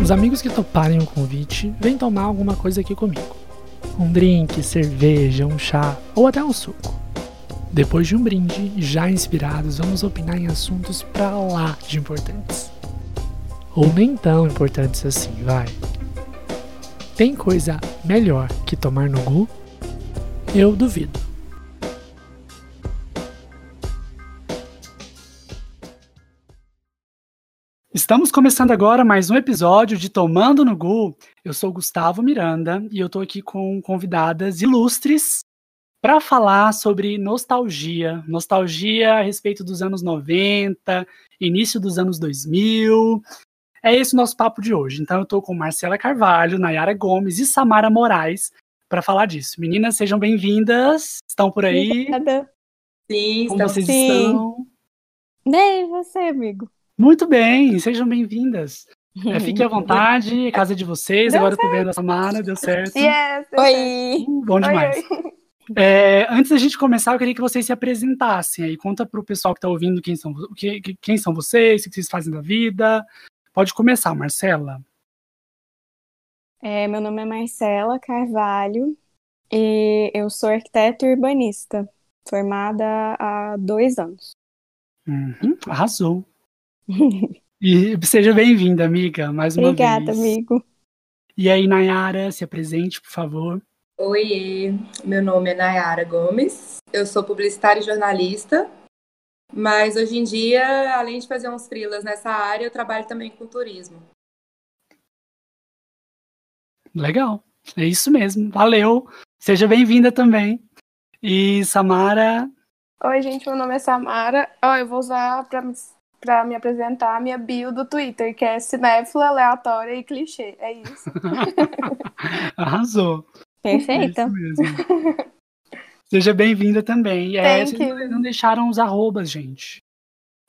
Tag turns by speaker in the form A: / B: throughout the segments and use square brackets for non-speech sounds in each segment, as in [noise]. A: Os amigos que toparem o convite, vêm tomar alguma coisa aqui comigo. Um drink, cerveja, um chá ou até um suco. Depois de um brinde, já inspirados, vamos opinar em assuntos pra lá de importantes. Ou nem tão importantes assim, vai. Tem coisa melhor que tomar no Gu? Eu duvido. Estamos começando agora mais um episódio de Tomando no Gu. Eu sou Gustavo Miranda e eu tô aqui com convidadas ilustres para falar sobre nostalgia. Nostalgia a respeito dos anos 90, início dos anos 2000. É esse o nosso papo de hoje. Então eu tô com Marcela Carvalho, Nayara Gomes e Samara Moraes para falar disso. Meninas, sejam bem-vindas. Estão por aí?
B: Obrigada.
C: Sim,
A: Como
C: estamos
A: vocês
B: sim.
A: estão?
B: Nem você, amigo.
A: Muito bem, sejam bem-vindas. É,
B: [laughs]
A: fiquem à vontade, é casa de vocês.
B: Uhum. Deu
A: Agora eu tô vendo a Samara, deu certo.
B: Yes!
C: Oi!
A: Hum, assim. Bom
B: oi,
A: demais. É, antes da gente começar, eu queria que vocês se apresentassem aí. Conta pro pessoal que tá ouvindo quem são, vo- que- que- quem são vocês, o que vocês fazem da vida. Pode começar, Marcela.
B: É, meu nome é Marcela Carvalho e eu sou arquiteta urbanista, formada há dois anos.
A: Uhum,
B: [laughs]
A: arrasou. E seja bem-vinda, amiga, mais uma
B: Obrigada,
A: vez.
B: amigo.
A: E aí, Nayara, se apresente, por favor.
C: Oiê! Meu nome é Nayara Gomes, eu sou publicitária e jornalista, mas hoje em dia, além de fazer uns freelas nessa área, eu trabalho também com turismo.
A: Legal, é isso mesmo. Valeu. Seja bem-vinda também. E Samara,
D: Oi, gente, meu nome é Samara. Ó, eu vou usar pra, me- pra me apresentar a minha bio do Twitter, que é cinéfila, aleatória e clichê. É isso.
A: [laughs] Arrasou. É
B: Perfeita.
A: isso mesmo. Seja bem-vinda também. E é,
D: Thank
A: vocês não deixaram os arrobas, gente.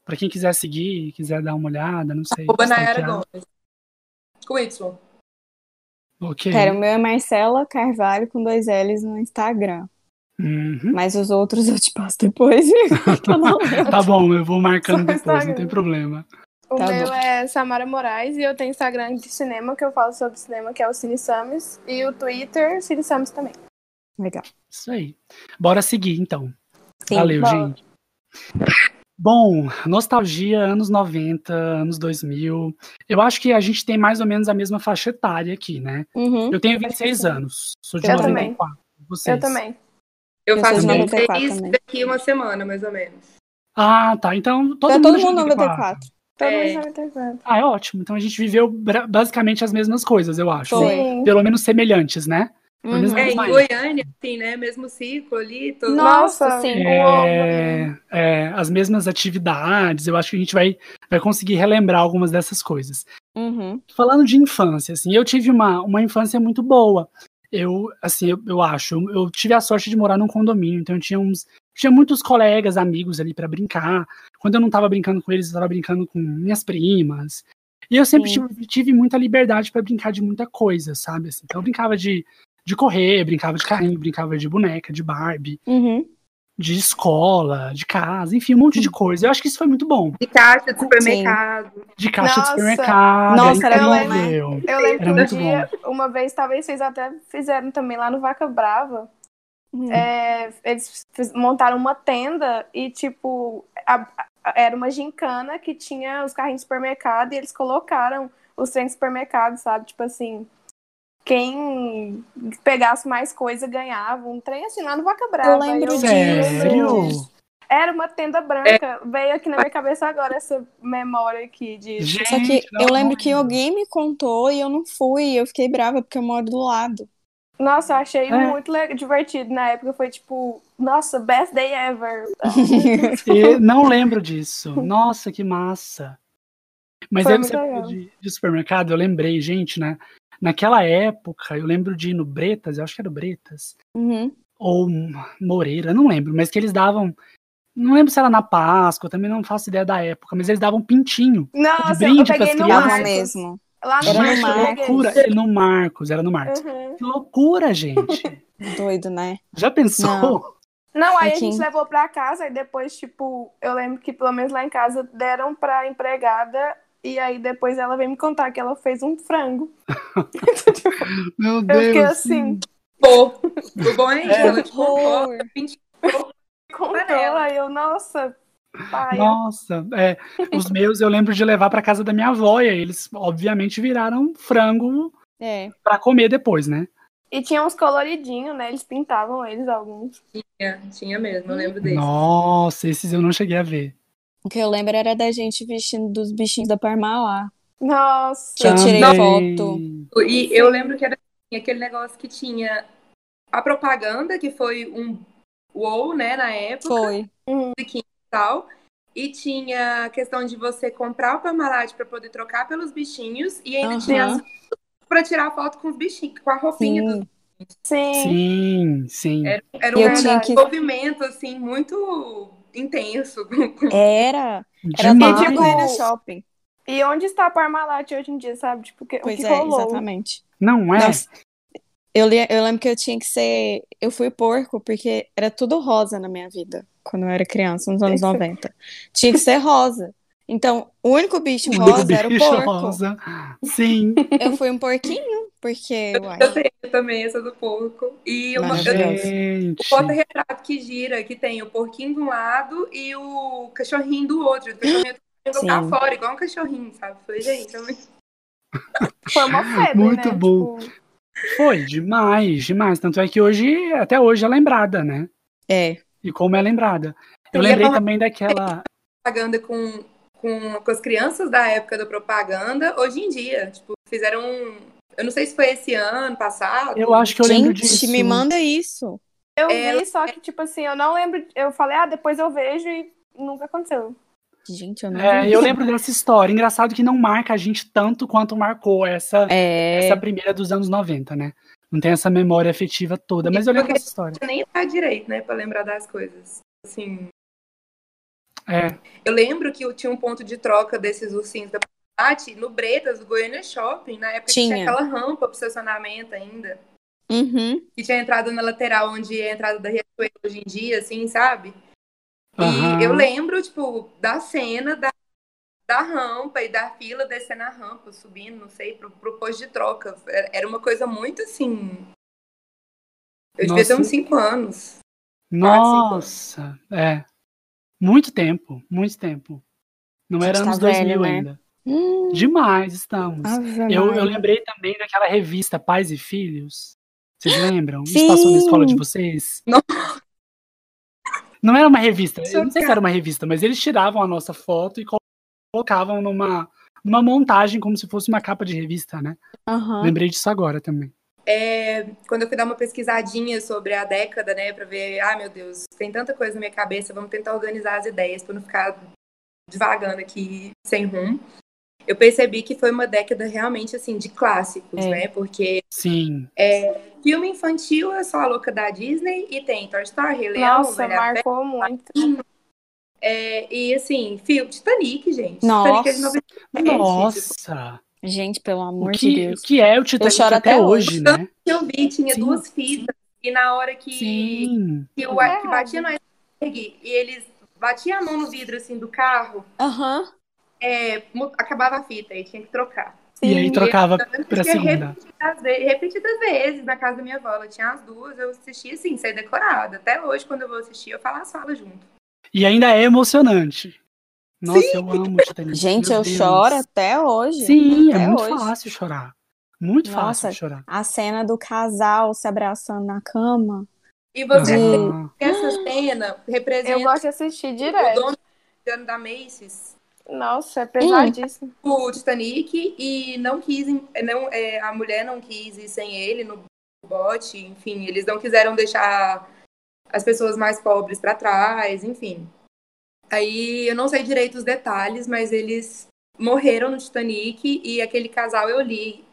A: Pra quem quiser seguir, quiser dar uma olhada, não sei.
C: Arroba Nayara
A: stalkear.
B: né?
C: Gomes. Com Y.
A: Ok.
B: Pera, o meu é Marcela Carvalho com dois L's no Instagram.
A: Uhum.
B: Mas os outros eu te passo depois. [laughs] que eu não
A: [laughs]
B: lembro.
A: Tá bom, eu vou marcando
D: Só
A: depois, não
D: Instagram.
A: tem problema.
D: O
B: Tá
D: meu
B: bom.
D: é Samara Moraes e eu tenho Instagram de cinema, que eu falo sobre cinema, que é o Cine Sames, e o Twitter, Cine Sames também.
B: Legal.
A: Isso aí. Bora seguir, então.
B: Sim,
A: Valeu,
D: bora.
A: gente. Bom, nostalgia, anos 90, anos 2000. Eu acho que a gente tem mais ou menos a mesma faixa etária aqui, né?
B: Uhum.
A: Eu tenho 26 anos, sou de
B: Eu
D: também.
A: 94. Vocês?
D: Eu também.
C: Eu
B: Eu
A: sou
C: faço
A: de
B: 94
C: vocês
B: também.
C: daqui uma semana, mais ou menos.
A: Ah, tá. Então, todo
B: Tá
A: mundo
B: todo
A: de
B: mundo
A: 94.
B: 94.
D: Todo
C: É.
D: mundo já me tem falado.
A: Ah, é ótimo. Então a gente viveu bra- basicamente as mesmas coisas, eu acho.
B: Foi.
D: Sim.
A: Pelo menos semelhantes, né? menos
B: Uhum.
C: É, em
A: mais.
C: Goiânia, assim, né? Mesmo ciclo ali, todo
B: Nossa,
D: Nossa,
B: sim.
A: É, é, as mesmas atividades, eu acho que a gente vai, vai conseguir relembrar algumas dessas coisas.
B: Uhum.
A: Falando de infância, assim, eu tive uma, uma infância muito boa. Eu, assim, eu, eu acho, eu, eu tive a sorte de morar num condomínio, então eu tinha uns. Tinha muitos colegas, amigos ali pra brincar. Quando eu não tava brincando com eles, eu tava brincando com minhas primas. E eu sempre
B: Sim.
A: tive, tive muita liberdade pra brincar de muita coisa, sabe? Assim, então eu brincava de, de correr, brincava de carrinho, brincava de boneca, de Barbie,
B: Uhum.
A: de escola, de casa, enfim, um monte de coisa. Eu acho que isso foi muito bom.
C: De caixa de supermercado.
A: De caixa
D: Nossa.
A: de supermercado,
B: Nossa,
A: aí
D: era bom, né?
A: envolveu.
D: Eu lembro
A: Era
D: que um
A: muito
D: dia, uma vez, talvez vocês até fizeram também lá no Vaca Brava.
B: Hum.
D: É, eles fiz- montaram uma tenda e, tipo, a- a- era uma gincana que tinha os carrinhos de supermercado e eles colocaram os trem de supermercado, sabe? Tipo assim, quem pegasse mais coisa ganhava. Um trem assim lá no Vaca Brava.
B: Eu lembro
D: Eu
B: disso.
D: lembro
A: Sério?
D: disso. Era uma tenda branca. Veio aqui na minha cabeça agora essa memória aqui de.
A: Gente,
B: Só que
A: não,
B: eu
A: não
B: lembro que alguém me contou e eu não fui. Eu fiquei brava porque eu moro do lado.
D: Nossa, eu achei
A: É.
D: muito le- divertido na época. Foi tipo, nossa, best day
A: [laughs]
D: ever.
A: E não lembro disso. Nossa, que massa. Mas
D: Foi
A: aí
D: muito
A: você falou
D: legal.
A: de, de supermercado, eu lembrei, gente, né? Naquela época, eu lembro de ir no Bretas, eu acho que era o Bretas,
B: Uhum.
A: ou Moreira, não lembro, mas que eles davam. Não lembro se era na Páscoa, também não faço ideia da época, mas eles davam pintinho.
D: Nossa, eu
A: brinde
D: peguei
A: pras
D: no
A: crianças.
B: Davam
D: Marcos.
B: mesmo.
D: Lá no
A: Gente,
B: Era Ah, no
D: Marcos. eu
A: que
D: peguei.
A: loucura! E no Marcos, era no Marcos.
D: Uhum.
A: Que loucura, gente!
B: Doido, né?
A: Já pensou?
D: Não, aí a
B: Aqui.
D: gente levou pra casa e depois, tipo, eu lembro que pelo menos lá em casa deram pra empregada E aí depois ela veio me contar que ela fez um frango.
A: Meu
D: Eu
A: Deus.
D: fiquei assim,
C: Pô, o bom é isso, ela te
B: Horror.
C: contou, pintou
D: contou,
C: Panela.
D: aí eu, nossa,
B: assim,
D: pai.
A: Nossa, é, os meus eu lembro de levar pra casa da minha avó e aí eles obviamente viraram frango
B: É.
A: pra comer depois, né?
D: E tinha uns coloridinhos, né? Eles pintavam eles alguns.
C: Tinha, tinha mesmo, eu lembro desse.
A: Nossa, esses eu não cheguei a ver.
B: O que eu lembro era da gente vestindo dos bichinhos da Parmalat.
D: Nossa.
B: Eu tirei
A: Também.
B: foto.
C: E eu lembro que era assim, aquele negócio que tinha a propaganda, que foi um wow, né, na época
B: Foi.
C: e tal. E tinha a questão de você comprar o Parmalat pra poder trocar pelos bichinhos e ainda
B: Aham.
C: tinha as pra tirar foto com os bichinhos, com a roupinha dos
B: Sim.
D: Sim.
A: Sim, sim.
C: É. Era
B: E
C: um
B: eu tinha que.
C: movimento, assim, muito intenso.
B: Era. Era
A: Demais.
B: dentro do
D: Tipo,
B: Arena Shopping.
D: E onde está a Parmalat hoje em dia, sabe? Tipo, que, o
B: Pois
D: que
B: é,
D: rolou?
B: exatamente.
A: Não é? [laughs]
B: Nossa. Eu, li- eu lembro que eu tinha que ser. Eu fui porco porque era tudo rosa na minha vida, quando eu era criança, nos anos
D: Isso.
B: 90. Tinha que ser rosa. Então, o único bicho
A: O
B: rosa era o
A: bicho
B: porco.
A: rosa.
B: [laughs]
A: Sim.
B: Eu fui um porquinho, porque, uai.
C: Eu tenho também essa do porco. E uma, eu tenho
B: Maravilhoso.
A: Gente.
C: o
B: é
C: porta-retrato que gira, que tem o porquinho de um lado e o cachorrinho do outro. O cachorrinho
B: Sim.
C: jogou pra fora, igual um cachorrinho, sabe? Eu Falei, gente, eu muito
D: Foi
A: [laughs]
D: uma febre,
A: Muito
D: né?
A: bom.
D: Tipo,
A: Foi demais, demais. Tanto é que hoje, até hoje, é lembrada, né?
B: É,
A: E como é lembrada. Eu
C: E é
A: lembrei
C: uma-
A: também daquela.
C: propaganda com, com, com as crianças da época da propaganda, hoje em dia. Tipo, fizeram um... Eu não sei se foi esse ano, passado.
A: Eu acho que eu lembro
B: gente,
A: disso.
B: me manda isso.
D: eu
B: É,
C: Ela-
D: vi, só que, tipo assim, eu não lembro. Eu falei, ah, depois eu vejo e nunca aconteceu.
B: Gente, eu não
A: É,
B: vi.
A: eu lembro dessa história. Engraçado que não marca a gente tanto quanto marcou essa,
B: É,
A: essa primeira dos anos 90, né? Não tem essa memória afetiva toda, mas eu lembro
C: Porque-
A: dessa história.
C: Eu nem tá direito, né, pra lembrar das coisas. Assim,
A: É,
C: Eu lembro que eu tinha um ponto de troca desses ursinhos da Parmalat no Bretas, do Goiânia Shopping, na época que
B: Tinha.
C: tinha aquela rampa pro estacionamento ainda.
B: uhum,
C: Que tinha entrada na lateral, onde é a entrada da Riachuelo hoje em dia, assim, sabe?
A: Aham.
C: E eu lembro, tipo, da cena da, da rampa e da fila descendo a rampa, subindo, não sei, pro, pro posto de troca. Era era uma coisa muito assim. Eu devia ter
A: Nossa.
C: uns 5 anos.
A: nossa, é. Muito tempo, muito tempo. Não era
B: Gente, tá
A: anos
B: velho,
A: 2000
B: né?
A: ainda. Demais estamos.
B: Ave
A: Eu,
B: Maria.
A: eu lembrei também daquela revista Pais e Filhos. Vocês lembram? Isso
B: Sim.
A: passou na escola de vocês?
C: Não.
A: Não era uma revista. Eu não sei se era uma revista, mas eles tiravam a nossa foto e colocavam numa, numa montagem como se fosse uma capa de revista, né?
B: Aham.
A: Lembrei disso agora também.
C: É, quando eu fui dar uma pesquisadinha sobre a década, né, pra ver, ah, meu Deus, tem tanta coisa na minha cabeça, vamos tentar organizar as ideias pra eu não ficar devagando aqui sem rumo. Eu percebi que foi uma década realmente assim de clássicos,
B: É.
C: né? Porque
A: Sim.
C: filme infantil é só a louca da Disney e tem Toy Story, Rei Leão,
D: Nossa,
C: Velha Fé,
D: marcou muito.
C: é, e assim, filme Titanic, gente.
B: Nossa.
C: Titanic é de 97, tipo,
A: Nossa!
B: Gente, pelo amor
A: o,
B: de
A: que, o
B: Deus.
A: que é o Titanic
B: choro
A: até,
B: até
A: hoje, né?
C: que eu um, vi tinha
A: Sim.
C: duas fitas e na hora que
A: Sim.
C: que, o,
D: Tá
C: que batia no iceberg e eles batiam a mão no vidro assim do carro,
B: Aham.
C: é, mu- acabava a fita e tinha que trocar.
A: E aí tá-
C: Sim.
A: trocava
C: Eu lembro que
A: pra
B: é
C: tinha
A: segunda.
C: repetidas, ve- repetidas vezes na casa da minha avó, ela tinha as duas, eu assistia assim, sem decorada. Até hoje, quando eu vou assistir, eu falo a sala junto.
A: E ainda é emocionante. Nossa, eu amo o Titanic.
B: Gente,
A: meu
B: eu
A: Deus.
B: choro até hoje.
A: Sim, é
B: Até
A: muito
B: hoje.
A: fácil chorar. Muito
B: Nossa.
A: fácil de chorar.
B: A cena do casal se abraçando na cama.
C: E você vê
A: Ah,
C: que essa cena representa
D: Eu gosto de assistir
C: o
D: direto.
C: dono do- da Macy's,
D: Nossa, é pesadíssimo.
C: o Titanic, e não quis, não, é, a mulher não quis ir sem ele no bote, enfim, eles não quiseram deixar as pessoas mais pobres pra trás, enfim. Aí eu não sei direito os detalhes, mas eles morreram no Titanic e aquele casal eu li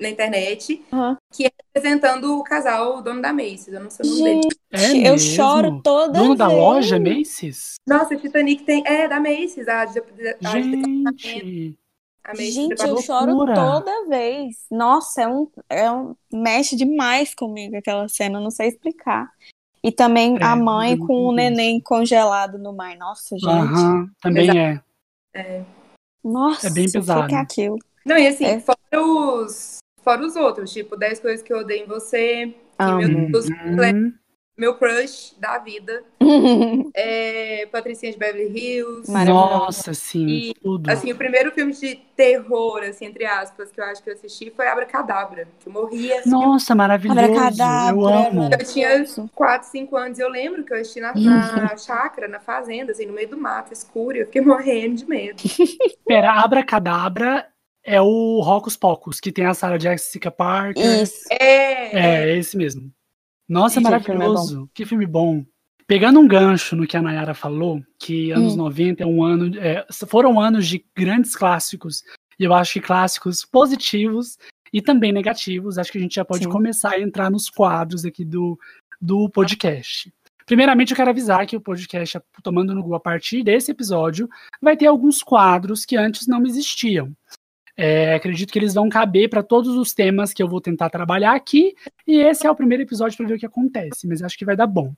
C: na internet,
B: Aham.
C: que é representando o casal, o dono da Macy's, eu não sei o nome dele.
A: é
B: eu
A: mesmo?
B: choro toda
A: Dono da
B: vez.
A: loja, Macy's?
C: Nossa, o Titanic tem, é, da Macy's, a, a, a,
A: Gente,
C: a Macy's
B: Gente, eu
C: preparou-
B: choro
A: loucura.
B: toda vez. Nossa, é um, é um. Mexe demais comigo aquela cena, eu não sei explicar. E também
A: É,
B: a mãe
A: eu não
B: com o
A: entendi.
B: neném congelado no mar. Nossa, gente.
A: aham, também é.
B: Nossa,
A: É bem
B: O
A: pesado.
B: que é aquilo?
C: Não, e assim,
B: É.
C: fora, os, fora os outros, tipo, 10 coisas que eu odeio em você,
B: [laughs] Amo.
C: Os-
A: Hum,
C: meu crush da vida, é, Patricinha de Beverly Hills.
B: Maravilhoso.
A: nossa, sim,
C: E,
A: tudo.
C: Assim, o primeiro filme de terror, assim, entre aspas, que eu acho que eu assisti foi Abracadabra, que eu morria. assim,
A: nossa, maravilhoso.
B: Abracadabra, né?
A: Eu amo.
B: maravilhoso.
C: Eu tinha 4, 5 anos e eu lembro que eu assisti na, na chácara, na fazenda, assim, no meio do mato, escuro, e eu fiquei morrendo de medo.
A: Pera, Abracadabra é o Rocos Pocos, que tem a Sarah Jessica Parker.
B: Isso.
C: É,
A: É, é esse mesmo. Nossa, é
B: Gente, que filme
A: maravilhoso. Que filme bom. Pegando um gancho no que a Nayara falou, que anos 90 é um ano, é, foram anos de grandes clássicos, e eu acho que clássicos positivos e também negativos. Acho que a gente já pode
B: Sim.
A: começar a entrar nos quadros aqui do, do podcast. Primeiramente, eu quero avisar que o podcast Tomando no Gu, a partir desse episódio, vai ter alguns quadros que antes não existiam. É, acredito que eles vão caber para todos os temas que eu vou tentar trabalhar aqui. E esse é o primeiro episódio para ver o que acontece, mas acho que vai dar bom.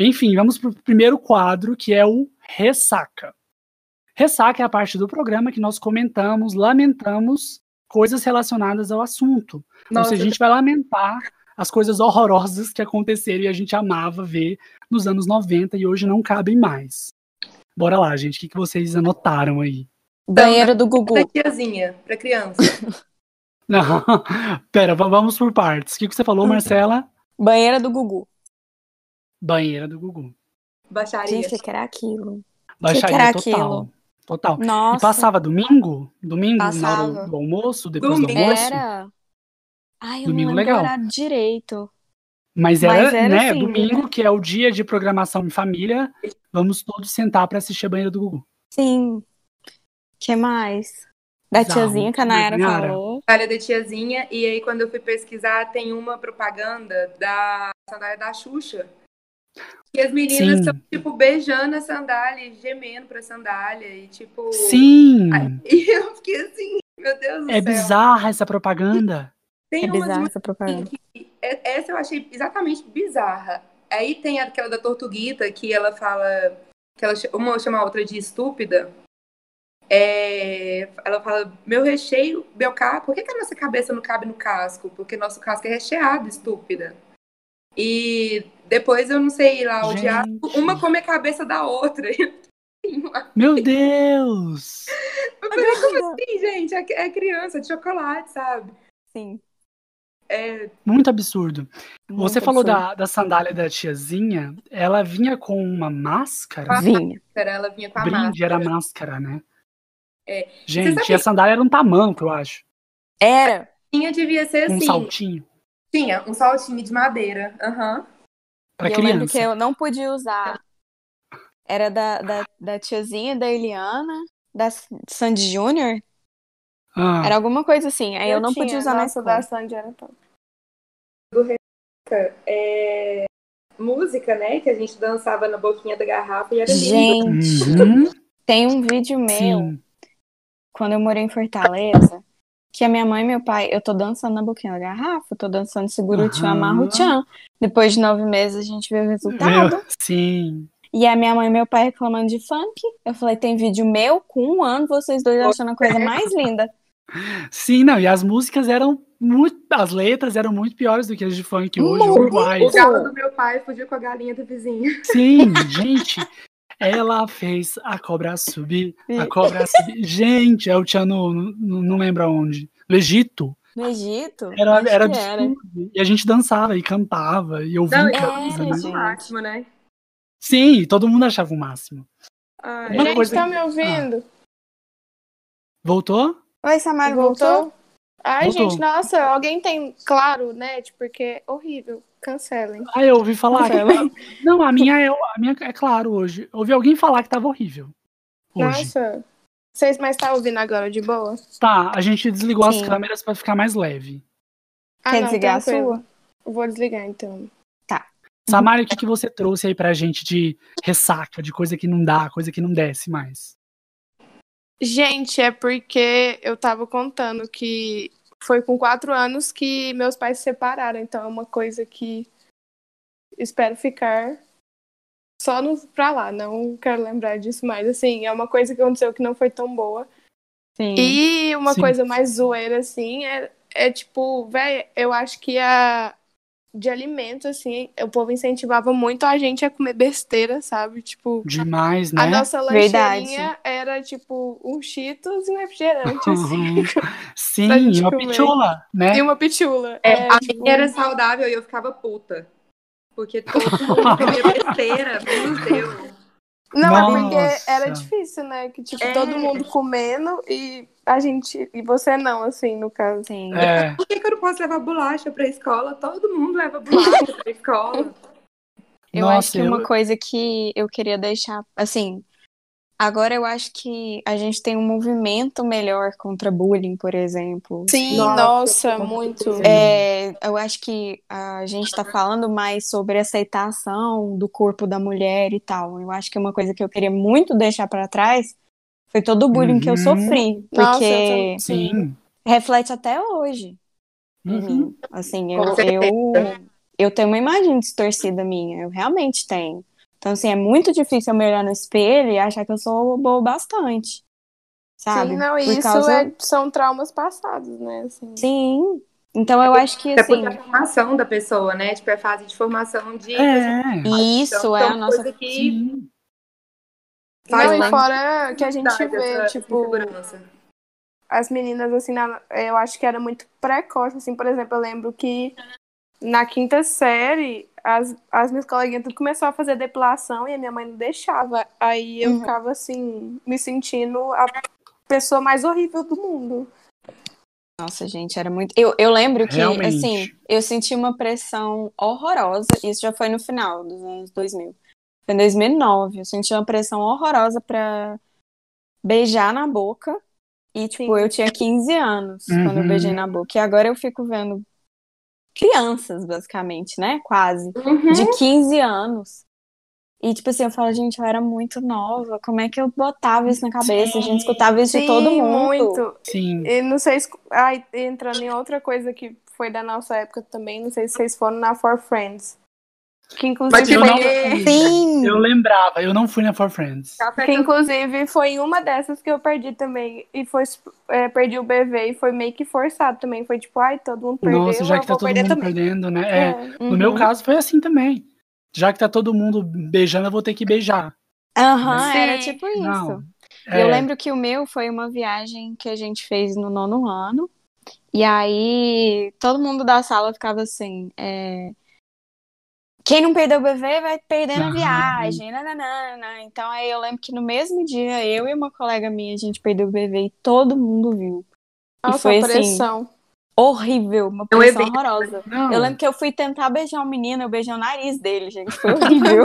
A: Enfim, vamos para o primeiro quadro, que é o Ressaca. Ressaca é a parte do programa que nós comentamos, lamentamos coisas relacionadas ao assunto. Ou
C: nossa,
A: seja, então, a gente vai lamentar as coisas horrorosas que aconteceram e a gente amava ver nos anos 90 e hoje não cabem mais. Bora lá, gente, o que, que vocês anotaram aí? [laughs]
C: Então,
B: Banheiro do
C: pra
B: Gugu.
C: tiazinha, pra criança.
A: Não, pera, va- vamos por partes. O que, que você falou, Marcela?
B: Banheira do Gugu.
A: Banheira do Gugu.
C: Baixaria.
B: Gente, o que era aquilo?
A: Baixaria
B: que era
A: total. Total.
B: Nossa.
A: E passava domingo? Domingo, na
B: Passava.
A: hora do almoço, depois
C: Domingo.
A: do almoço?
B: Era. Ai, eu
A: Domingo
B: não lembro
A: legal.
B: o horário direito.
A: Mas era,
D: Mas era
A: né,
D: assim,
A: domingo, que é o dia de programação em família. Vamos todos sentar pra assistir a banheira do Gugu.
B: Sim. que mais? Da
A: Bizarro.
B: tiazinha que a Nayara
A: Nayara.
B: falou.
C: Sandália da tiazinha, e aí quando eu fui pesquisar, tem uma propaganda da sandália da Xuxa. E as meninas
A: Sim.
C: estão, tipo, beijando a sandália e gemendo pra sandália. E tipo.
A: Sim!
C: Ai, [laughs] E eu fiquei assim, meu Deus do
A: É
C: céu.
A: bizarra essa propaganda.
C: Tem
B: É
C: umas
B: bizarro
C: muito
B: essa
C: assim
B: propaganda.
C: que- é- Essa eu achei exatamente bizarra. Aí tem aquela da Tortuguita que ela fala. Que ela, ch- uma chama a outra de estúpida. É, ela fala, meu recheio, meu carro, por que, que a nossa cabeça não cabe no casco? Porque nosso casco é recheado, estúpida. E depois eu não sei lá, o
A: Gente.
C: diabo, uma come a cabeça da outra. [laughs]
A: Meu Deus!
C: Sim, gente, é, é criança de chocolate, sabe?
B: Sim.
C: É,
A: Muito absurdo. Você
B: Muito
A: falou
B: absurdo.
A: da, da sandália da tiazinha, ela vinha com uma máscara?
B: Vinha.
C: cara, ela vinha com a
A: O brinde
C: máscara.
A: era máscara, né?
C: É. Você
A: Gente,
C: sabe-
A: e a sandália era um tamanco, eu acho.
B: Era.
C: Tinha devia ser
A: Com um
C: assim.
A: saltinho.
C: Tinha um saltinho de madeira. Aham.
A: Pra
B: e eu lembro que
A: criança.
B: eu não podia usar. Era da, da, da tiazinha, da Eliana, da Sandy Júnior.
A: Ah,
B: Era alguma coisa assim. Aí eu, não podia
D: tinha,
B: usar na
D: nossa,
B: escola.
D: da Sandy era top.
C: É, música, né? Que a gente dançava na boquinha da garrafa e era lindo.
B: Gente,
A: uhum,
B: tem um vídeo um meu
A: sim.
B: quando eu morei em Fortaleza, que a minha mãe e meu pai, eu tô dançando na boquinha da garrafa, eu tô dançando Seguro-Tchan,
A: Aham.
B: Amarro-Tchan. Depois de nove meses a gente vê o resultado.
A: Meu, sim.
B: E a minha mãe e meu pai reclamando de funk. Eu falei, tem vídeo meu com um ano, vocês dois achando a
D: é.
B: coisa mais linda.
A: Sim, não, e as músicas eram muito. As letras eram muito piores do que as de funk hoje,
B: Muito.
A: uruguais.
C: O galo do meu pai fugiu com a galinha do vizinho.
A: Sim, gente. Ela fez a cobra subir, a cobra subir. Gente, é o Tiano, n- n- não lembro aonde. No Egito.
B: No Egito?
A: Era,
B: acho que
A: era absurdo. E a gente dançava e cantava e ouvia
C: Não,
A: em
C: e [laughs]
A: casa.
B: era,
A: né?
B: é, gente.
C: máximo, né?
A: Sim, e todo mundo achava o máximo.
C: Ai,
A: Uma
D: gente,
A: coisa
D: tá
A: que-
D: me ouvindo?
A: Voltou?
B: Oi, Samara, Ah, voltou?
D: Voltou? Ai,
A: Voltou.
D: gente, nossa, alguém tem claro, né? Tipo, Porque é horrível. Cancelem.
A: Ah, eu ouvi falar.
B: Marcela.
A: que- Não, a minha, é, a minha é claro hoje. Ouvi alguém falar que tava horrível. Hoje.
D: Nossa. Vocês, mas tá ouvindo agora de boa?
A: Tá, a gente desligou
B: Sim.
A: as câmeras pra ficar mais leve.
D: Ah,
B: Quer
D: não,
B: desligar
D: tranquilo.
B: a sua?
D: Vou desligar então.
A: Samara, o que, que você trouxe aí pra gente de ressaca, de coisa que não dá, coisa que não desce mais?
D: Gente, é porque eu tava contando que foi com quatro anos que meus pais se separaram, então é uma coisa que espero ficar só no, pra lá, não quero lembrar disso mais. Assim, é uma coisa que aconteceu que não foi tão boa,
B: Sim.
D: E uma
A: Sim.
D: coisa mais zoeira, assim, é, é tipo, velho, eu acho que a, de alimento, assim, o povo incentivava muito a gente a comer besteira, sabe? Tipo,
A: Demais, né?
D: a nossa
B: Verdade.
D: lancheirinha era, tipo, um Cheetos e
A: [laughs]
D: um refrigerante, assim.
A: Uhum. Sim,
D: Pra gente
A: uma
D: comer.
A: pichola, né?
D: E uma pitula.
C: É, a
D: tipo,
C: minha era saudável e eu ficava puta. Porque todo mundo comia besteira, menos eu.
D: Não, é
A: Nossa.
D: porque era difícil, né? Que, tipo,
C: É.
D: todo mundo comendo e a gente. E você não, assim, no caso.
B: Sim.
A: É,
C: Por que, que eu não posso levar bolacha pra escola? Todo mundo leva bolacha pra escola.
B: Eu acho
A: nossa,
B: que é uma
A: eu-
B: coisa que eu queria deixar, assim, agora eu acho que a gente tem um movimento melhor contra bullying, por exemplo.
D: Sim,
C: Nossa,
D: nossa,
C: com
D: muito.
C: certeza.
B: É, eu acho que a gente está falando mais sobre aceitação do corpo da mulher e tal. Eu acho que uma coisa que eu queria muito deixar para trás foi todo o bullying que eu
A: Uhum.
B: sofri,
D: Nossa, eu
B: porque
D: também.
A: sim.
B: reflete até hoje em
A: Uhum.
B: mim. Assim,
C: Com
B: eu,
C: certeza.
B: eu, eu tenho uma imagem distorcida minha, eu realmente tenho. Então, assim, é muito difícil eu me olhar no espelho e achar que eu sou boa bastante, sabe?
D: Sim, não, e
B: Por
D: isso
B: causa-
D: é- são traumas passados, né? assim.
B: Sim. Então, eu acho que,
D: É
C: Até
B: assim,
C: porque é a formação da pessoa, né? Tipo, é a fase de formação de. Então,
A: É,
B: isso é a
C: são
B: nossa
C: coisa que
A: sim.
D: Não,
C: faz
D: e
C: parte
D: fora que a gente
C: Sabe,
D: vê,
C: essa
D: tipo,
C: insegurança.
D: as meninas, assim, na- eu acho que era muito precoce, assim, por exemplo, eu lembro que na quinta série, as, as minhas coleguinhas tudo começou a fazer depilação e a minha mãe não deixava. Aí eu
B: Uhum.
D: ficava, assim, me sentindo a pessoa mais horrível do mundo.
B: Nossa, gente, era muito. Eu, eu lembro que,
A: Realmente.
B: assim, eu senti uma pressão horrorosa. Isso já foi no final dos anos 2000. Foi em 2009. Eu senti uma pressão horrorosa pra beijar na boca. E, tipo,
D: Sim.
B: eu tinha 15 anos quando eu
A: Uhum.
B: beijei na boca. E agora eu fico vendo crianças, basicamente, né? Quase.
C: Uhum.
B: De 15 anos. E, tipo assim, eu falo, gente, eu era muito nova. Como é que eu botava isso na cabeça? A
A: Sim.
B: gente escutava isso de todo mundo.
D: muito.
A: Sim.
D: E não sei se. Ai, entrando em outra coisa que foi da nossa época também, não sei se vocês foram na For Friends. Que
C: Mas
D: inclusive,
A: Eu não
D: foi,
A: fui.
B: Sim!
A: Eu lembrava, eu não fui na For Friends.
C: Café
D: que inclusive foi uma dessas que eu perdi também. E foi é, perdi o BV e foi meio que forçado também. Foi tipo, ai, todo mundo perdeu,
A: Nossa, já
D: eu
A: que tá
D: vou
A: todo
D: perder
A: mundo
D: também.
A: perdendo, né? É,
D: É.
A: No meu
B: Uhum.
A: caso foi assim também. Já que tá todo mundo beijando, eu vou ter que beijar.
B: Aham,
D: Sim.
B: era tipo isso.
A: Não.
B: Eu
A: É,
B: lembro que o meu foi uma viagem que a gente fez no nono ano. E aí todo mundo da sala ficava assim: é, quem não perdeu o bebê vai perder na
A: Ah.
B: viagem. nananana. Então aí eu lembro que no mesmo dia eu e uma colega minha a gente perdeu o bebê e todo mundo viu. E
D: Nossa,
B: foi
D: a
B: assim,
D: pressão.
B: horrível, uma
C: Não
B: pressão
C: evito.
B: horrorosa.
A: Não.
B: Eu lembro que eu fui tentar beijar o menino, eu beijei o nariz dele, gente. Foi horrível.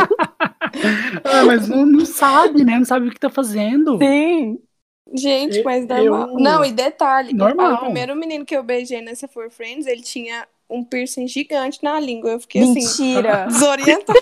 A: Ah, mas não, não sabe, né? Não sabe o que tá fazendo.
B: Sim.
D: Gente,
A: Eu-
D: mas dá
A: eu-
D: mal. Não, e detalhe,
A: Normal.
D: o primeiro menino que eu beijei nessa For Friends, ele tinha um piercing gigante na língua. Eu fiquei assim, [laughs]
B: Mentira.
D: desorientada.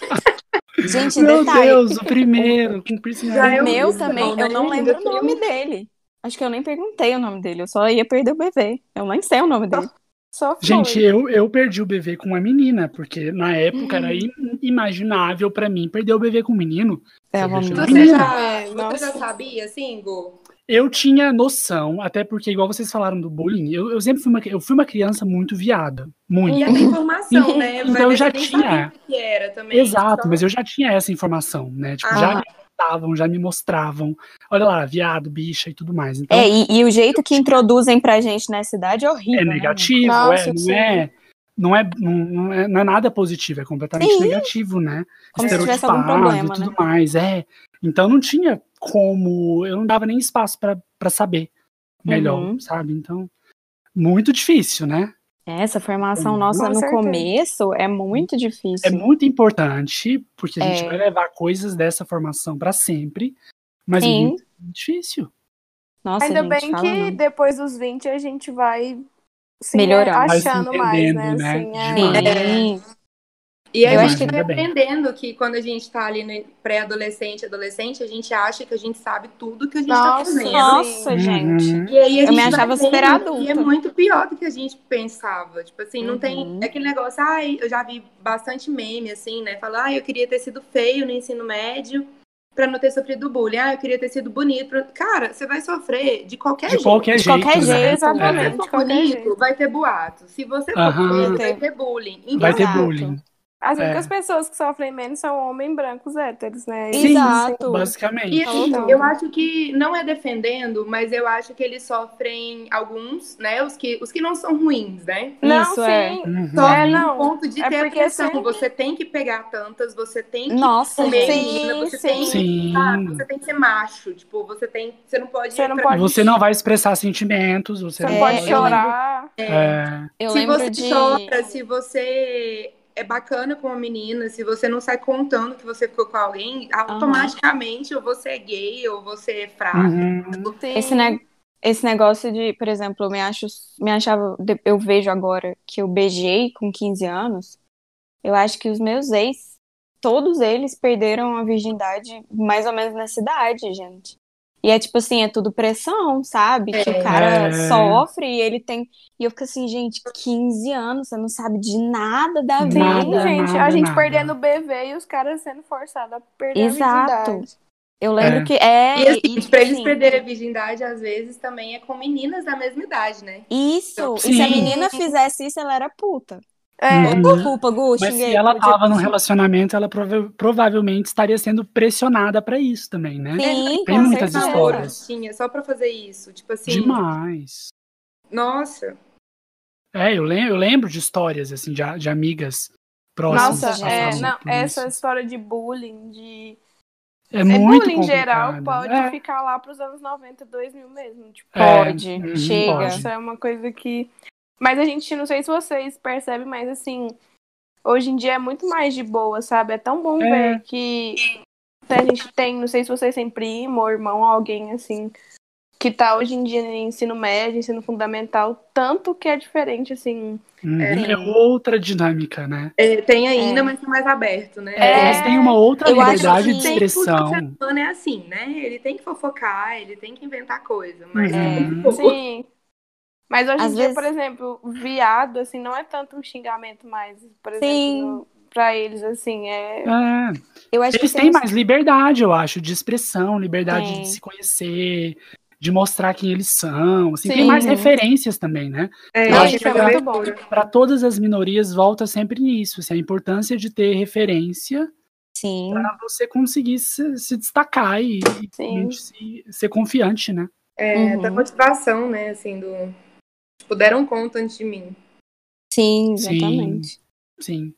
B: Gente,
A: Meu
B: detalhe.
A: Deus, o primeiro. Com piercing na
C: Já
A: boca.
C: eu-
B: O meu
C: vi,
B: também,
C: não,
B: eu
C: né?
B: não lembro o
C: Ainda
B: nome dele. Acho que eu nem perguntei o nome dele, eu só ia perder o bebê. Eu nem sei o nome dele.
D: Só foi.
A: Gente, eu, eu perdi o bebê com uma menina, porque na época
B: Hum.
A: era inimaginável pra mim perder o bebê com um menino.
B: É,
A: Eu
B: vamos
A: vejo
B: lá.
A: aqui.
C: Você já,
D: É,
C: você
D: nossa.
C: já sabia, assim, Gu?
A: Eu tinha noção, até porque, igual vocês falaram do bullying, eu, eu sempre fui uma, eu fui uma criança muito viada. Muito.
C: E essa informação, né?
A: Então,
C: Vai ver,
A: eu já
C: você nem
A: tinha.
C: sabia o que era também. então
A: Exato,
C: Só-
B: Então,
A: mas eu já tinha essa informação, né? Tipo,
C: Ah.
A: já me contavam, já me mostravam. Olha lá, viado, bicha e tudo mais. Então,
B: É,
A: é,
B: e, e o jeito que introduzem pra gente na cidade é horrível. né,
A: negativo,
D: Nossa,
A: é, não
D: sim.
A: é, não é, não não é, não é nada positivo, é completamente
B: Sim.
A: negativo, né?
B: Como se tivesse
A: Estereotipado
B: algum problema,
A: e tudo
B: né?
A: mais, é. Então não tinha como, eu não dava nem espaço pra pra saber melhor,
B: Uhum.
A: sabe? Então, muito difícil, né?
B: gente? É, Essa formação
A: Com
B: nossa no
D: certeza.
B: começo é muito
A: É
B: difícil.
A: muito importante, porque a gente
B: É.
A: vai levar coisas dessa formação pra sempre, mas é
B: Sim.
A: muito difícil.
B: Nossa,
D: Ainda
B: gente,
D: bem
B: fala
D: que
B: não.
D: depois dos 20 a gente vai se
B: Melhorando.
D: é,
A: Vai se
D: achando mais, né?
A: entendendo, né?
D: Assim, é.
A: Demais.
B: Sim.
C: E a
B: Eu acho
C: gente
A: que-
C: vai aprendendo que quando a gente tá ali no pré-adolescente, adolescente, a gente acha que a gente sabe tudo que a gente tá
D: Nossa.
C: fazendo.
B: Nossa,
A: Uhum.
B: gente.
C: E aí a
B: Eu
C: gente
B: me
C: vai
B: achava
C: vendo
B: super
C: E é
B: adulta.
C: muito pior do que a gente pensava. Tipo assim, não tem
B: Uhum.
C: aquele negócio, ai, eu já vi bastante meme assim, né? Falar, ai, eu queria ter sido feio no ensino médio. pra não ter sofrido bullying. Ah, eu queria ter sido bonito. Cara, você vai sofrer de qualquer
A: De
C: jeito.
A: qualquer
B: De
A: jeito.
B: qualquer
A: né?
B: jeito,
C: Se
B: exatamente.
A: É.
C: você
D: De
C: for
D: qualquer
C: bonito,
D: jeito.
C: vai ter boato. Se você for
A: Aham.
C: feio, vai
B: Tem.
C: ter bullying. Então, assim,
A: Vai ter
B: Exato.
A: bullying.
D: As
A: É.
D: únicas pessoas que sofrem menos são homens brancos héteros, né?
A: Sim,
B: Exato.
C: E
A: Basicamente.
C: assim,
D: Então.
C: eu acho que não é defendendo, mas eu acho que eles sofrem alguns, né? Os que, os que não são ruins, né?
D: Não,
B: Isso, é.
D: sim.
A: Uhum.
C: Só
D: É,
C: no
D: não.
C: ponto de
D: É
C: ter a
D: porque
C: pressão.
D: sempre-
C: Você tem que pegar tantas, você tem que
B: Nossa,
C: comer
B: gente.
C: menina, você
D: sim.
C: tem que.
A: Sim.
C: sabe? Você tem que ser macho. Tipo, você tem. Você não pode.
D: Você não pode-
A: Você não vai expressar sentimentos, você
D: Você não
B: É,
D: pode
B: eu
D: chorar.
A: É,
B: Eu
C: se
B: lembro
C: você
B: de.
C: chora, se você é bacana com uma menina, se você não sai contando que você ficou com alguém, automaticamente ou você é gay ou você é fraco.
A: uhum.
B: Esse, ne- esse negócio de, por exemplo, eu me acho, me achava, de- eu vejo agora que eu beijei com 15 anos, eu acho que os meus ex, todos eles perderam a virgindade mais ou menos nessa idade, gente. E é tipo assim, é tudo pressão, sabe? Que o cara
A: É.
B: sofre e ele tem. E eu fico assim, gente, 15 anos, você não sabe de nada da
D: Sim,
A: Nada,
B: vida.
D: gente.
A: nada,
D: a gente
A: nada.
D: perdendo o BV e os caras sendo forçados a perder a
B: Exato.
D: virgindade.
B: Eu lembro
A: É.
B: que é.
C: E assim,
B: tipo
C: pra eles
B: assim,
C: perderem a virgindade, às vezes, também é com meninas da mesma idade, né?
B: Isso. E se
A: Sim.
B: a menina fizesse isso, ela era puta.
D: É,
A: Uhum.
B: Desculpa, Gu,
A: Mas
B: xinguei.
A: se ela
B: podia-
A: tava num relacionamento, ela prova- provavelmente estaria sendo pressionada pra isso também, né?
B: Sim,
A: Tem
B: com
A: muitas
B: certeza.
A: histórias.
C: Tinha só pra fazer isso. Tipo assim,
A: Demais.
C: nossa.
A: É, eu, lem- eu lembro de histórias, assim, de, a- de amigas próximas.
D: Nossa,
A: que
B: Nossa,
D: é,
A: passaram
D: não,
A: por
D: essa
A: isso.
D: história de bullying, de.
A: É,
D: É
A: muito
D: bullying em geral
A: complicado.
D: pode
A: É,
D: ficar lá pros anos 90, 2000 mesmo. Tipo,
A: É,
B: Pode,
A: uhum,
B: chega.
A: pode.
D: Isso é uma coisa que. Mas a gente, não sei se vocês percebem, mas assim, hoje em dia é muito mais de boa, sabe? É tão bom
A: É.
D: ver que né, a gente tem, não sei se vocês têm primo ou irmão, alguém assim, que tá hoje em dia em ensino médio, ensino fundamental, tanto que é diferente, assim.
A: Uhum,
B: É.
A: é outra dinâmica, né?
C: É, tem ainda,
B: É.
C: mas é mais aberto, né?
A: É, eles têm uma outra
B: Eu acho
A: liberdade
B: que-
A: de
C: Sempre o
A: expressão.
C: ser humano é assim, né? Ele tem que fofocar, ele tem que inventar coisa, mas
A: É.
B: né?
C: tipo,
D: Sim. Mas hoje
B: Às
D: em dia,
B: vezes-
D: por exemplo, viado, assim, não é tanto um xingamento mais, por exemplo,
B: Sim.
D: no- pra eles, assim, é.
A: É.
B: Eu acho
A: Eles
B: que
A: têm
B: temos-
A: mais liberdade, eu acho, de expressão, liberdade
B: Tem.
A: de se conhecer, de mostrar quem eles são. assim, tem
D: Sim.
A: mais referências também, né?
C: é,
A: Eu acho
D: isso
A: que
D: é
A: pra-
D: muito bom.
A: Para todas as minorias, volta sempre nisso. Assim, a importância de ter referência
B: Sim.
A: para você conseguir se, se destacar e, e
D: Sim.
A: se- ser confiante, né?
C: é,
B: Uhum.
C: da motivação, né? Assim, do. Tipo, deram conta antes de mim.
B: Sim, exatamente.
A: Sim.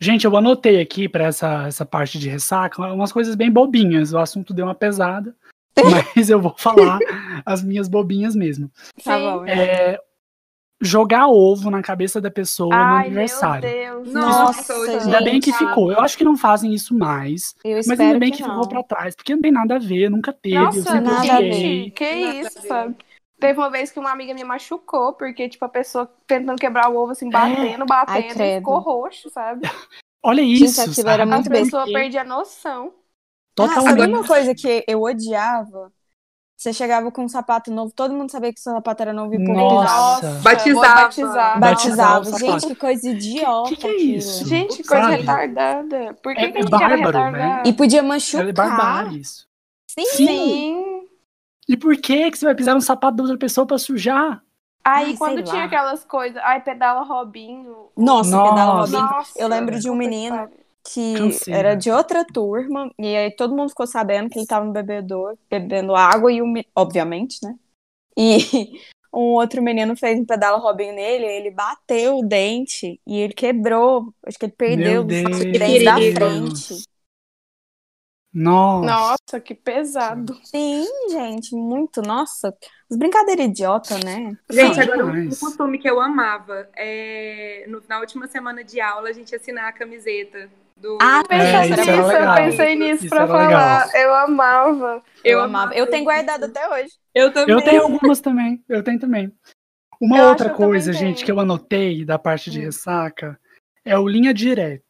A: Gente, eu anotei aqui para essa, essa parte de ressaca umas coisas bem bobinhas. O assunto deu uma
B: [laughs]
A: pesada, mas eu vou falar as minhas bobinhas mesmo.
B: Tá
D: Sim.
B: bom.
A: é, jogar ovo na cabeça da pessoa no
D: Ai, meu
A: aniversário.
D: Deus.
B: Nossa,
A: Ainda bem que
B: gente.
A: ficou. Eu acho que não fazem isso mais,
B: Eu
A: mas
B: espero
A: ainda bem que,
B: que, não.
A: ficou pra trás, porque não tem nada a ver, nunca teve. eu
D: Nossa,
A: sempre
B: nada a
A: odiei.
D: gente, que
C: Nada a ver.
D: isso, sabe? Teve uma vez que uma amiga me machucou, porque, tipo, a pessoa tentando quebrar o ovo, assim, batendo, batendo,
B: [gasps] Ai,
D: e
B: credo.
D: ficou roxo, sabe?
A: Olha
B: Gente,
A: isso.
B: aquilo era
A: sabe?
B: muito
D: a pessoa
A: Porque
D: perde a noção.
B: Ah, sabe
A: Totalmente.
B: uma coisa que eu odiava? Você chegava com um sapato novo, todo mundo sabia que seu sapato era novo e o povo pisava.
A: Nossa.
C: Batizava.
D: vou batizar.
A: Batizava
B: Batizava.
A: o sapato.
B: Gente, que coisa idiota.
A: Que que é
B: aquilo.
A: isso?
D: Gente, que coisa
A: Sabe?
D: retardada. Por que,
A: É-
D: que
A: é
D: a gente era
A: bárbaro,
D: retardada?
B: E podia
A: Ela é
B: machucar.
A: barbárie isso.
B: Sim,
A: Sim.
B: sim.
D: Sim.
A: E por que, que você vai pisar no sapato da outra pessoa pra sujar?
D: Aí
B: Ai,
D: quando
B: sei lá.
D: tinha aquelas coisas, ai, pedala Robinho.
B: Nossa,
A: Nossa.
B: pedala Robinho.
D: Nossa,
B: Eu lembro de um
D: puta que
B: menino
D: pariu.
B: que
A: Canseira.
B: era de outra turma, e aí todo mundo ficou sabendo que ele tava no bebedor, bebendo água, e um, me- obviamente, né? E [laughs] um outro menino fez um pedala Robinho nele, ele bateu o dente e ele quebrou. Acho que ele perdeu
A: Meu
B: o
A: Deus.
B: dente da
C: Querido.
B: frente.
A: Nossa.
D: Nossa, que pesado.
B: Sim, gente, muito. Nossa, as brincadeiras idiotas, né?
C: Gente,
A: Não,
C: agora um- um
A: demais.
C: costume que eu amava é no- na última semana de aula a gente assinar a camiseta do.
B: Ah,
D: Eu
A: É,
D: pensei
A: isso era
D: nisso, eu
A: legal.
D: pensei nisso
A: Isso
D: pra
A: era
D: falar.
A: legal.
D: Eu amava.
B: Eu amava. Eu tenho
C: guardado.
B: guardado até hoje.
C: Eu também.
A: Eu tenho algumas também. Eu tenho também. Uma
D: Eu acho
A: outra
D: que eu também
A: coisa,
D: tenho.
A: gente, que eu anotei da parte de
B: Hum.
A: ressaca é o linha direta.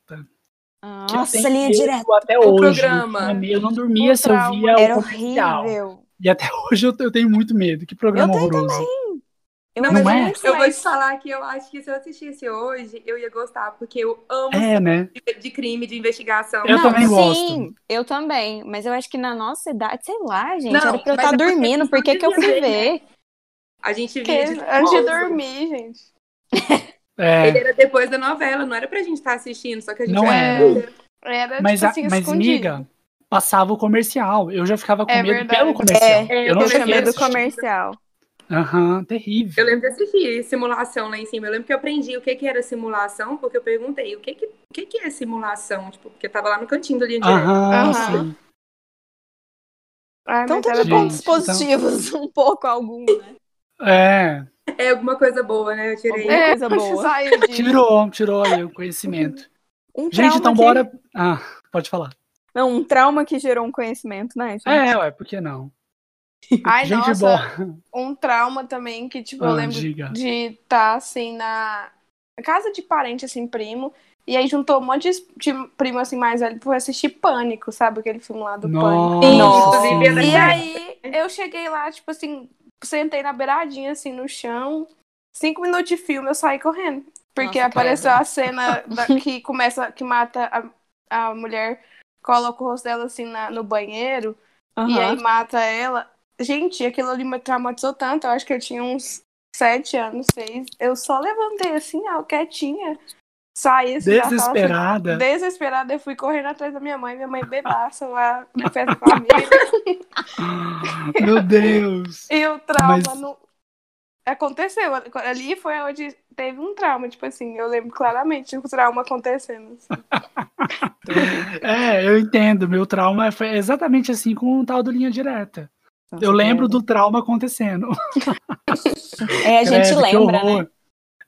A: que eu
B: Nossa,
A: tenho
B: linha
A: medo
B: direta.
A: Até
C: O
A: hoje. é
C: programa.
A: Eu amei, Eu não dormia
D: O
A: se eu
D: trauma.
A: via É o [laughs]
B: Era
A: comercial.
B: horrível.
A: E até hoje eu, eu tenho muito medo. Que programa
B: Eu tenho
A: horroroso.
B: Eu
A: Não
B: imagino
A: é?
B: isso,
C: Eu vou te
B: mas-
C: falar que eu acho que se eu assistisse hoje, eu ia gostar, porque eu amo
A: É, né?
C: de- de crime, de investigação.
A: Eu
B: Não,
A: também gosto.
B: Sim, eu também. Mas eu acho que na nossa idade, sei lá, gente,
C: Não,
B: era pra eu
C: mas
B: estar
C: é porque
B: dormindo.
C: vocês
B: Por que
C: não
B: que eu fui
C: viviam
B: ver?
C: bem, A gente
D: Porque
C: via de
D: antes de
C: novo.
D: dormir, gente.
A: É.
C: Ele era depois da novela, não era pra gente estar assistindo, só que a gente é
A: Não é.
C: era.
D: Era,
A: Mas,
D: tipo
A: a-
D: assim,
A: mas
D: escondido.
A: miga, passava o comercial. Eu já ficava com
D: É
A: medo
D: verdade.
A: pelo comercial.
B: É,
A: eu não
C: eu
B: Poxa,
A: cheguei a
B: medo
C: medo do
A: assistir.
B: comercial.
A: Aham, terrível.
C: Eu lembro de assistir simulação lá em cima. Eu lembro que eu aprendi o que, que era simulação, porque eu perguntei o que, que, o que, que é simulação, tipo, porque tava lá no cantinho do Lindy.
A: Aham,
D: Aham.
A: sim.
D: Ai,
B: Então,
D: mas
B: todos
D: era
A: Gente,
D: bom.
B: pontos positivos, um pouco algum, né?
A: É,
C: É alguma coisa boa, né? Eu tirei.
B: Alguma
D: É, [laughs]
B: coisa boa.
D: saiu de-
A: tirou, tirou aí o conhecimento.
B: Um
A: Gente, então
B: trauma
A: bora.
B: que-
A: Ah, pode falar.
B: Não, um trauma que gerou um conhecimento, né? gente?
A: É, ué, por que não?
D: Ai,
A: Gente
D: nossa,
A: boa.
D: um trauma também que, tipo, eu
A: Ah,
D: lembro
A: diga.
D: de estar, assim, na casa de parente, assim, primo. E aí juntou um monte de de primo, assim, mais velho pra assistir Pânico, sabe? Aquele filme lá do Pânico.
A: Nossa,
B: Nossa.
A: sim.
C: Inclusive,
D: E
C: Sim.
D: aí eu cheguei lá, tipo assim, sentei na beiradinha, assim, no chão. Cinco minutos de filme, eu saí correndo. Porque
B: Nossa,
D: apareceu a cena da- que começa, que mata a, a mulher, coloca o rosto dela assim na- no banheiro e
B: Aham.
D: aí mata ela. Gente, aquilo ali me traumatizou tanto, eu acho que eu tinha uns sete anos, seis. Eu só levantei assim, ó, quietinha. Saí assim, da sala, fui-
A: Desesperada.
D: Desesperada, eu fui correndo atrás da minha mãe, minha mãe bebaça lá na festa da família.
A: [laughs] Meu Deus.
D: E o trauma
A: Mas-
D: não. Aconteceu. Ali foi onde teve um trauma, tipo assim, eu lembro claramente o trauma acontecendo. assim.
A: É, eu entendo. Meu trauma foi exatamente assim com o tal do linha direta. Eu lembro do trauma acontecendo.
B: É, a gente
A: Credo, que
B: lembra,
A: horror.
B: né?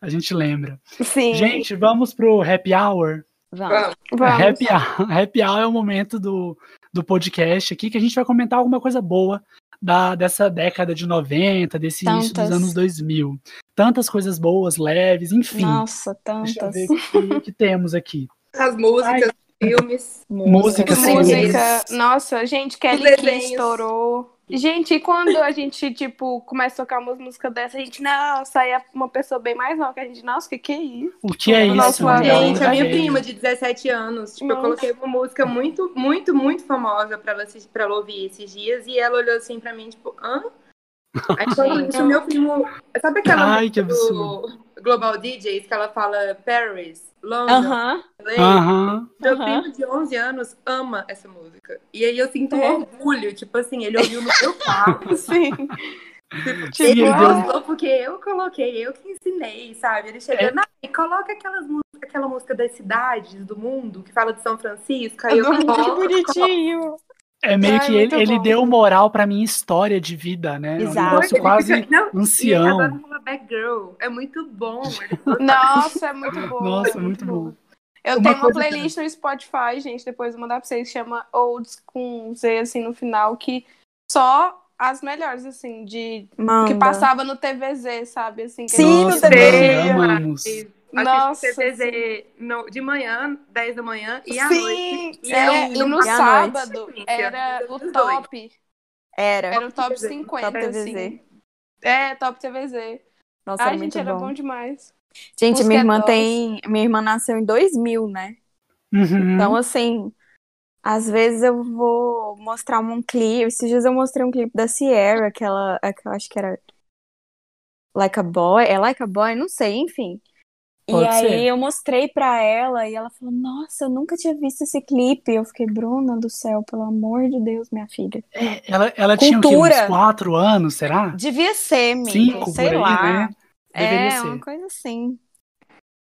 A: A gente lembra.
D: Sim.
A: Gente, vamos pro happy hour.
B: Vamos.
D: vamos.
A: Happy, hour- [laughs] happy hour é o momento do, do podcast aqui que a gente vai comentar alguma coisa boa da, dessa década de 90, desse início dos
B: Tantas.
A: anos 2000. Tantas coisas boas, leves, enfim.
B: Nossa,
A: Deixa eu
B: tantas
A: ver o que, o que temos aqui.
C: As músicas,
A: [laughs]
C: filmes.
A: Música,
B: músicas.
A: sim.
B: filmes.
D: Música, nossa, gente, Kelly
C: desenhos.
D: que estourou. Gente, e quando a gente, tipo, começa a tocar umas músicas dessa, a gente, nossa, aí é uma pessoa bem mais nova que a gente, nossa, o que que é isso? [laughs]
A: O que é
D: Nossa,
A: isso?
D: uma
A: né?
D: Não,
C: Gente, a
D: não
C: minha
A: Gente.
C: prima de 17 anos, tipo,
D: Nossa.
C: eu coloquei uma música muito, muito, muito famosa pra ela, assistir- pra ela ouvir esses dias e ela olhou assim pra mim, tipo, hã? Aí
A: [laughs]
C: quando isso, meu primo. Sabe aquela
A: Ai, que
C: música do Global DJs que ela fala Paris, London,
B: Aham.
C: LA?
A: Ah, Aham.
C: Meu
B: Aham.
C: primo de 11 anos ama essa música. E aí eu sinto um orgulho, tipo assim, ele ouviu no meu carro.
D: [laughs] Sim. Tipo,
A: Sim, ele
C: Ele
A: deu-
C: gostou porque eu coloquei, eu que ensinei, sabe? Ele chegou, não, e coloca aquelas músicas, aquela música das cidades do mundo, que fala de São Francisco, aí eu tipo,
D: Que
C: coloco.
D: bonitinho.
A: É meio
D: Ai,
A: que ele,
D: muito
A: ele
D: bom.
A: deu moral pra minha história de vida, né? É
B: Exato.
A: Um negócio
C: Ele
A: quase
C: fica- Não, e agora
A: ancião.
C: fala Back Girl. É muito bom.
A: [laughs]
D: Nossa, é muito boa.
A: Nossa,
D: é
A: muito bom.
D: Eu
A: Uma
D: tenho uma
A: coisa
D: playlist no Spotify, gente, depois vou mandar pra vocês, chama Olds com Z, assim, no final, que só as melhores, assim, de...
B: Manda.
D: Que passava no TVZ, sabe, assim. que
B: Sim,
D: a gente-
B: no TVZ.
A: nós amamos.
C: Então,
D: Nossa,
C: Nossa, CVZ no- de manhã, 10 da manhã, e à noite.
D: Sim,
C: E
D: é,
C: à
D: e
C: noite.
D: no
B: E à
D: sábado
C: noite.
D: era o
C: Os dois.
D: top,
B: Era.
C: É
D: era o top
C: TVZ,
D: 50,
B: top
D: assim.
B: TVZ.
D: É, top TVZ.
B: Nossa,
D: Ai,
B: era
D: gente,
B: muito
D: era
B: bom.
D: bom demais.
B: Gente,
D: Música
B: minha irmã
D: é
B: tem. Minha irmã nasceu em 2000, né?
A: Uhum.
B: Então, assim, às vezes eu vou mostrar um clipe. Esses dias eu mostrei um clipe da Sierra, aquela, aquela acho que era Like a Boy. É Like a Boy, não sei, enfim. E
A: Pode
B: aí
A: ser.
B: eu mostrei pra ela e ela falou: Nossa, eu nunca tinha visto esse clipe. Eu fiquei, Bruna do céu, pelo amor de Deus, minha filha.
A: É, ela ela tinha o quê,
B: Cultura.
A: uns quatro anos, será?
B: Devia ser, amiga,
A: Cinco,
B: sei
A: por aí,
B: lá.
A: né? Deveria
B: É,
A: ser.
B: uma coisa assim.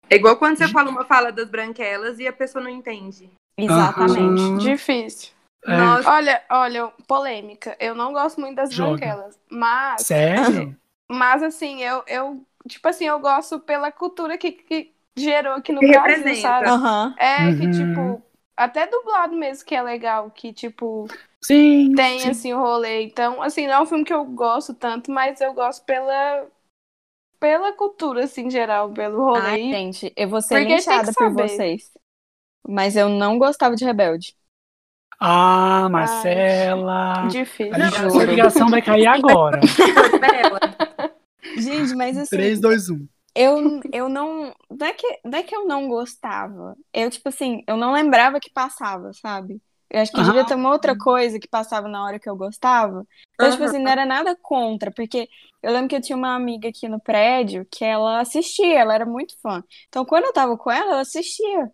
C: É igual quando você fala uma fala das branquelas e a pessoa não entende.
B: Exatamente.
A: Aham.
D: Difícil.
A: É.
C: Nossa,
D: Olha, olha, polêmica. Eu não gosto muito das
A: Joga.
D: branquelas, mas...
A: Sério?
D: Mas assim, eu, eu tipo assim, eu gosto pela cultura que, que gerou aqui no
C: Que
D: Brasil,
C: representa.
D: sabe?
B: Aham.
D: É que,
A: Uhum.
D: tipo, até dublado mesmo que é legal, que, tipo,
A: Sim.
D: tem
A: sim.
D: assim o rolê. Então, assim, não é um filme que eu gosto tanto, mas eu gosto pela, pela cultura, assim, em geral, pelo rolê.
C: Ah,
B: Ai, gente, eu vou ser
D: Porque tem que
B: linchada por
D: saber.
B: vocês. Mas eu não gostava de Rebelde.
A: Ah, Marcela.
D: Difícil.
A: A gente-
B: juro.
C: Tipo, é,
A: Essa ligação vai cair agora.
C: Bela.
B: Gente, mas assim.
A: 3, 2, 1.
B: Eu, eu não. Não é, que, não é que eu não gostava. Eu, tipo assim, eu não lembrava que passava, sabe? Eu acho que
A: Aham.
B: devia ter uma outra coisa que passava na hora que eu gostava. Então, tipo
C: Aham.
B: assim, não era nada contra, porque eu lembro que eu tinha uma amiga aqui no prédio que ela assistia, ela era muito fã. Então, quando eu tava com ela, eu assistia.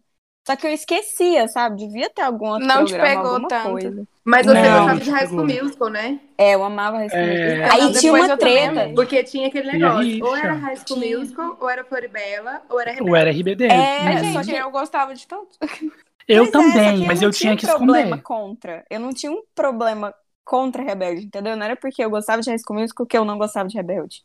B: Só que eu esquecia, sabe? Devia ter algum outro
D: Não te
B: programa,
D: pegou
B: alguma
D: tanto.
B: coisa.
C: Mas você
A: Não,
C: gostava de
A: tipo-
C: High School Musical, né? É,
B: É, eu amava High School
A: É.
B: Musical. Aí
D: Não,
B: tinha
D: depois
B: uma
D: eu também
B: treta.
D: amei.
C: Porque tinha aquele
A: Tinha
C: negócio. Ou
A: rixa.
C: era High School
B: Tinha.
C: Musical, ou era Floribela, ou era
A: O
C: Rebelde.
A: era RBD.
B: É,
A: Uhum.
B: só
D: Gente, eu gostava de tanto.
A: Eu
B: Pois é, só
A: também, mas eu
B: não um
A: tinha que
B: problema
A: esconder.
B: contra. Eu não tinha um problema contra Rebelde, entendeu? Não era porque eu gostava de High School Musical que eu não gostava de Rebelde.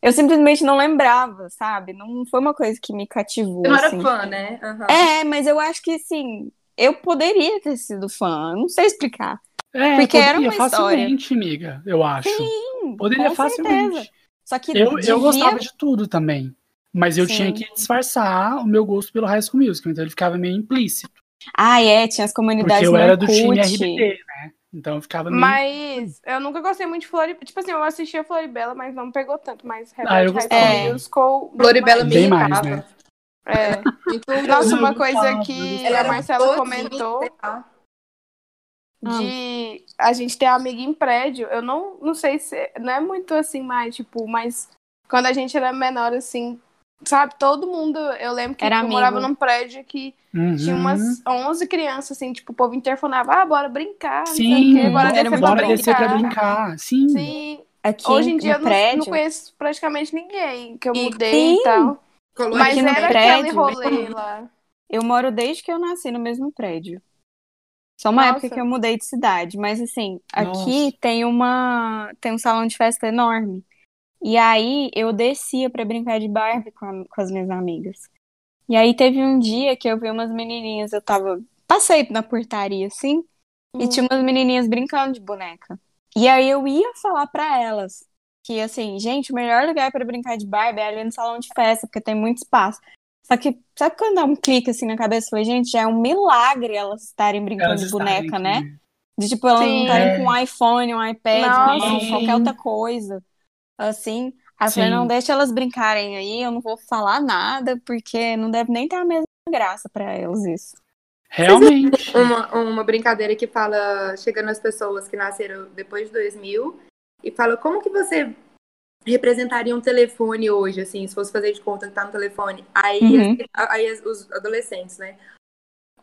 B: Eu simplesmente não lembrava, sabe? Não foi uma coisa que me cativou,
C: Você não era
B: assim.
C: fã, né? Aham.
B: É, mas eu acho que, assim, eu poderia ter sido fã. Eu não sei explicar.
A: É,
B: Porque era
A: poderia
B: uma história.
A: facilmente, amiga, eu acho.
B: Sim,
A: poderia
B: Hum, com
A: facilmente.
B: certeza. Só que
A: Eu,
B: devia-
A: eu gostava de tudo também. Mas eu
B: Sim.
A: tinha que disfarçar o meu gosto pelo High School Musical, então ele ficava meio implícito.
B: Ah, é, tinha as comunidades
A: Porque eu
B: no
A: era do time
B: Orkut.
A: RBD, né? Então eu ficava meio.
D: Mas eu nunca gostei muito de Floribela. Tipo assim, eu assistia Floribela, mas não me pegou tanto. Mas
A: Ah, eu
D: Rebelde High School
B: gostava.
D: Musical.
C: Floribela me
A: Bem mais,
C: irritava.
A: né?
D: É.
C: Em tudo.
A: Eu
D: Nossa,
A: [laughs]
D: uma
A: gostava,
D: coisa
A: eu
D: que
A: gostava.
D: a
A: Ela
D: Marcela
C: todinha,
D: comentou
C: sei lá.
D: de a gente ter amiga em prédio. Eu não, não sei se. Não é muito assim mais, tipo, mas quando a gente era menor, assim, sabe, todo mundo. Eu lembro que
B: Era
D: eu
B: amigo.
D: morava num prédio que
A: Uhum.
D: tinha umas 11 crianças, assim, tipo, o povo interfonava, ah, bora brincar, não sei o
A: Sim,
D: quê, bora
B: era
D: descer
B: muito
D: pra
A: bora
B: bom.
A: descer pra
D: brincar.
A: brincar. Sim.
D: Sim.
B: Aqui
D: Hoje em
B: no
D: dia eu não,
B: um prédio...
D: não conheço praticamente ninguém que eu
C: E-
D: mudei
B: Sim.
D: e tal.
C: Colorido.
D: Mas
B: Aqui no
D: era aquele
B: prédio.
D: rolê lá.
B: Eu moro desde que eu nasci no mesmo prédio. Só uma
D: Nossa.
B: época que eu mudei de cidade, mas assim, aqui
A: Nossa.
B: tem uma tem um salão de festa enorme. E aí eu descia pra brincar de Barbie com, a- com as minhas amigas. E aí teve um dia que eu vi umas menininhas, eu tava passei na portaria assim, e tinha umas menininhas brincando de boneca. E aí eu ia falar pra elas que, assim, gente, o melhor lugar pra brincar de Barbie é ali no salão de festa, porque tem muito espaço. Só que, sabe quando dá um clique assim na cabeça? Eu Falei, gente, já é um milagre elas estarem brincando
A: Elas
B: de
A: estarem
B: boneca,
A: aqui,
B: né? De tipo, elas não
D: Sim.
B: estarem com um iPhone, um iPad,
D: Nossa,
B: não,
A: sim.
B: qualquer outra coisa. Assim, aí eu falei,
A: Sim.
B: não, deixa elas brincarem aí, eu não vou falar nada, porque não deve nem ter a mesma graça pra elas isso.
A: Realmente.
C: [laughs] Uma, uma brincadeira que fala, chega nas pessoas que nasceram depois de 2000 e fala como que você representaria um telefone hoje, assim, se fosse fazer de conta que tá no telefone. Aí,
B: Uhum.
C: as- aí as- os adolescentes, né,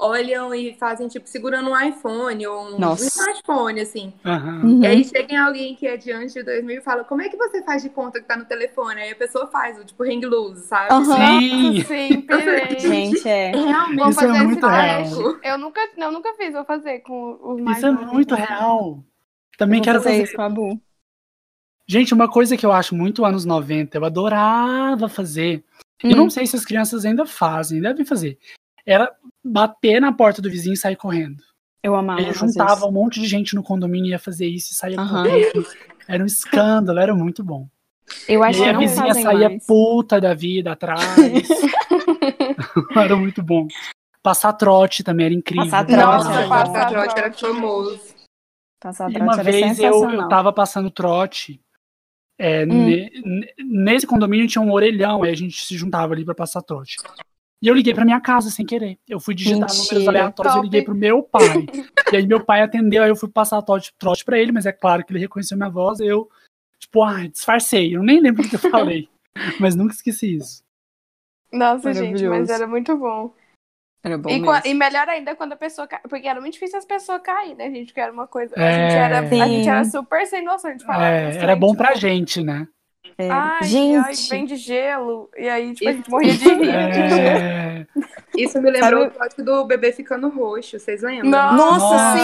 C: olham e fazem, tipo, segurando um iPhone ou um, um
B: Nossa.
C: smartphone, assim.
A: Aham.
B: Uhum.
C: E aí chega em alguém que é diante de 2000 e fala, como é que você faz de conta que tá no telefone? Aí a pessoa faz, o tipo, ring loose, sabe?
B: Aham.
A: [laughs]
D: [laughs]
A: Sim.
D: Sim, pirei.
B: Gente, é.
C: Realmente.
D: Vou
A: Isso é
D: fazer esse
A: muito real.
D: teste. Eu nunca, não, eu nunca fiz, vou fazer com os mais.
A: Isso é
D: novos.
A: muito real. Também
B: Vou
A: quero
B: fazer
A: fazer.
B: isso com a Bu.
A: Gente, uma coisa que eu acho muito anos 90, eu adorava fazer. Eu
B: Hum.
A: não sei se as crianças ainda fazem, devem fazer. Era bater na porta do vizinho e sair correndo.
B: Eu amava
A: Ele
B: fazer isso.
A: juntava um monte de gente no condomínio e ia fazer isso e saía
B: Aham.
A: correndo. Era um escândalo, era muito bom.
B: Eu acho
A: E aí
B: que
A: a
B: não
A: vizinha
B: fazem
A: saía
B: mais.
A: puta da vida atrás.
B: [laughs]
A: [laughs] era muito bom. Passar trote também era incrível.
B: Passar trote, né?
A: Adorava.
C: Nossa,
D: Nossa,
C: o
D: passar
C: Patrote era
D: trote.
C: famoso.
B: Passar
A: E
B: trote
A: uma
B: era
A: vez eu,
B: sensacional. Hum.
A: eu tava passando trote. é, ne- ne- nesse condomínio tinha um orelhão, aí a gente se juntava ali pra passar trote. E eu liguei pra minha casa sem querer. Eu fui digitar números
B: Mentira.
A: aleatórios, eu
D: Top.
A: liguei pro meu pai. e aí meu pai atendeu, aí eu fui passar trote, trote pra ele, mas é claro que ele reconheceu minha voz, aí eu, tipo, ah, disfarcei. Eu nem lembro o que eu falei. [laughs] mas nunca esqueci isso.
D: Nossa, gente, mas
B: Maravilhoso.
D: era muito bom.
B: Era bom
D: E,
B: mesmo. É.
D: qua- e melhor ainda quando a pessoa. Ca... Porque era muito difícil as pessoas caírem, né, gente? Porque era uma coisa. A,
A: É.
D: gente era, a
B: Sim.
D: gente era super sem noção de falar.
A: É, era bom pra gente, né?
B: Era.
D: Ai, ai,
B: Gente,
D: vem de gelo. E aí, tipo, a gente
C: Isso.
A: [laughs]
D: morria de rir.
A: É,
C: Isso me lembrou
B: Sabe-
C: o trote do bebê ficando roxo, vocês lembram?
D: Nossa,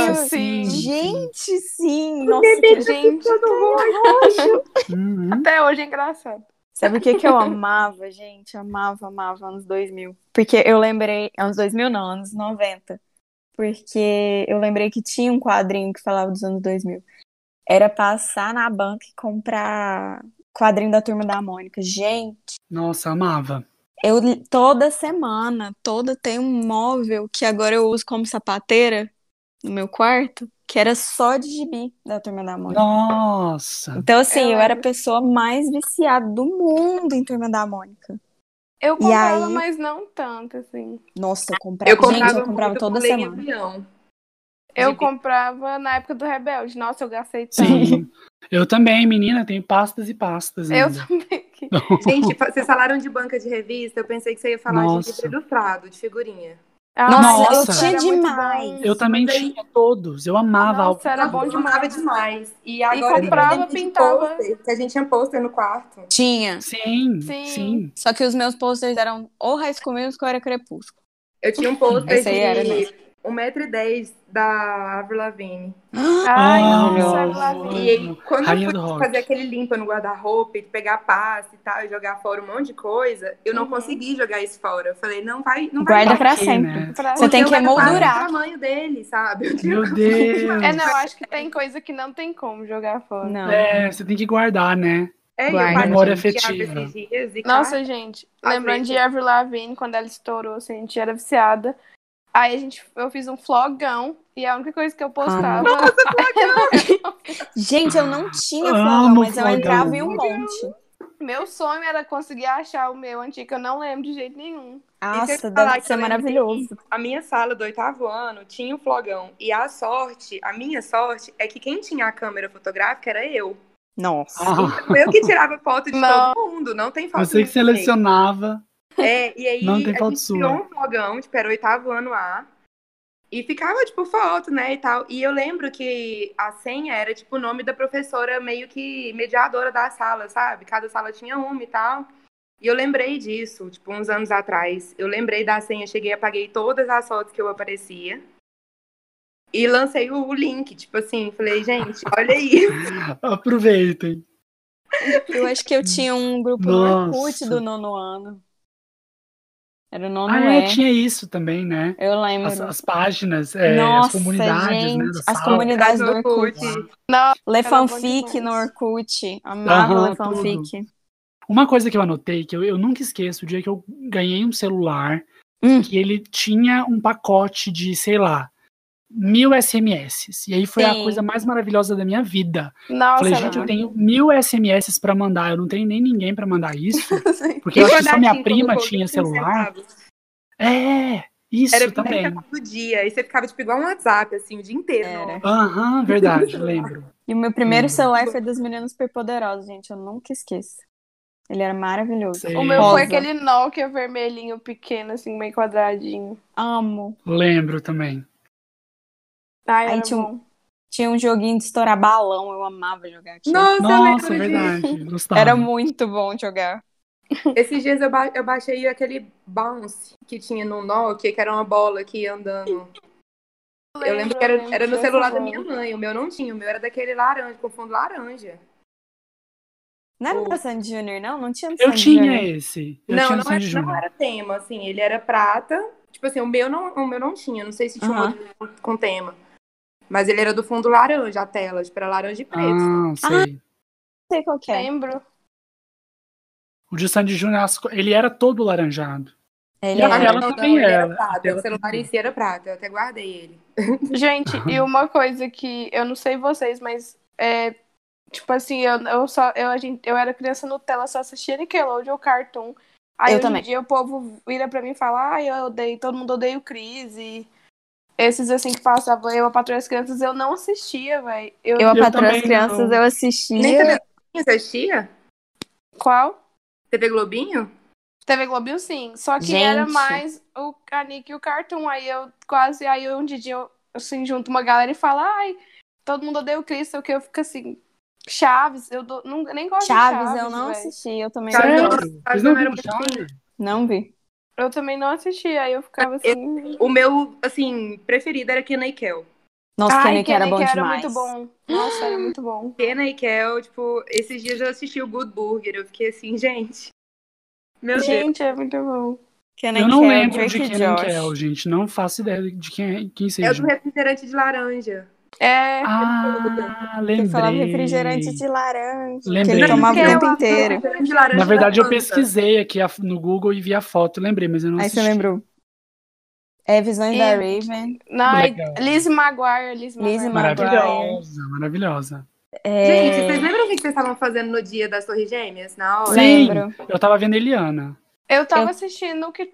B: Nossa,
A: sim.
D: sim,
B: gente, sim. Nossa, que...
D: Gente,
A: Uhum.
D: até hoje é engraçado.
B: Sabe o que, que eu amava, gente? Amava, amava anos 2000. Porque eu lembrei. Anos 2000, não, anos 90. Porque eu lembrei que tinha um quadrinho que falava dos anos 2000. Era passar na banca e comprar quadrinho da Turma da Mônica. Gente.
A: Nossa, amava.
B: Eu li- toda semana, toda tem um móvel que agora eu uso como sapateira, no meu quarto que era só de gibi da Turma da Mônica.
A: Nossa!
B: Então, assim,
D: Eu
C: é.
B: eu era a
D: lembro.
B: pessoa mais viciada do mundo em Turma da Mônica.
D: Eu comprava,
B: aí-
D: mas não tanto, assim.
B: Nossa, eu comprava.
C: Eu comprava,
B: Gente, eu comprava
C: muito
B: toda
C: com Leia
B: semana.
C: Avião.
D: Eu
C: Gibi.
D: comprava na época do Rebelde. Nossa, eu gastei tanto.
A: Sim. Eu também, menina, tenho pastas e pastas.
D: Eu
A: ainda. Então,
D: também. que-
C: Gente, fa- vocês falaram de banca de revista, eu pensei que você ia falar
A: Nossa.
C: de um livro ilustrado, de figurinha.
A: Nossa, eu
D: isso
A: tinha
D: Ah, era muito
B: demais.
D: bom.
A: Eu também
C: Mas aí-
A: tinha todos. Eu amava algo.
D: Nossa, era
C: Eu
D: bom
C: amava
D: demais.
C: demais. E agora
D: comprava,
C: eu lembro de
D: pintava.
C: um pôster, que a gente tinha um pôster no quarto.
B: Tinha.
A: Sim, sim.
D: Sim.
B: Só que os meus posters eram ou High School Musical ou era
C: [gasps]
B: Crepúsculo.
C: Eu tinha um pôster
B: Esse aí era
C: de
B: mesmo.
C: 1,10m da Avril Lavigne.
D: Ai, é
A: Ah,
D: nossa,
A: meu
D: Lavigne.
A: Deus.
C: E aí, quando
A: Rainha
C: eu
A: do
C: fui
A: rock.
C: fazer aquele limpa no guarda-roupa e pegar pasta e tal, e jogar fora um monte de coisa, eu não
D: Uhum.
C: consegui jogar isso fora. Eu falei, não vai, não vai.
B: Guarda
C: dar.
B: pra
A: Aqui,
B: sempre.
A: né?
D: Pra-
B: Você tem
C: É Porque
B: que
C: eu guardava
B: emoldurar.
C: O tamanho dele, sabe?
A: Meu Deus.
D: É, não, eu acho que tem coisa que não tem como jogar fora.
B: Não.
A: É, você tem que guardar, né?
C: É, e eu
B: Guarda.
C: parei
A: Memória
C: de guiar
A: afetiva.
C: esses dias e, cara,
D: Nossa, gente,
C: Às
D: lembrando
C: vezes.
D: de Avril Lavigne, quando ela estourou, assim, a gente era viciada. Aí a gente, eu fiz um flogão e a única coisa que eu postava.
B: Gente, eu não tinha
A: Amo
B: fogão, mas eu
A: fogão.
B: entrava em um monte.
D: meu sonho era conseguir achar o meu antigo, que eu não lembro de jeito nenhum.
C: E se
B: Nossa,
C: eu falar
B: deve
C: que
B: ser
C: eu lembrei?
B: maravilhoso.
C: A minha sala do oitavo ano tinha um flogão. E a sorte, a minha sorte, é que quem tinha a câmera fotográfica era eu.
B: Nossa.
A: Ah,
C: Foi eu que tirava foto de
D: Não.
C: todo mundo. Não tem foto
A: você que
C: de ninguém.
A: selecionava. [laughs]
C: É, e aí
A: Não tem
C: a
A: foto
C: gente criou
A: sua.
C: um fogão, tipo, era o oitavo ano A. E ficava, tipo, foto, né, e tal. E eu lembro que a senha era, tipo, o nome da professora meio que mediadora da sala, sabe? Cada sala tinha uma e tal. E eu lembrei disso, tipo, uns anos atrás. Eu lembrei da senha, cheguei, apaguei todas as fotos que eu aparecia. E lancei o o link, tipo assim, falei, gente, olha aí.
A: Aproveitem.
B: Eu acho que eu tinha um grupo no
A: Hum. Nossa.
B: Orkut do nono ano. Era o nono
A: Ah,
B: E.
A: é, tinha isso também, né?
B: Eu lembro.
A: As, as páginas, é, as
B: Nossa,
A: comunidades, né?
B: gente,
A: da
B: as
A: sala.
B: comunidades do
C: Casou com o
B: Orkut.
C: Orkut.
B: Lê
D: Era bom
B: fanfic no
D: demais.
B: Orkut. Amava
A: Aham,
B: ler fanfic.
A: Uma coisa que eu anotei, que eu, eu nunca esqueço, o dia que eu ganhei um celular,
B: Hum.
A: que ele tinha um pacote de, sei lá, mil SMS. E aí foi a
B: Sim.
A: coisa mais maravilhosa da minha vida.
D: Nossa,
A: Falei,
D: era
A: gente, eu
D: muito
A: tenho mil SMS pra mandar, eu não tenho nem ninguém pra mandar isso.
D: Sim.
A: [laughs] Porque eu acho que só minha
C: Guardadinho,
A: prima
C: colocou
A: tinha
C: 25
A: celular.
C: centavos.
A: É, isso
C: Era
A: também.
C: todo dia. E você ficava tipo igual um WhatsApp, assim, o dia inteiro.
B: Era.
C: no-
A: Aham, verdade, lembro.
B: E o meu primeiro
A: Lembro.
B: celular foi dos meninos superpoderosos, gente. Eu nunca esqueço. Ele era maravilhoso.
A: Sei.
D: O meu
B: Rosa.
D: foi aquele Nokia vermelhinho pequeno, assim, meio quadradinho.
B: Amo.
A: Lembro também.
D: Ai,
B: Aí
D: era
B: tinha um-
D: bom.
B: Tinha um joguinho de estourar balão. Eu amava jogar aquilo.
C: Nossa,
A: Nossa, é
C: eu lembro
A: verdade. Gostava.
B: Era muito bom jogar.
C: disso. Esses dias eu, ba- eu baixei aquele bounce que tinha no Nokia, que era uma bola que ia andando. Eu lembro que era,
D: eu
C: era no
D: desse
C: celular da
D: jogo.
C: minha mãe. O meu não tinha, o meu era daquele laranja, com fundo laranja.
B: Não era
C: O-
B: do Sandy Júnior, não? Não tinha do
A: Eu
B: Sandy
A: tinha
B: Júnior.
A: esse. Eu
C: não,
A: tinha o
C: não,
A: Sandy
C: era, não
A: Júnior.
C: era tema, assim, ele era prata. Tipo assim, o meu não, o meu não tinha. Não sei se tinha um
B: Aham.
C: outro com- com tema. Mas ele era do fundo laranja, a tela, tipo, era laranja e preto.
A: Ah, sei.
B: Não sei qual que é.
D: Lembro.
A: O de Sandy Júnior, as co- ele era todo laranjado.
B: Ele
A: E a
C: Ah,
A: tela
B: era-
A: também
C: ele
A: era.
C: era
A: A
C: prata.
A: tela
C: O celular em si era prata, eu até guardei ele.
D: Gente, e uma coisa que eu não sei vocês, mas é. Tipo assim, eu, eu só. Eu, a gente, eu era criança Nutella, só assistia Nickelodeon ou Cartoon. Aí
B: Eu
D: hoje
B: também.
D: em dia o povo vira pra mim e fala, ah, eu odeio, todo mundo odeia o Cris. E esses assim que passavam, eu a Patrulha das Crianças, eu não assistia, velho. Eu,
B: Eu, a
A: Eu
B: Patroa
A: também
B: das Crianças,
A: não.
B: eu
C: Nem
B: assistia.
C: TV Globinho, você assistia?
D: Qual?
C: TV Globinho?
D: TV Globinho, sim. Só que era
B: Gente.
D: mais o a Nick e o Cartoon. Aí eu quase. Aí eu, um dia eu assim, junto uma galera e falo, ai, todo mundo odeia o Chris, sei o que eu fico assim. Chaves, eu dou- não, nem gosto de
B: Chaves,
D: Chaves.
B: eu não
D: véi.
B: assisti. Eu também
C: Chaves,
B: não
A: Sério?
C: não-
B: gosto.
A: Vocês não
C: não era
A: viram
C: muito
A: Chaves?
B: Não vi.
D: Eu também não assisti. Aí eu ficava assim.
C: O meu, assim, preferido era Kenan e Kel.
B: Nossa,
D: ai,
B: Kenny que era
D: Kenny
B: bom
D: era
B: demais.
D: muito bom. Nossa, era
B: [laughs]
D: muito bom.
C: Kenan e Kel, tipo, esses dias eu assisti o Good Burger, eu fiquei assim, gente. Meu Deus.
D: Gente, é muito bom.
B: Kenny
A: Eu não
B: Kell,
A: lembro de
B: Drake e
A: quem é
B: Josh.
A: Kel, gente. Não faço ideia de quem, é- quem
C: É o
A: seja.
C: do refrigerante de laranja.
D: É.
A: Ah,
B: Ele
A: lembrei.
B: falava refrigerante de laranja. Que
A: Lembrei.
B: ele tomava o
D: Lembrei.
B: tempo inteiro.
C: Refrigerante de laranja
A: Na verdade, eu
C: é um da Fanta.
A: pesquisei aqui a- no Google e vi a foto, lembrei, mas eu não
B: Aí
A: assisti.
B: você lembrou. É, Visões
D: E-
B: da Raven.
D: Não,
A: Legal.
D: e Lizzie Maguire, Lizzie
B: Lizzie
D: Maguire.
B: Maguire.
A: Maravilhosa, maravilhosa.
B: É,
C: Gente, vocês lembram o que vocês estavam fazendo no dia das Torres Gêmeas? Na hora?
B: lembro.
A: Eu tava vendo Eliana.
D: Eu tava
B: Eu-
D: assistindo o que.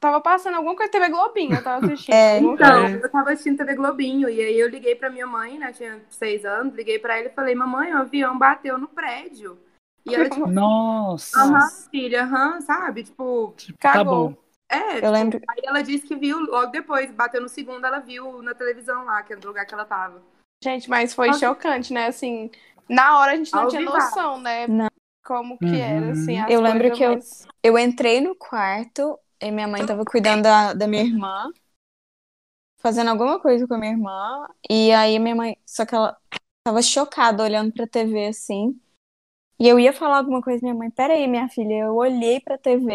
D: Tava passando alguma coisa, TV Globinho,
B: [laughs]
D: eu tava assistindo.
B: É.
C: Então,
A: É.
C: eu tava assistindo TV Globinho e aí eu liguei pra minha mãe, né? Tinha seis anos, liguei pra ela e falei, mamãe, o avião bateu no prédio. E ela, tipo,
A: Nossa.
C: aham, filha, aham, sabe? Tipo,
A: Tipo, tá
D: Cagou.
A: bom.
C: é,
B: eu lembro.
C: aí ela disse que viu logo depois, bateu no segundo, ela viu na televisão lá, que era do lugar que ela tava.
D: Gente, mas foi
C: Nossa.
D: chocante, né? Assim, na hora a gente não
C: Ao
D: tinha
C: vivo.
D: noção, né?
B: Não.
D: Como que
A: Uhum.
D: era, assim. as
B: Eu lembro
D: coisas,
B: que eu-
D: mas-
B: Eu entrei no quarto e minha mãe tava cuidando da, da minha irmã, fazendo alguma coisa com a minha irmã. E aí minha mãe, só que ela tava chocada olhando pra TV assim. E eu ia falar alguma coisa, minha mãe, peraí, minha filha, eu olhei pra TV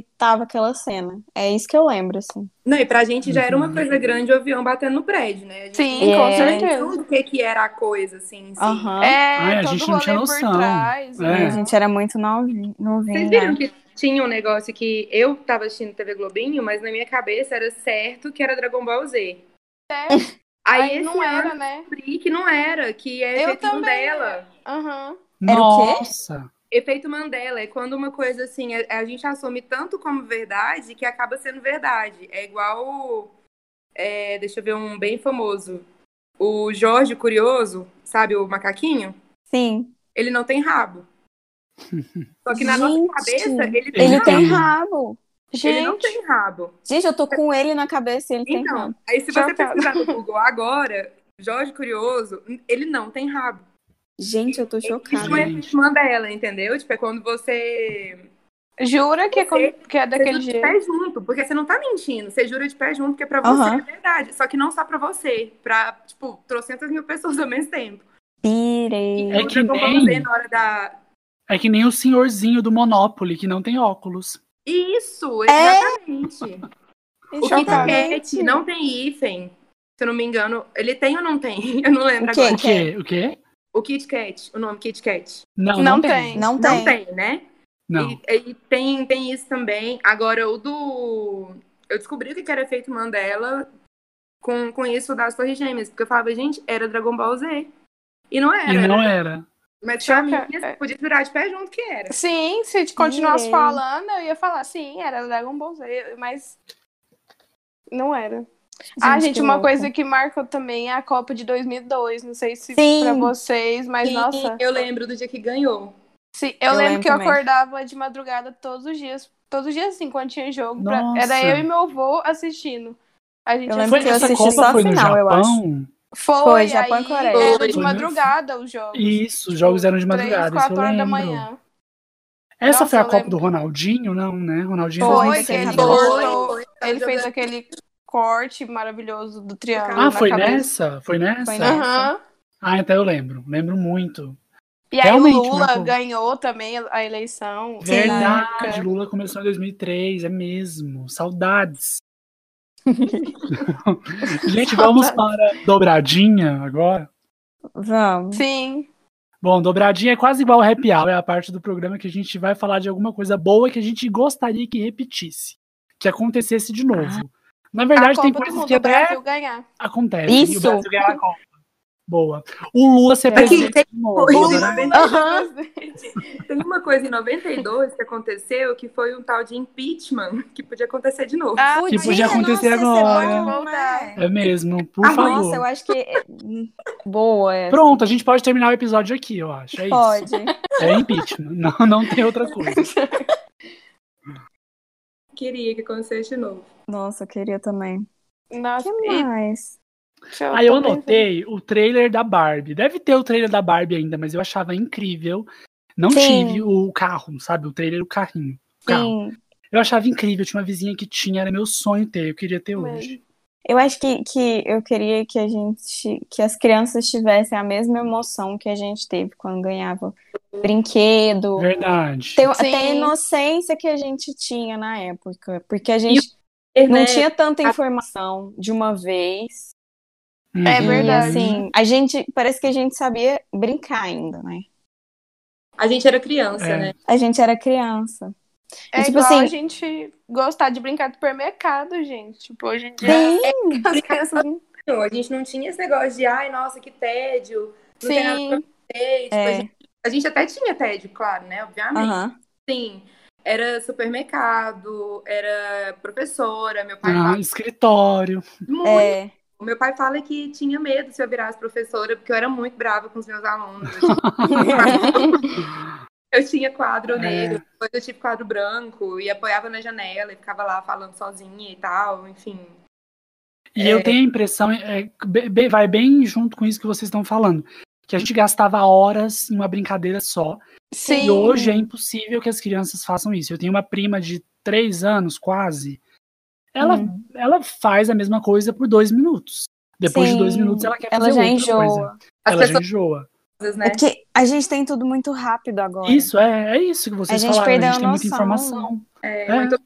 B: e tava aquela cena. É isso que eu lembro, assim.
C: Não, e pra gente já era uma
A: Uhum.
C: coisa grande o avião batendo no prédio, né? A gente
D: Sim,
C: não
B: com
C: tinha
D: certeza.
C: noção do que que era a coisa, assim, sim.
B: Aham.
D: É,
A: Ai, a
D: todo
A: gente não tinha
D: rolê por
A: noção.
D: trás,
A: É.
B: E
D: né?
B: A gente era muito novinho, novinho,
C: Vocês
B: né?
C: viram que tinha um negócio que eu tava assistindo TV Globinho, mas na minha cabeça era certo que era Dragon Ball Z.
D: É.
C: Aí,
D: Aí
C: esse
D: não
C: ano
D: era,
C: eu
D: né?
C: descobri que não era, que é
D: Eu
C: efeito
D: também.
C: Mandela.
D: Aham.
B: Era o quê?
A: Nossa.
C: Efeito Mandela é quando uma coisa assim, a, a gente assume tanto como verdade que acaba sendo verdade. É igual. é, deixa eu ver um bem famoso. O Jorge Curioso, sabe, o macaquinho?
B: Sim.
C: Ele não tem rabo. Só que na nossa
B: Gente,
C: cabeça, ele tem
A: Ele
B: Ele
C: rabo.
B: tem
A: tem.
B: rabo.
C: Ele não
D: Gente,
C: tem rabo.
B: Gente, eu tô com ele na cabeça e ele tem
C: Então,
B: rabo.
C: aí se você
D: Chocada.
C: pesquisar no Google agora, Jorge Curioso, ele não tem rabo.
B: Gente, eu tô chocada.
C: Isso não é efeito Mandela, entendeu? Tipo, é quando você
D: jura que é, como- que é
C: Você
D: daquele
C: jura de
D: jeito?
C: pé junto, porque você não tá mentindo. Você jura de pé junto, porque pra você
B: Aham.
C: é verdade. Só que não só pra você. Pra, tipo, trocentas mil pessoas ao mesmo tempo. Então,
B: Pirei.
C: E
A: É
C: o
A: que
C: Dragon Ball
A: nem-
C: Z na hora da...
A: É que nem o senhorzinho do Monopoly, que não tem óculos.
C: Isso,
B: É?
C: exatamente. O é Kit
D: Chocada.
C: Kat não tem hífen. Se eu não me engano, ele tem ou não tem? [laughs] Eu não lembro
B: O quê?
C: agora.
A: O quê? O quê?
C: O Kit Kat, o nome Kit Kat.
A: Não, não,
D: Não
A: tem.
D: tem.
B: Não tem.
C: Não tem, né?
A: Não.
C: E, e tem, tem isso também. Agora, o do. Eu descobri o que que era efeito Mandela com, com isso das Torres Gêmeas, porque eu falava, gente, era Dragon Ball Z. E não era.
A: E não
C: né?
A: era.
C: Mas pra mim,
D: Choca- é.
C: podia virar de pé junto que era.
D: Sim, se te continuasse
B: Pirei.
D: falando, eu ia falar, sim, era Dragon Ball Z, mas não era. ah, gente,
B: que
D: uma
B: louco.
D: coisa que marcou também é a Copa de 2002, não sei se
B: Sim.
D: pra vocês, mas nossa.
C: eu lembro do dia que ganhou.
D: Sim,
B: Eu
D: eu, lembro,
B: lembro
D: que eu
B: também.
D: acordava de madrugada todos os dias, todos os dias assim, quando tinha jogo, pra-
A: Nossa.
D: era eu e meu avô assistindo. A gente assim,
B: Eu lembro
A: Foi
B: que eu
A: essa
B: assisti
A: Copa
B: só a
A: foi
B: final,
A: no
B: eu acho.
A: Japão?
D: Foi,
B: Foi, Japão e
D: aí
B: Coreia.
D: era de
A: Foi.
D: madrugada os jogos.
A: Isso, os jogos eram de
D: Três,
A: madrugada, isso
D: quatro
A: eu
D: horas da
A: lembro.
D: manhã.
A: Essa
D: Nossa,
A: foi a
D: eu
A: Copa
D: lembro.
A: do Ronaldinho? Não, né? Ronaldinho
B: Foi,
A: não sei
D: Foi, que
A: se é
B: aquele
D: ele
A: Ronaldinho.
B: gol.
D: cortou,
C: Foi, foi,
D: ele fez
C: jogando.
D: aquele corte maravilhoso do triângulo
A: Ah,
D: na
A: foi
D: cabeça.
A: nessa? Foi nessa?
B: Foi nessa.
D: Aham.
A: Ah, então eu lembro. Lembro muito.
D: E aí o
A: Realmente,
D: Lula
A: marcou.
D: ganhou também a eleição.
B: Sim.
A: Verdade, Lula começou em 2003, é mesmo.
D: [laughs]
A: Saudades. Gente, vamos
D: Saudades.
A: para dobradinha agora.
B: Vamos.
D: Sim.
A: Bom, dobradinha é quase igual ao happy hour, é a parte do programa que a gente vai falar de alguma coisa boa que a gente gostaria que repetisse, que acontecesse de novo.
B: Ah,
A: Na
D: A
A: verdade,
B: tá
A: tem
D: Copa do
A: coisas
D: Mundo,
A: que
D: o
A: até
D: Brasil ganhar.
A: acontecem. E
B: Isso.
A: o Brasil ganhar a Copa. Boa. O Lula ser
B: Aqui,
A: presidente
C: tem
A: de novo, né?
D: Aham.
C: Tem uma coisa em 92 que aconteceu que foi um tal de impeachment que podia acontecer de novo.
D: Ah,
A: Que podia
D: sim,
A: acontecer
B: nossa,
A: Tipo, agora.
B: esse é bom,
D: Voltar.
B: né?
A: É mesmo, por
C: Ah,
A: favor.
B: Nossa, eu acho que. é- hum, Boa, é.
A: Pronto, a gente pode terminar o episódio aqui, eu acho. É isso.
B: Pode.
A: É impeachment. Não, não tem outra coisa.
C: Queria que acontecesse de novo.
B: Nossa, eu queria também. O
D: Nossa,
B: que
D: e-
B: mais?
D: deixa eu
A: Aí eu
D: também-
A: anotei o trailer da Barbie. Deve ter o trailer da Barbie ainda, mas eu achava incrível. Não
B: Sim.
A: tive o carro, sabe? O trailer, o carrinho. O carro.
B: Sim.
A: Eu achava incrível. Tinha uma vizinha que tinha, era meu sonho ter. Eu queria ter hoje.
B: Eu acho que, que eu queria que a gente. Que as crianças tivessem a mesma emoção que a gente teve quando ganhava brinquedo.
A: Verdade.
B: Ter,
D: Sim.
B: ter a inocência que a gente tinha na época. Porque a gente não
C: Né?
B: tinha tanta informação de uma vez.
D: É
A: Uhum.
B: E,
D: verdade.
B: assim, a gente, parece que a gente sabia brincar ainda, né?
C: A gente era criança,
A: É.
C: né?
B: A gente era criança.
D: É
B: E, tipo
D: igual
B: assim-
D: a gente gostar de brincar de supermercado, gente. Tipo, hoje em dia
B: Sim,
D: [laughs] as crianças [laughs] não
C: Não, a gente não tinha esse negócio de, ai, nossa, que tédio, não tem nada pra
D: Sim,
C: fazer. Tipo, a,
B: é.
C: gente, a gente até tinha tédio, claro, né? Obviamente.
B: Aham.
C: Sim, era supermercado, era professora, meu pai
A: Ah,
C: fala
A: escritório.
C: muito.
D: [laughs]
B: É.
C: O meu pai fala que tinha medo se eu virasse professora, porque eu era muito brava com os meus alunos. Eu tinha um quadro
A: É.
C: [laughs] negro, depois eu tive quadro branco, e apoiava na janela e ficava lá falando sozinha e tal, enfim.
A: E
C: É.
A: eu tenho a impressão, é, be- be- vai bem junto com isso que vocês estão falando, que a gente gastava horas em uma brincadeira só.
D: sim.
A: E hoje é impossível que as crianças façam isso. Eu tenho uma prima de três anos, quase. Ela,
C: Uhum.
B: Uhum.
A: ela faz a mesma coisa por dois minutos. Depois de dois
B: Sim,
A: minutos, ela quer
B: ela
A: fazer
B: já
A: outra
B: enjoa.
A: coisa.
C: As
A: ela já
C: pessoas,
A: enjoa.
C: né?
B: É porque a gente tem tudo muito rápido agora.
A: Isso, é, é isso que vocês
B: A gente
A: falaram.
B: perdeu
A: a
B: a
A: gente tem muita
B: noção. né?
A: informação.
C: É,
A: É.
C: muito-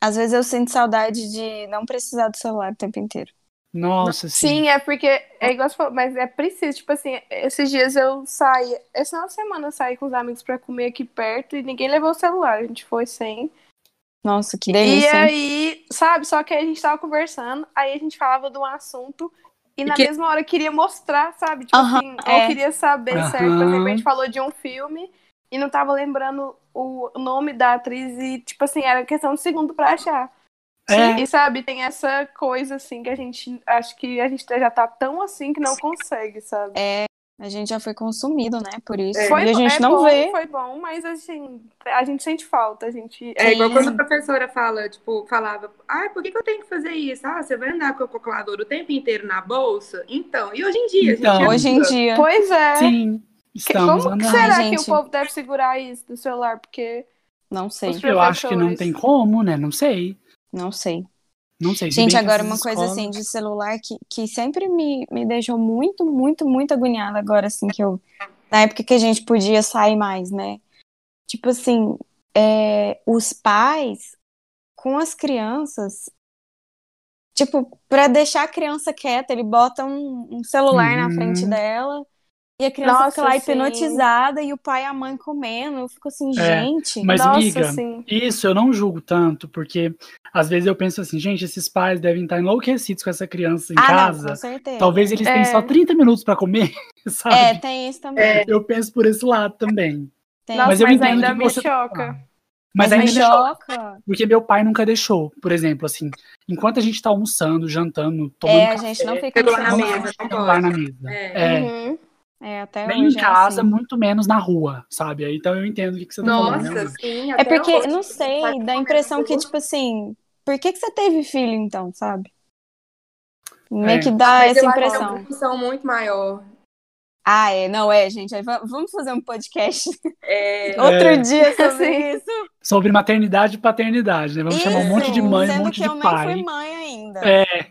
B: Às vezes eu sinto saudade de não precisar do celular o tempo inteiro.
A: Nossa, sim.
D: Sim, é porque é igual você falou, mas é preciso, tipo assim, esses dias eu saí, esse final de semana eu saí com os amigos pra comer aqui perto e ninguém levou o celular, a gente foi sem.
B: Nossa, que
D: E
B: delícia. hein?
D: aí, sabe, só que aí a gente tava conversando, aí a gente falava de um assunto e na
C: que-
D: mesma hora eu queria mostrar, sabe? Tipo
B: Aham,
D: assim,
B: é.
D: eu queria saber
A: Aham.
D: certo, por exemplo, assim, a gente falou de um filme e não tava lembrando o nome da atriz e, tipo assim, era questão de segundo pra achar.
A: É,
D: E sabe, tem essa coisa assim que a gente acho que a gente já tá tão assim que não consegue, sabe?
B: A gente já foi consumido, né? Por isso.
C: É.
B: E a gente
D: é
B: não
D: bom,
B: vê.
D: foi bom, mas assim, a gente sente falta, a gente.
C: é igual
B: Sim.
C: quando a professora fala, tipo, falava, ai, por que, que eu tenho que fazer isso? Ah, você vai andar com o calculadora o tempo inteiro na bolsa? Então, e hoje em dia? gente,
A: Então,
C: é
B: Hoje em
C: muito-
B: dia.
D: Pois é.
A: sim. Estamos
D: Como que
A: andando.
D: será
B: Ai,
D: que o
B: gente.
D: povo deve segurar isso do celular? Porque
B: Não sei.
D: Os-
A: Eu acho que não tem como, né? Não sei.
B: Não sei.
A: Não sei. se
B: Gente,
A: bem que
B: agora
A: essas
B: uma coisa
A: escolas-
B: assim de celular que, que sempre me, me deixou muito, muito, muito agoniada agora, assim, que eu. Na época que a gente podia sair mais, né? Tipo assim, é, os pais com as crianças. Tipo, pra deixar a criança quieta, ele bota um, um celular na
A: Uhum.
B: frente dela. E a criança
D: Nossa,
B: fica lá
D: sim.
B: hipnotizada e o pai e a mãe comendo. Eu fico assim,
A: É,
B: gente.
A: Mas,
D: nossa,
A: miga,
D: assim.
A: Isso eu não julgo tanto, porque às vezes eu penso assim, gente, esses pais devem estar enlouquecidos com essa criança em
B: ah, não,
A: casa.
B: com certeza.
A: Talvez eles tenham
D: É.
A: só 30 minutos pra comer, [laughs] sabe?
B: É, tem isso também.
C: É,
A: Eu penso por esse lado também.
B: tem.
D: Nossa,
A: mas
D: mas,
A: eu entendo
D: ainda
A: que
D: me
A: você- tá
D: choca.
A: Mas, ainda
B: me
A: deixou,
B: choca.
A: porque meu pai nunca deixou, por exemplo, assim, enquanto a gente tá almoçando, jantando, tomando
B: É, a
A: um café,
B: gente não fica
C: celular
B: no
C: na
B: celular.
C: mesa, não
A: celular na
C: pode.
A: mesa.
C: É.
A: É,
D: Uhum.
B: É, até
A: nem em
B: hoje é
A: casa,
B: assim.
A: muito menos na rua, sabe? Aí, Então eu entendo o que, que você tá falando. né,
C: Nossa,
A: Luiz?
C: sim.
B: É
C: até
B: porque,
C: hoje,
B: não
C: você sabe
B: sei,
C: como
B: dá a
C: é,
B: impressão
C: não
B: que, tipo assim, por que que você teve filho então, sabe? Meio
A: É.
B: que dá
C: Mas
B: essa
C: eu acho que é uma
B: impressão.
C: discussão muito maior.
B: Ah, é, não é, gente. Aí va- vamos fazer um podcast
C: É,
B: [laughs] outro dia
D: Sim.
B: sobre isso.
A: Sobre maternidade e paternidade, né? Vamos chamar um monte de
B: Isso,
A: mãe, um
B: sendo
A: monte
B: que
A: de
B: eu nem
A: pai.
B: fui mãe ainda.
A: É.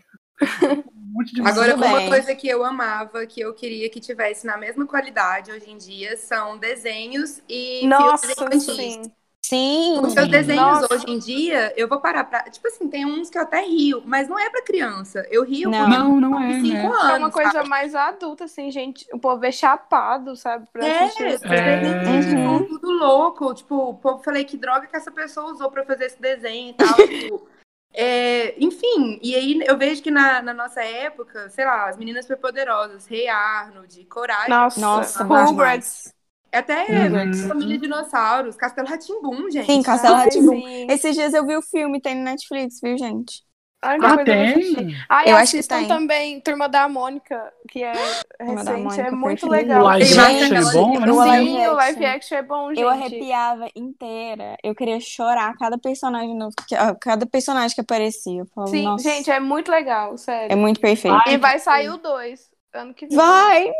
A: Um monte de
C: Agora,
B: Tudo
C: uma
B: bem.
C: coisa que eu amava, que eu queria que tivesse na mesma qualidade hoje em dia, são desenhos e
D: Nossa, assim,
C: filmes infantis.
D: sim.
B: Sim.
C: Os seus desenhos
D: Nossa.
C: hoje em dia, eu vou parar pra. Tipo assim, tem uns que eu até rio, mas não é pra criança. Eu rio
B: Não.
C: com
A: Não, não é,
C: 5
A: né?
C: anos.
D: É uma coisa
C: sabe?
D: mais adulta, assim, gente. O povo é chapado, sabe? Pra
C: É,
D: assistir
C: esses
D: isso.
A: É.
C: desenhos
B: Uhum.
C: são tudo louco. Tipo, o povo falei que droga que essa pessoa usou pra fazer esse desenho e tal. tipo, é, enfim, e aí eu vejo que na, na nossa época, sei lá, as meninas superpoderosas, Rei Arnold, Coragem.
D: Nossa,
B: Nossa, bom
D: Rugrats.
B: demais.
C: Até
A: Uhum.
C: Família Dinossauros, Castelo Rá-Tim-Bum, gente.
B: Sim, Castelo
D: Ai,
B: Rá-Tim-Bum.
D: sim.
B: Esses dias eu vi o filme, tem no Netflix, viu, gente?
D: A única
A: Ah,
D: coisa que eu não assisti.
A: tem.
D: Ah, e
B: Eu acho que
D: assistam
B: tem.
D: também Turma da Mônica, que é
B: Turma da
D: recente, é
B: Mônica,
D: muito
B: perfeito.
D: legal.
A: O live
B: Gente,
A: action é bom? Eu
D: Sim,
A: não
B: o
A: sei.
B: live
D: o live
B: action.
D: action é bom, gente.
B: Eu arrepiava inteira. Eu queria chorar cada personagem novo, que- ah, cada personagem que aparecia. Eu falava,
D: Sim,
B: nossa,
D: gente, é muito legal, sério.
B: é muito perfeito.
A: Ai,
D: E vai
A: que
D: sair o 2 ano que vem.
B: Vai!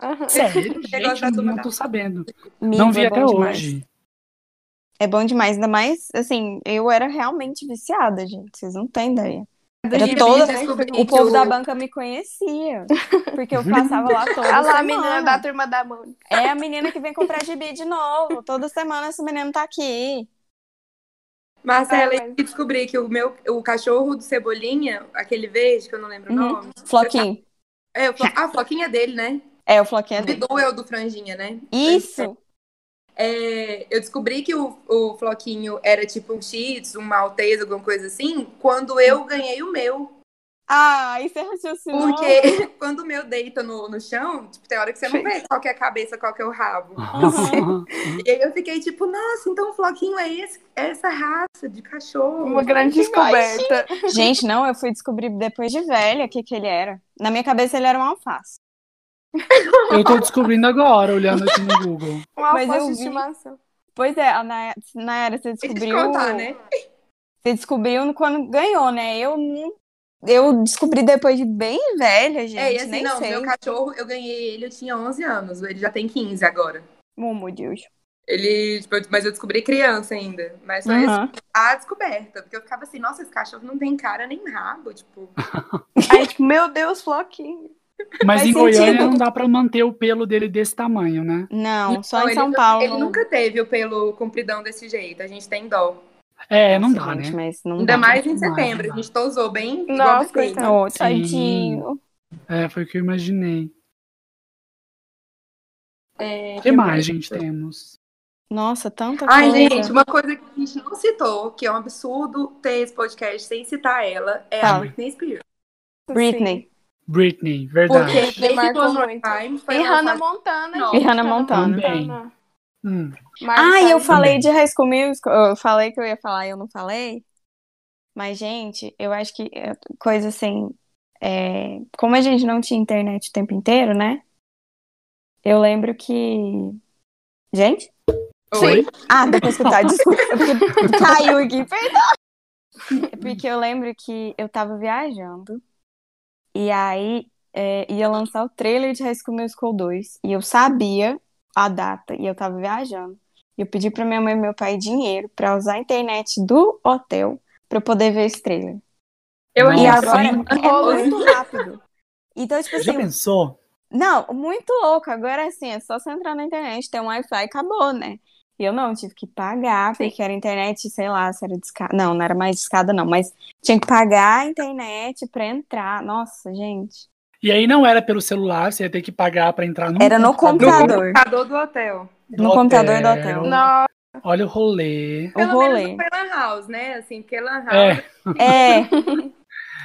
D: Aham.
A: Sério,
C: negócio
A: gente,
C: da
A: eu não
C: turma
A: tô
C: da-
A: sabendo.
B: Amigo,
A: Não vi
B: é
A: até
B: bom demais.
A: hoje.
B: É bom demais, ainda mais, assim, eu era realmente viciada, gente. Vocês não têm ideia. Era
C: Gibi,
B: toda-
C: descobri
B: O
C: que
B: povo
C: o-
B: da banca me
D: [laughs]
B: conhecia, porque eu passava lá toda
D: Olha lá,
B: semana.
D: a menina da Turma da Mônica.
B: É a menina que vem comprar gibi de novo. Toda semana esse menino tá aqui.
C: Marcela,
D: Ah,
C: eu descobri que o meu o cachorro do Cebolinha, aquele verde, que eu não lembro
B: Uhum.
C: o nome.
B: Floquinho.
C: É, o Flo- ah, a Floquinha é dele, né?
B: É, o Floquinho é
C: Me
B: dele.
C: doeu do Franjinha, né?
B: Isso!
C: É, eu descobri que o, o Floquinho era tipo um cheats, um maltês, alguma coisa assim, quando eu ganhei o meu.
B: Ah, isso é raciocínio.
C: Porque [laughs] quando o meu deita no, no chão, tipo, tem hora que você não vê qual que é a cabeça, qual que é o rabo. E aí eu fiquei tipo, nossa, então o Floquinho é esse, essa raça de cachorro.
D: Uma grande
B: que baixinho.
D: descoberta.
B: Gente, não, eu fui descobrir depois de velha o que, que ele era. Na minha cabeça ele era um alface.
A: [laughs] Eu tô descobrindo agora, olhando aqui no Google.
D: [laughs] Uma
B: Mas
D: alface
B: eu
D: de
B: vi-
D: estimação.
B: Pois é, a na, na era você
C: Deixa eu te
B: descobriu.
C: contar, né?
B: Você descobriu quando ganhou, né? Eu não. Eu descobri depois de bem velha, gente.
C: É, e assim,
B: nem
C: não,
B: sei.
C: meu cachorro, eu ganhei ele, eu tinha 11 anos, ele já tem 15 agora.
B: Oh, meu Deus.
C: Ele, tipo, eu- mas eu descobri criança ainda. Mas foi
B: Uhum.
C: a descoberta, porque eu ficava assim, nossa, esse cachorro não tem cara nem rabo, tipo.
D: Aí, tipo, meu Deus, Floquinho.
A: Mas
B: Faz
A: em Goiânia
B: sentido.
A: não dá pra manter o pelo dele desse tamanho, né?
B: Não, só
C: Não,
B: em
C: ele
B: São
C: nu-
B: Paulo.
C: Ele nunca teve o pelo compridão desse jeito, a gente tem dó.
A: É, não dá,
B: Nossa, gente,
A: né?
B: Mas não
C: Ainda
B: dá. né?
C: mais em
A: não dá,
C: setembro,
A: não
C: a gente tosou bem. igual
D: Nossa,
C: vocês.
D: coitado.
B: Oh,
A: Sim.
B: tadinho.
A: É, foi o que eu imaginei.
C: É,
D: Tipo
A: O que mais, gente, temos?
B: Nossa, tanta
C: Ai,
B: coisa.
C: gente, uma coisa que a gente não citou, que é um absurdo ter esse podcast sem citar ela, é a
B: Fala.
C: Britney Spears.
D: assim,
B: Britney.
A: Britney, verdade.
C: Porque desde
D: Marcou
C: One More
D: muito.
C: Time
D: Sim.
C: foi
D: E Hannah
C: lançado-
D: Montana.
C: Não.
D: gente,
B: E Hannah Montana.
A: Hum,
D: Miley
B: Ah, eu
D: Cyrus.
B: falei de High School Musical. Eu falei que eu ia falar e eu não falei. Mas, gente, eu acho que é coisa assim. é, Como a gente não tinha internet o tempo inteiro, né? Eu lembro que. Gente?
A: Oi?
B: Ah, dá pra escutar, desculpa. É porque Caiu aqui, perdão. É porque eu lembro que eu tava viajando e aí é, ia lançar o trailer de High School Musical 2 e eu sabia a data e eu tava viajando. E eu pedi pra minha mãe e meu pai dinheiro pra usar a internet do hotel pra eu poder ver esse trailer.
C: Eu
A: Nossa,
B: e
C: achei
B: agora
A: hein?
B: é muito rápido. Então, tipo
A: Já
B: assim,
A: pensou?
B: não, muito louco. Agora assim, é só você entrar na internet, ter um Wi-Fi e acabou, né? E eu não, tive que pagar, porque era internet, sei lá, se era discada. Não, não era mais discada, não, mas tinha que pagar a internet pra entrar. Nossa, gente.
A: E aí não era pelo celular, você ia ter que pagar pra entrar no
B: Era no computador.
C: computador do hotel.
B: No computador do hotel.
D: Nossa,
A: Olha o rolê.
B: O
C: Pelo
B: rolê.
C: menos não foi Lan House, né? Assim, porque Lan House,
A: É,
B: É,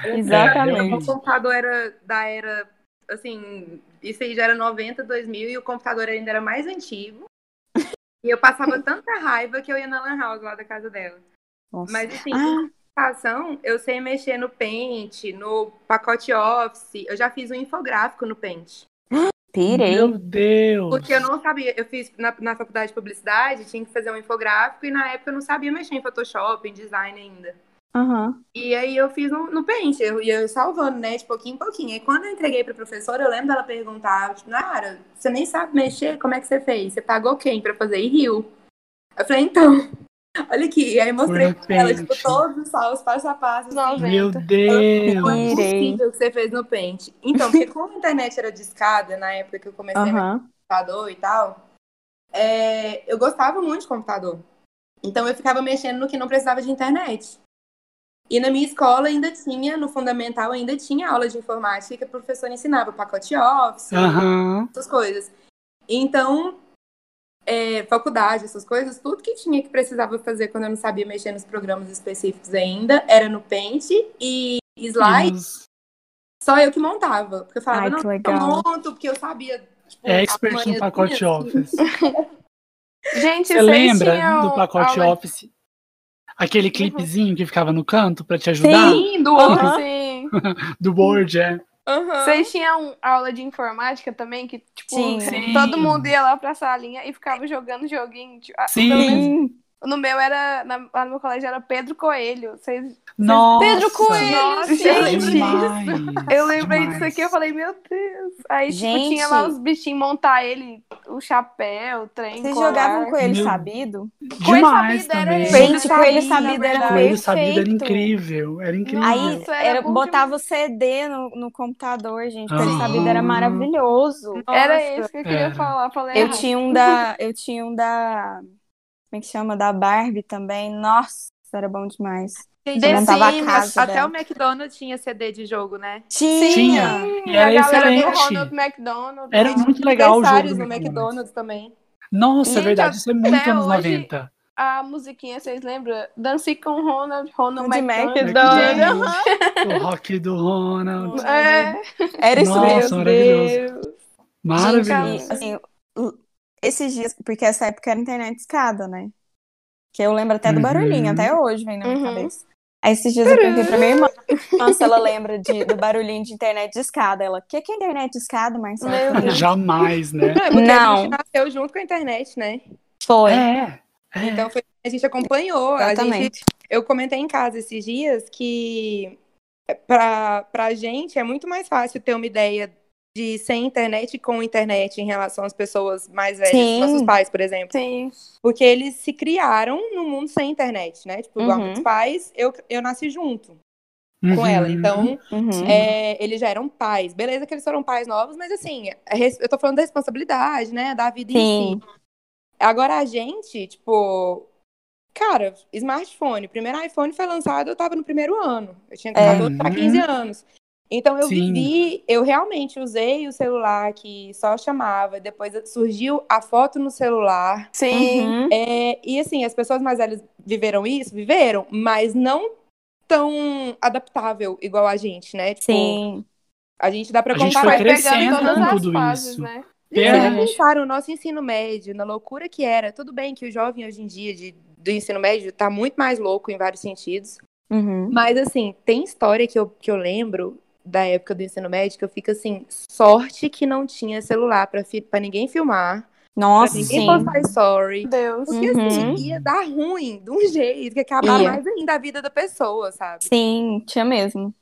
C: é,
B: exatamente.
C: o computador era da era, assim, isso aí já era 90, 2000, e o computador ainda era mais antigo. E
B: [laughs]
C: eu passava tanta raiva que eu ia na Lan House lá da casa dela.
B: Nossa.
C: Mas assim,
B: Ah.
C: em computação, eu sei mexer no Paint, no pacote Office. Eu já fiz um infográfico no Paint.
B: Pirei.
A: meu Deus.
C: Porque eu não sabia, eu fiz na, na faculdade de publicidade, tinha que fazer um infográfico e na época eu não sabia mexer em Photoshop, em design ainda.
B: Aham.
C: E aí eu fiz no, no Paint, eu ia salvando, né, de pouquinho em pouquinho. Aí quando eu entreguei pra professora, eu lembro dela perguntar, tipo, Nara, você nem sabe mexer, como é que você fez? Você pagou quem pra fazer? E riu. Eu falei, então, [laughs] olha aqui. E aí mostrei
A: no
C: pra ela, tipo,
A: Paint.
C: todos os salvos, passo a passo. assim.
A: Meu
D: 90.
C: Não é
A: Deus.
B: Irei.
C: possível que você fez no Paint. Então, porque como a internet era discada na época que eu comecei a
B: Aham.
C: computador e tal, é, eu gostava muito de computador. Então eu ficava mexendo no que não precisava de internet. E na minha escola ainda tinha, no fundamental ainda tinha aula de informática que o professor ensinava pacote Office,
A: Ah. Aham.
C: essas coisas. Então, é, faculdade, essas coisas, tudo que tinha que precisava fazer quando eu não sabia mexer nos programas específicos ainda, era no Paint e slide,
A: Deus.
C: só eu que montava. Porque eu falava,
B: Ai,
C: não,
B: que
C: eu
B: legal.
C: monto, porque eu sabia. Tipo,
A: É
C: a
A: expert em
C: manhãzinha,
A: pacote
C: assim.
A: Office.
D: Gente,
A: Você
D: vocês
A: lembra
D: tinham
A: do pacote
D: aula-
A: Office? Aquele clipezinho que ficava no canto pra te ajudar?
C: Sim, do
B: Aham.
D: Sim.
A: Do board, é.
C: Aham.
D: Vocês tinham aula de informática também, que tipo,
B: Sim.
A: Sim.
D: todo mundo ia lá pra salinha e ficava jogando joguinho. tipo, ah,
A: Sim.
D: pelo menos
B: Sim.
D: No meu era, na- lá no meu colégio era Pedro Coelho. Vocês-
A: Nossa.
B: Pedro Coelho,
D: Nossa,
B: gente.
A: Demais,
D: eu lembrei
A: Tá demais.
D: disso aqui, eu falei, meu Deus. Aí tipo,
B: Gente.
D: tinha lá os bichinhos montar ele, o chapéu, o trem.
B: Vocês
D: colar.
B: jogavam com ele
A: Meu-
B: sabido?
D: Coelho
A: Demais
D: Sabido era
A: também.
D: esse.
B: Gente, coelho sabido era
D: Coelho
A: Coelho Sabido era
B: perfeito.
A: incrível. Era incrível.
B: Aí
D: Isso era
B: era,
D: bom
B: botava o CD no, no computador, gente. Pra
A: Aham.
B: ele saber, era maravilhoso.
D: Era isso que eu queria
A: Era.
D: falar. Falei, "Ah,
B: Eu
D: Tá errado.
B: tinha um da. Eu tinha um da. Como é que chama? Da Barbie também. Nossa, era bom demais.
C: Gente,
B: montava a
C: sim,
B: casa
C: até
B: dela.
C: o McDonald's tinha CD de jogo, né?
B: Tinha!
A: Tinha.
D: Sim,
A: E era
D: a galera
A: excelente.
D: do Ronald McDonald.
A: Era muito legal o jogo.
C: Aniversários
A: do
C: no McDonald's também.
A: Nossa, é
D: Gente,
A: verdade, isso é muito
D: até
A: anos
D: hoje-
A: 90.
D: A musiquinha, vocês lembram? Dance com Ronald, Ronald
B: um De
D: McDonald.
B: McDonald.
D: Gente, aham.
A: O rock do Ronald.
D: É,
B: Era isso
A: Nossa,
B: mesmo.
A: maravilhoso.
B: Gente,
A: Maravilhoso.
B: e, assim, o- esses dias, porque essa época era internet escada, né? Que eu lembro até do
A: Uhum.
B: barulhinho, até hoje vem na minha
D: Uhum.
B: cabeça. Aí esses dias eu perguntei pra minha irmã se ela lembra de- do barulhinho de internet de escada. Ela, o que, que é internet de escada, Marcelo?
D: Meu Deus.
A: Jamais, né?
C: É, porque a
B: Não.
C: gente nasceu junto com a internet, né?
B: Foi.
A: É. é.
C: Então foi- a gente acompanhou. A gente,
B: Exatamente.
C: eu comentei em casa esses dias que pra, pra gente é muito mais fácil ter uma ideia de sem internet e com internet em relação às pessoas mais velhas,
B: Sim.
C: nossos pais, por exemplo.
D: sim.
C: Porque eles se criaram num mundo sem internet, né? Tipo, igual
B: Uhum.
C: meus pais, eu, eu nasci junto com
A: Uhum.
C: ela. Então,
B: Uhum.
C: é, eles já eram pais. Beleza que eles foram pais novos, mas assim, a res- eu tô falando da responsabilidade, né? Da vida em si.
B: Sim.
C: Agora a gente, tipo, cara, smartphone, o primeiro iPhone foi lançado, eu tava no primeiro ano. Eu tinha
B: É.
C: 14 pra
A: Uhum.
C: 15 anos. Então eu
A: Sim.
C: vivi, eu realmente usei o celular que só chamava, depois surgiu a foto no celular.
D: Sim.
B: Uhum.
C: É, e assim, as pessoas mais velhas viveram isso? Viveram, mas não tão adaptável igual a gente, né? Tipo,
B: Sim.
C: a gente dá pra
A: A gente
C: comparar.
D: Vai
A: foi
D: pegando
A: crescendo
D: todas
A: com
D: as
A: tudo
D: fases,
A: isso.
D: né?
C: Gente,
A: É.
C: vocês já pensaram o nosso ensino médio, na loucura que era. Tudo bem que o jovem hoje em dia de, do ensino médio tá muito mais louco em vários sentidos.
B: Uhum.
C: Mas, assim, tem história que eu, que eu lembro da época do ensino médio que eu fico assim: sorte que não tinha celular pra, fi- pra ninguém filmar, pra
B: Nossa,
C: ninguém
B: sim.
C: postar story.
D: Meu Deus.
C: Porque,
B: Uhum.
C: assim, ia dar ruim de um jeito, que ia acabar
B: Ia.
C: mais ainda a vida da pessoa, sabe?
B: Sim, tinha mesmo.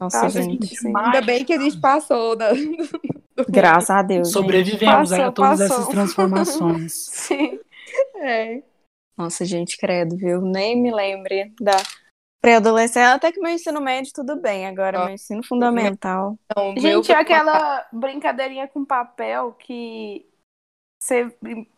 B: Nossa,
D: Nossa,
B: gente.
A: gente,
B: sim.
A: mas-
C: Ainda bem que a gente passou da. [laughs]
B: Graças a Deus. gente.
A: Sobrevivemos a
D: Passou,
A: todas
D: passou.
A: essas
D: [laughs]
A: transformações.
D: Sim.
C: É.
B: Nossa, gente, credo, viu? Nem me lembre da pré-adolescência. Até que meu ensino médio, tudo bem. Agora,
C: Ó.
B: meu ensino fundamental.
C: Então, meu
D: Gente,
C: foi-
D: é aquela brincadeirinha com papel que você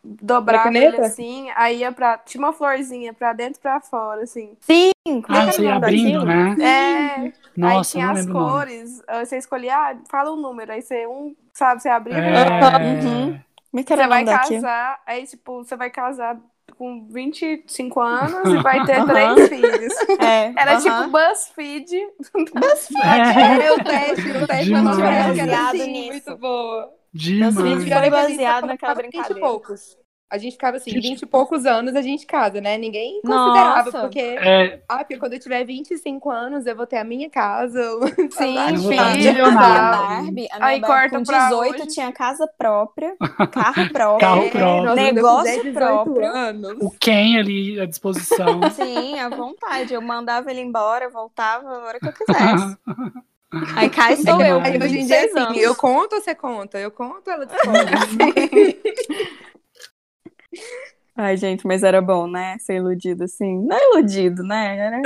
D: dobrava
C: Da caneta?
D: ele assim, aí ia pra. Tinha uma florzinha pra dentro e pra fora, assim.
B: Sim,
A: Ah,
B: é
A: você
B: o
A: ia
B: nome
A: abrindo,
B: daquilo?
A: né?
D: É, aí
A: Nossa,
D: tinha
A: não
D: as
A: lembro o nome.
D: cores, aí você escolhia, ah, fala um número, aí você um, sabe, você abriu,
B: Uhum.
A: É...
B: Como é que era
D: você
B: o nome
D: vai
B: daquilo?
D: casar, aí tipo, você vai casar com 25 anos e
A: [laughs]
D: vai ter
B: Aham.
D: três filhos.
B: É,
D: [laughs] Era
B: aham.
D: tipo BuzzFeed.
B: Uhum.
A: É,
C: Era o
B: [laughs]
C: teste, o teste da
A: Demais.
C: novela, que era
B: Baseado
C: assim,
B: nisso.
C: muito boa.
A: demais.
B: Meus
C: E
B: vídeos-
C: olha que a
B: Foi
C: gente
B: baseado
C: só
B: naquela
C: falava 20 e
B: brincadeira.
C: poucos. A gente ficava assim,
A: Gente.
C: 20 e poucos anos a gente casa, né? Ninguém considerava,
B: Nossa.
C: porque,
A: É,
C: ah, porque quando eu tiver 25 anos eu vou ter a minha
D: Sim,
C: casa.
A: eu vou estar
B: Gente, a
D: filho,
B: minha
A: milionário.
D: tal.
B: Barbie, a minha
D: Aí
B: Barbie
D: corta
B: com
D: pra
B: 18
D: hoje.
B: tinha casa própria, carro
A: [laughs]
B: próprio.
A: Carro
C: [laughs] É,
A: próprio.
C: nós andamos
B: Negócio
C: até 18
B: próprio.
C: anos.
A: o Ken ali à disposição.
B: Sim, à vontade. Eu mandava ele embora, eu voltava a hora que
A: [laughs]
B: eu quisesse. Aí cá estou eu,
A: Aí
C: Aí
B: com
C: hoje em dia,
B: 26
C: assim,
B: anos.
C: eu conto ou você conta? Eu conto, ela desconta.
B: Ai, gente, mas era bom, né? Ser iludido assim. Não é iludido, né? Era...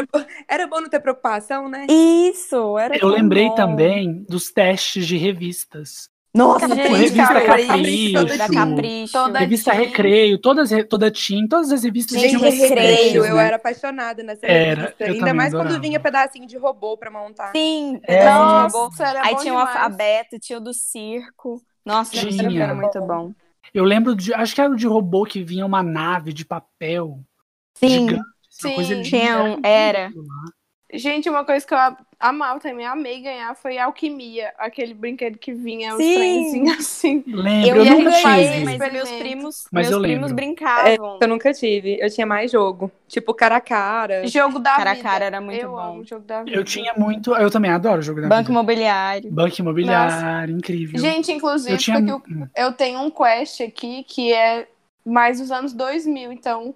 C: Era bom não ter preocupação, né?
B: Isso, era
A: Eu
B: tão
A: lembrei
B: bom.
A: também dos testes de revistas.
B: Nossa,
D: Capricho,
B: gente,
A: revista
B: Capricho,
A: Capricho,
B: da Capricho.
D: toda-
A: Revista
D: Teen.
A: Recreio, todas, re- toda Tim, todas as revistas
C: Gente,
A: tinham
B: Recreio,
A: esses
C: recreio,
A: testes,
C: eu
A: né?
C: era apaixonada nessa
A: Era,
C: revista.
A: eu
C: Ainda
A: também
C: mais quando
A: adorava.
C: vinha pedacinho de robô pra montar.
B: Sim,
A: É,
B: pedacinho de
A: gente.
B: robô.
D: Nossa, era
B: Aí
D: bom
B: tinha o
D: demais.
B: alfabeto, tinha o do circo. Nossa,
A: Tinha.
B: gente, era muito bom.
A: Eu lembro de, acho que era o de robô que vinha uma nave de papel
B: Sim,
A: gigante, uma coisa
D: Sim.
A: linda.
B: tinha um, era.
D: Gente, uma coisa que eu a- amava também, amei ganhar, foi alquimia. Aquele brinquedo que vinha os
B: Sim.
D: trenzinhos
B: [laughs]
D: assim.
A: Lembro,
B: Eu,
A: eu,
D: ia
A: nunca
D: ganhar
A: tive.
B: ganhei,
D: esse-
B: mas meus primos,
A: Mas eu
B: meus primos
A: lembro.
B: brincavam.
C: Eu nunca tive. Eu tinha mais jogo. Tipo, cara a cara.
D: Jogo da
B: Cara a
D: vida.
B: cara era muito
D: eu
B: bom.
D: amo jogo da vida.
A: Eu tinha muito, eu também adoro jogo da
B: Banco
A: vida.
B: Imobiliário.
A: Banco imobiliário, incrível.
D: Gente, inclusive,
A: eu tinha
D: porque eu, eu tenho um quest aqui que é mais dos anos 2000, então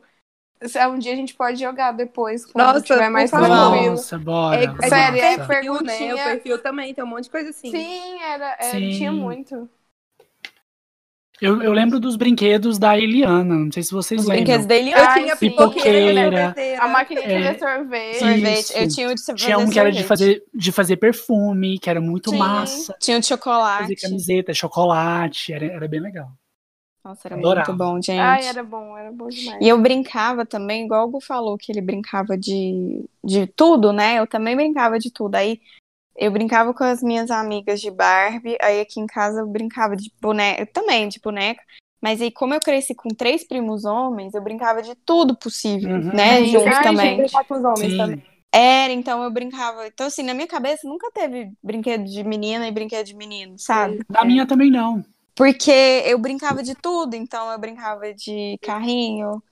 D: se é um dia a gente pode jogar depois, quando
C: Nossa,
D: tiver mais
C: por favor.
D: tranquilo.
A: Nossa, bora.
C: É, é
D: Sério, é
A: massa.
C: perfil, né? O
D: perguntinha.
C: perfil também tem um monte de coisa assim.
D: Sim, era, era-
A: Sim.
D: tinha muito.
A: eu, eu lembro dos brinquedos da Eliana, não sei se vocês
B: Os
A: lembram.
B: brinquedos da Eliana.
C: Eu
D: Ai,
C: tinha
D: sim.
C: pipoqueira,
A: Pipoqueira.
C: sorveteira.
D: A máquina de
A: É.
D: fazer sorvete.
A: Sim.
B: Sorvete.
A: Isso.
B: Eu tinha o de fazer
A: Tinha um que era de
B: sorvete.
A: fazer, de fazer perfume, que era muito
D: Sim.
A: massa.
B: Tinha o de chocolate.
A: Fazer camiseta, chocolate, era, era bem legal.
B: Nossa, era
A: Adorava.
B: muito bom, gente.
D: Ai, era bom, era bom demais.
B: E eu brincava também, igual o Gu falou, que ele brincava de, de tudo, né? Eu também brincava de tudo. Aí eu brincava com as minhas amigas de Barbie, aí aqui em casa eu brincava de boneca, também de boneca, Mas aí, como eu cresci com três primos homens, eu brincava de tudo possível,
A: Uhum.
B: né? Junto
D: Ai,
B: também.
D: gente, brincar com os homens tá
A: Sim.
D: também.
B: Era, então eu brincava. Então, assim, na minha cabeça nunca teve brinquedo de menina e brinquedo de menino, sabe?
A: Da minha também não.
B: Porque eu brincava de tudo, então eu brincava de carrinho,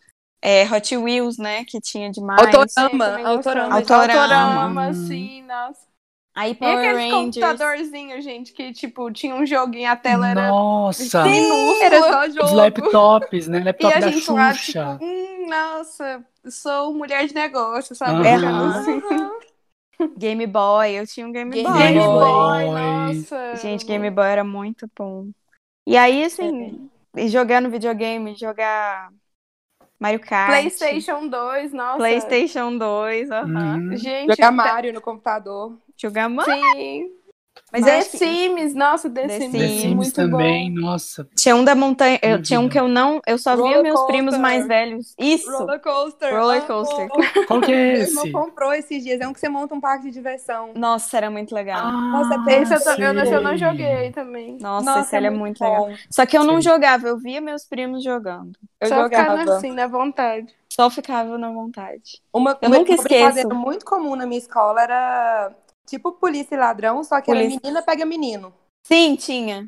B: é, Hot Wheels, né? Que tinha demais.
C: Autorama,
D: também
C: autorama.
B: gostava. Autorama.
A: Hum.
D: Autorama, sim, nossa.
B: Aí
D: E
B: Power
D: aqueles
B: Rangers.
D: computadorzinhos, gente, que, tipo, tinha um joguinho, a tela era
A: Nossa,
D: minúscula. Hum,
C: Era só jogo.
A: os laptops, né?
D: E
A: Laptop
D: a
A: da
D: gente lá,
A: Xuxa.
D: tipo, hum, nossa, sou mulher de negócio, sabe?
A: Aham.
D: Brincando assim.
B: Game Boy, eu tinha um Game,
C: Game
B: Boy.
D: Game
A: Boy.
D: Boy, nossa.
B: Gente, Game Boy era muito bom. E aí, assim, e jogar no videogame, jogar Mario Kart,
D: PlayStation 2, nossa.
B: PlayStation 2, aham.
A: Uhum.
D: Gente, tá
C: Jogar Mario no computador.
B: jogar mano.
D: sim.
B: Mas
D: The
B: é assim,
D: Sims, nossa, The,
B: The
D: Sims,
A: The
B: Sim,
A: Sims
D: muito
A: também, nossa.
B: tinha um da montanha, eu,
A: Minha
B: tinha um
A: vida.
B: que eu não, eu só via
C: Roller
B: meus
C: coaster.
B: primos mais velhos. Isso.
C: Roller coaster.
B: Roller coaster.
C: Amo.
A: Qual que é
C: Meu
A: esse?
C: irmão comprou esses dias. É um que você monta um parque de diversão.
B: Nossa, era muito legal.
C: Nossa,
D: bom. Esse eu, tô- eu, não-
A: Ah, sei.
D: eu não joguei também.
B: Nossa, esse
C: é
B: era muito legal.
C: bom.
B: Só que eu não
A: Sim.
B: jogava, eu via meus primos jogando.
C: Eu
D: Só
C: jogava.
D: ficava assim, na vontade.
B: Só ficava na vontade.
C: Uma,
B: Eu
C: uma
B: nunca
C: brincadeira
B: esqueço.
C: muito comum na minha escola era tipo polícia e ladrão, só que
B: Polícia.
C: era menina pega menino.
B: Sim, tinha.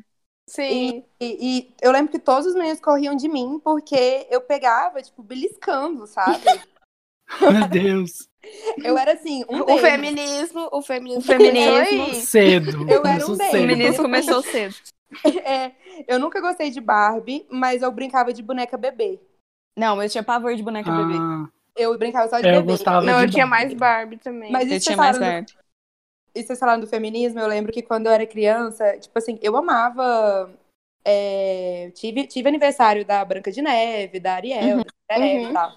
D: Sim.
C: E, e eu lembro que todos os meninos corriam de mim porque eu pegava, tipo, beliscando, sabe?
A: Meu
D: [laughs]
A: Deus.
C: Eu era assim, um
D: O
C: deles.
D: feminismo, o feminismo.
B: O feminismo. é
D: Aí.
A: Cedo.
C: Eu era um
A: começou
C: deles.
B: O
A: cedo.
B: menino começou cedo.
C: É, eu nunca gostei de Barbie, mas eu brincava de boneca bebê.
B: Não, eu tinha pavor de boneca bebê.
A: Ah,
C: Eu brincava só de
A: É, eu
C: bebê.
A: gostava
D: Não,
A: de
D: eu tinha
A: Barbie.
D: mais Barbie também.
C: Mas
B: Eu
C: isso é
B: tinha
C: vocês
B: mais
C: falaram, do,
B: Barbie.
C: isso vocês falaram do feminismo, eu lembro que quando eu era criança, tipo assim, eu amava. é, tive, tive aniversário da Branca de Neve, da Ariel,
B: Uhum,
C: da Neve
D: uhum.
C: e tal.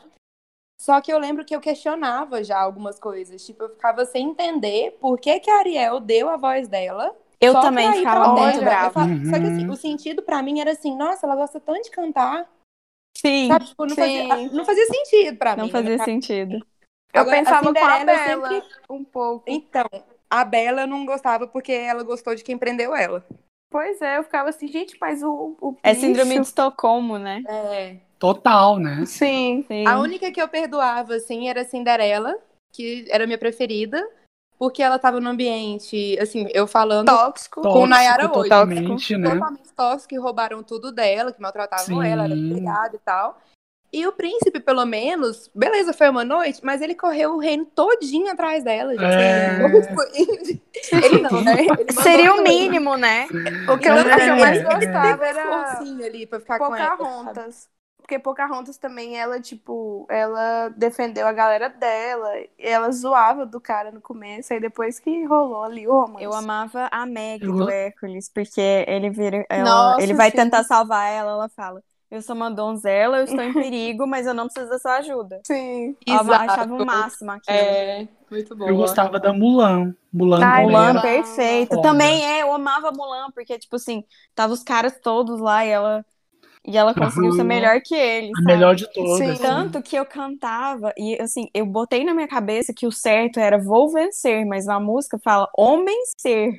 C: Só que eu lembro que eu questionava já algumas coisas. Tipo, eu ficava sem entender por que, que a Ariel deu a voz dela.
B: Eu
C: só
B: também
C: pra ir
B: ficava
C: pra
B: muito
C: ópera. Eu
B: brava.
C: falava- Só que assim,
A: Uhum.
C: o sentido pra mim era assim, nossa, ela gosta tanto de cantar.
B: Sim,
C: Sabe? Tipo, não, fazia,
D: Sim.
C: não fazia sentido pra
B: não
C: mim. né?
B: fazia sentido.
D: Eu
C: Agora, a
B: assim,
D: pensava
B: né,
D: com a
B: é
C: Cinderela, eu
D: Bela
C: sempre-
D: um pouco.
C: Então, a Bela eu não gostava porque ela gostou de quem prendeu ela.
D: Pois é, eu ficava assim, gente, mas o, o
B: É
D: bicho-
B: síndrome de Estocolmo, né?
C: É.
A: Total, né?
D: Sim.
B: Sim.
C: A única que eu perdoava, assim, era a Cinderela, que era a minha preferida, porque ela tava num ambiente, assim, eu falando
D: Tóxico.
A: Tóxico,
C: Nayara hoje.
A: totalmente, né?
C: totalmente tóxico, que roubaram tudo dela, que maltratavam
A: Sim.
C: ela, era brigada e tal. E o príncipe, pelo menos, beleza, foi uma noite, mas ele correu o reino todinho atrás dela,
A: É.
C: gente. [laughs] Ele não, né? Ele mandou
B: Seria o
C: ele.
B: mínimo, né?
D: O que eu,
C: Não,
D: o que eu
A: é.
D: mais
C: Teve
D: gostava
C: um
B: é
D: era
C: esforcinho ali pra ficar com ela. sabe?
D: Pocahontas. Porque Pocahontas também, ela, tipo, ela defendeu a galera dela. Ela zoava do cara no começo, aí depois que rolou ali o romance.
B: Eu amava a Meg
A: Eu
B: do
A: go-
B: Hércules, porque ele vira. ela-
D: Nossa,
B: ele vai
D: sim.
B: tentar salvar ela, ela fala. Eu sou uma donzela, eu estou em perigo, mas eu não preciso da sua ajuda.
D: Sim.
B: Ela
C: Exato.
B: achava o máximo aquilo.
C: É, muito bom.
A: Eu gostava da Mulan. Mulan
D: Ai,
A: também
B: Mulan,
A: era
D: Mulan.
B: perfeito.
A: Foda.
B: Também é, eu amava Mulan, porque, tipo assim, tava os caras todos lá e ela, e ela conseguiu ser
A: Aham.
B: melhor que eles.
A: a
B: sabe?
A: melhor de todas.
D: Sim.
A: assim.
B: Tanto que eu cantava, e assim, eu botei na minha cabeça que o certo era vou vencer, mas na música fala homem ser.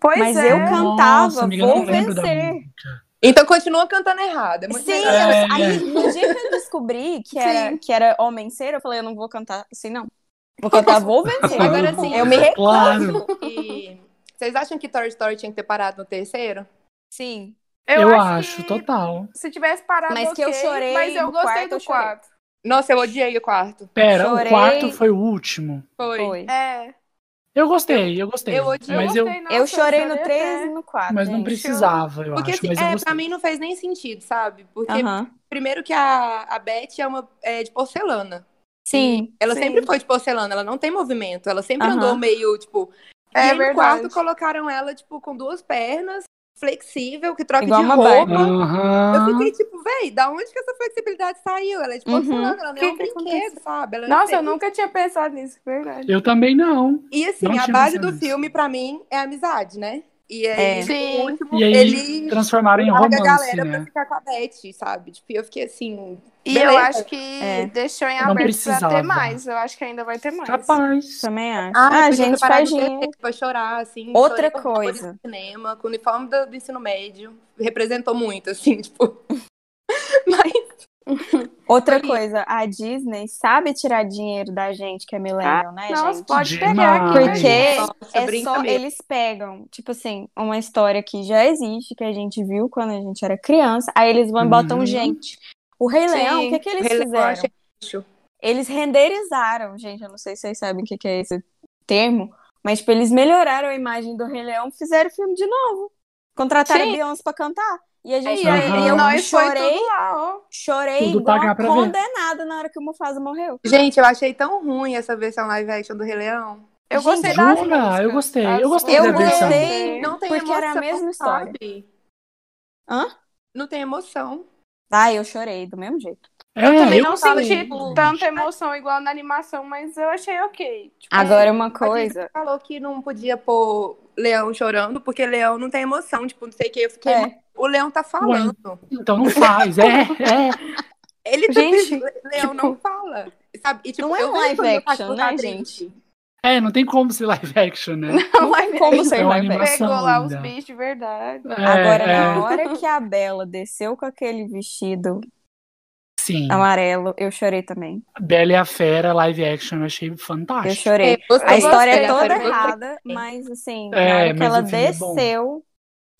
D: Pois
B: mas
D: é.
B: eu cantava,
A: Nossa, amiga, eu
B: vou
A: não lembro da
B: vencer.
A: música.
C: Então continua cantando errado. É muito
B: Sim,
C: melhor.
A: É.
B: eu- aí no dia que eu descobri que era,
D: Sim.
B: que era homem ser, eu falei, eu não vou cantar assim, não. Vou
A: [laughs]
B: cantar, vou vencer.
C: Agora sim.
B: Eu me recuso.
A: Claro,
C: E vocês acham que Toy Story tinha que ter parado no terceiro?
B: Sim.
A: eu,
D: acho
A: acho,
D: que
A: total.
D: Se tivesse parado,
B: Mas que eu
D: ok,
B: chorei
D: Mas eu
B: no
D: gostei
B: quarto, eu
D: do
B: chorei.
D: quarto.
C: Nossa, eu odiei o quarto.
A: Pera,
B: Chorei.
A: o quarto foi o último.
B: Foi.
D: É.
A: Eu gostei, eu gostei.
C: Eu odiei.
A: mas
D: eu
A: eu,
D: gostei, nossa,
B: eu chorei no
D: até.
B: 3 e no 4.
A: mas não precisava, eu
C: Porque
A: acho.
C: assim,
A: Mas eu
C: é, pra
A: gostei.
C: mim não fez nem sentido, sabe? Porque primeiro que a, a Beth é uma é, de porcelana.
B: Sim.
C: Ela
D: Sim.
C: sempre foi de porcelana, ela não tem movimento, ela sempre
B: Aham.
C: andou meio, tipo.
D: É
C: e aí no
D: verdade.
C: quarto colocaram ela, tipo, com duas pernas, flexível, que troca
B: Igual
C: de
B: uma
C: roupa.
B: Barbie.
A: Aham.
C: é Eu fiquei tipo, véi, da onde que essa flexibilidade saiu? Ela é de
B: Uhum.
C: porcelana, ela não é um
D: Que que
C: brinquedo, sabe? Ela é um
D: Nossa, eu
C: fez-
D: nunca tinha pensado nisso, verdade.
A: Eu também não.
C: E assim,
A: não
C: a
A: tinha
C: base
A: pensado
C: do
A: nisso.
C: filme, pra mim, é a amizade, né? E aí,
B: É.
D: Sim.
C: no último,
A: E aí
C: ele
A: transformaram em
C: larga a
A: romance,
C: galera pra
A: né?
C: ficar com a Beth, sabe? Tipo, e eu fiquei assim,
D: E
C: Beleza.
D: eu acho que
B: É.
D: deixou em
A: Não
D: aberto pra
A: precisava.
D: ter mais. Eu acho que ainda vai ter mais.
A: Capaz.
B: Também acho.
C: Ah,
B: Ah,
C: podia ter
B: gente,
C: parado
B: faz
C: de
B: dinheiro.
C: ver, Pra chorar, assim.
B: Outra
C: chorei com horrores
B: coisa.
C: no cinema, com o uniforme do, do ensino médio. Representou muito, assim, [laughs] tipo. Mas
B: Outra
C: Foi isso.
B: coisa, a Disney sabe tirar dinheiro da gente que é millennial, né,
D: Nossa,
B: gente?
D: pode
A: Demais.
D: pegar aqui. né,
B: Porque
D: gente?
C: Nossa,
B: é
C: brinca
B: só
C: mesmo.
B: eles pegam, tipo assim, uma história que já existe, que a gente viu quando a gente era criança, aí eles vão e botam
A: Uhum.
B: gente. O Rei
D: Sim,
B: Leão, o que, que eles
C: Rei Leão,
B: fizeram?
C: achei lixo.
B: Eles renderizaram, gente, eu não sei se vocês sabem o que, que é esse termo, mas tipo, eles melhoraram a imagem do Rei Leão, fizeram o filme de novo. Contrataram
D: Sim.
B: a Beyoncé pra cantar. E a gente,
D: E
A: Aham.
D: aí,
B: e eu
D: nós foi
B: chorei,
D: tudo lá, ó.
B: chorei
A: Tudo
B: igual
A: pagar
B: uma
A: pra ver.
B: condenada na hora que o Mufasa morreu.
C: Gente, eu achei tão ruim essa versão live action do Rei Leão.
D: Eu
B: Gente,
D: gostei das
A: Jura? Eu
D: músicas.
A: gostei.
D: As
A: Eu gostei
B: Eu
A: da versão.
B: gostei.
C: Não tem
B: Porque
C: emoção.
B: era a mesma história.
C: sabe?
B: Hã?
C: Não tem emoção.
B: Ah, eu chorei do mesmo jeito.
A: É,
D: Também
A: eu
D: não
A: gostei.
D: senti tanta emoção igual na animação, mas eu achei ok. Tipo, [laughs]
B: Agora uma
C: A Disney
B: coisa.
C: falou que não podia pôr Leão chorando, porque Leão não tem emoção. Tipo, não sei o que. Eu fiquei.
B: É,
C: O Leão tá falando.
A: Então não faz. É, é.
C: Ele
B: Gente,
C: também. Leão não fala. Sabe? E, tipo,
B: Não é
C: eu
B: um
C: vejo
B: live
C: quando meu cachorro
B: action,
C: tá
B: né,
C: triste.
A: É, não tem como ser live action, né?
B: não tem como ser
A: É uma
B: live action.
A: animação
D: pegou lá os
A: ainda.
D: bichos de verdade.
A: É,
B: Agora,
A: é,
B: na hora que a Bela desceu com aquele vestido
A: Sim.
B: amarelo, eu chorei também.
A: Bela e a Fera live action eu achei
B: Eu
A: fantástico.
B: chorei.
C: Você
B: A história
D: gostei,
B: é
C: gosta,
B: toda
C: Rafael?
B: errada, mas assim,
A: É,
B: na hora que
A: mas
B: ela
A: o filme é bom.
B: desceu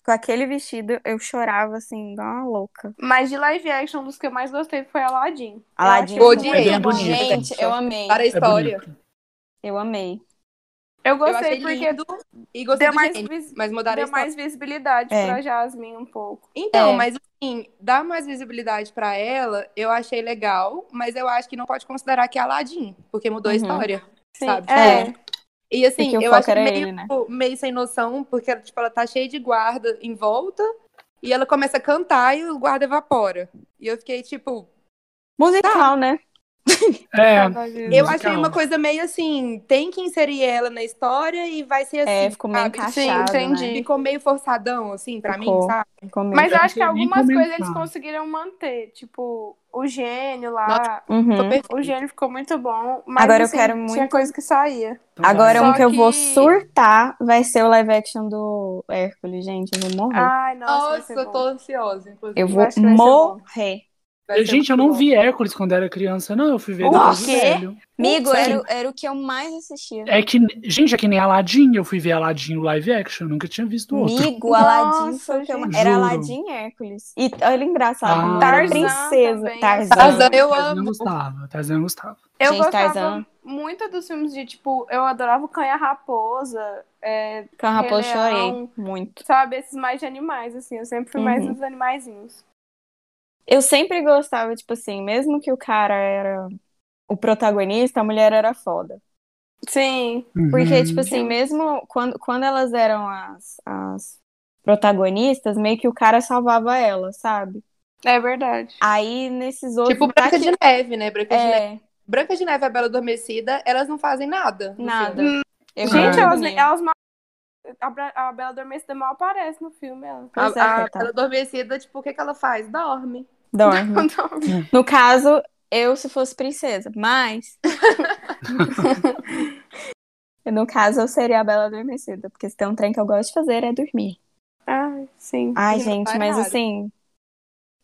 B: com aquele vestido, eu chorava assim, igual uma louca.
D: Mas de live action, um dos que eu mais gostei foi Aladdin.
B: Aladdin.
D: Eu, achei
C: Odiei,
D: muito
A: é
D: bom.
A: bonito.
B: Gente, eu amei.
C: Para a
A: É
C: história.
A: bonito.
B: Eu amei.
D: eu
C: eu
D: gostei
C: achei
D: porque
C: lindo e gostei
D: deu
C: do
D: mais,
C: gênio,
D: vis-
C: mas mudaram a
D: deu
C: história.
D: mais visibilidade
B: É.
D: pra Jasmine um pouco.
C: Então,
B: É.
C: mas assim, dar mais visibilidade pra ela, eu achei legal, mas eu acho que não pode considerar que é Aladdin, porque mudou
B: Uhum.
C: a história,
D: Sim,
C: sabe?
D: é.
C: E assim,
B: Porque o
C: eu
B: foco
C: acho
B: era
C: meio,
B: ele, né?
C: meio sem noção, porque tipo, ela tá cheia de guarda em volta, e ela começa a cantar e o guarda evapora. E eu fiquei tipo,
B: Musical, né?
A: É,
C: eu
A: Musical.
C: achei uma coisa meio assim, tem que inserir ela na história e vai ser assim.
B: É, ficou meio
C: sabe?
B: encaixado.
D: Sim, entendi.
B: Né?
C: Ficou meio forçadão, assim, pra
B: Ficou.
C: mim, sabe?
B: Ficou meio-
D: Mas eu
A: não
D: acho que
A: sei nem
D: algumas coisas eles
A: comentar.
D: conseguiram manter. Tipo, o gênio lá.
B: Uhum.
C: Ficou perfeito.
D: O gênio ficou muito bom. Mas
B: Agora eu
D: assim,
B: quero
D: Tinha
B: muito-
D: coisa que saía.
A: então
B: Agora
A: vai.
B: um
D: Só
B: que eu vou
D: que-
B: surtar vai ser o live action do Hércules, gente. Eu vou morrer.
D: Ai, nossa.
C: Nossa,
D: vai ser
C: eu
D: bom.
C: tô ansiosa, inclusive.
B: Ah, eu
D: eu
B: vou
D: acho que vai ser bom.
B: morrer.
C: Vai ser
A: Gente, eu
C: muito
A: não
C: bom.
A: vi Hércules quando era criança, não. Eu fui ver
B: O
A: depois de
B: quê?
A: velho.
B: Amigo,
A: Sério?
B: era, o- era o que eu mais assistia.
A: É que, gente, é que nem Aladdin. Eu fui ver Aladdin o live action. Eu nunca tinha visto outro.
B: Amigo, Aladdin
D: Nossa,
B: foi o que eu mais...
A: gente.
B: Era
A: Juro.
B: Aladdin e Hércules. E olha engraçado,
A: Ah.
B: como era
A: Tarzan
B: princesa.
D: também.
B: Tarzan.
C: Tarzan, eu
A: Tarzan
C: amo.
A: Gustavo. Tarzan Gustavo.
D: Eu
B: Gente,
D: gostava
B: Tarzan.
D: muito dos filmes de, tipo, eu adorava o Cão e a Raposa, é,
B: Com a Raposa
D: Rei
B: chorei
D: Leão.
B: muito.
D: sabe, esses mais de animais, assim, eu sempre fui mais
B: Uhum.
D: dos animaizinhos.
B: Eu sempre gostava, tipo assim, mesmo que o cara era o protagonista, a mulher era foda.
D: Sim,
B: Porque,
A: Uhum.
B: tipo assim, mesmo quando, quando elas eram as, as protagonistas, meio que o cara salvava ela, sabe?
D: é verdade.
B: Aí nesses outros.
C: Tipo
B: tá
C: Branca de Neve, né? Branca, de Neve.
B: É,
C: Branca de Neve e a Bela Adormecida, elas não fazem nada. no
B: nada.
C: filme.
B: Eu
D: Gente,
B: não
D: elas,
B: dormia.
D: elas mal... A, Bra- a Bela Adormecida mal aparece no filme, ela.
B: Pois é,
C: a, a
B: coitada.
C: Bela Adormecida, tipo, o que, que ela faz? Dorme.
B: Dorme.
D: Então,
B: [laughs] No caso, eu se fosse princesa, mas. [laughs] no caso, eu seria a Bela Adormecida, porque se tem um trem que eu gosto de fazer é dormir.
D: Ai, sim.
B: Ai,
C: Não
B: gente,
C: faz
B: mas
C: nada.
B: assim,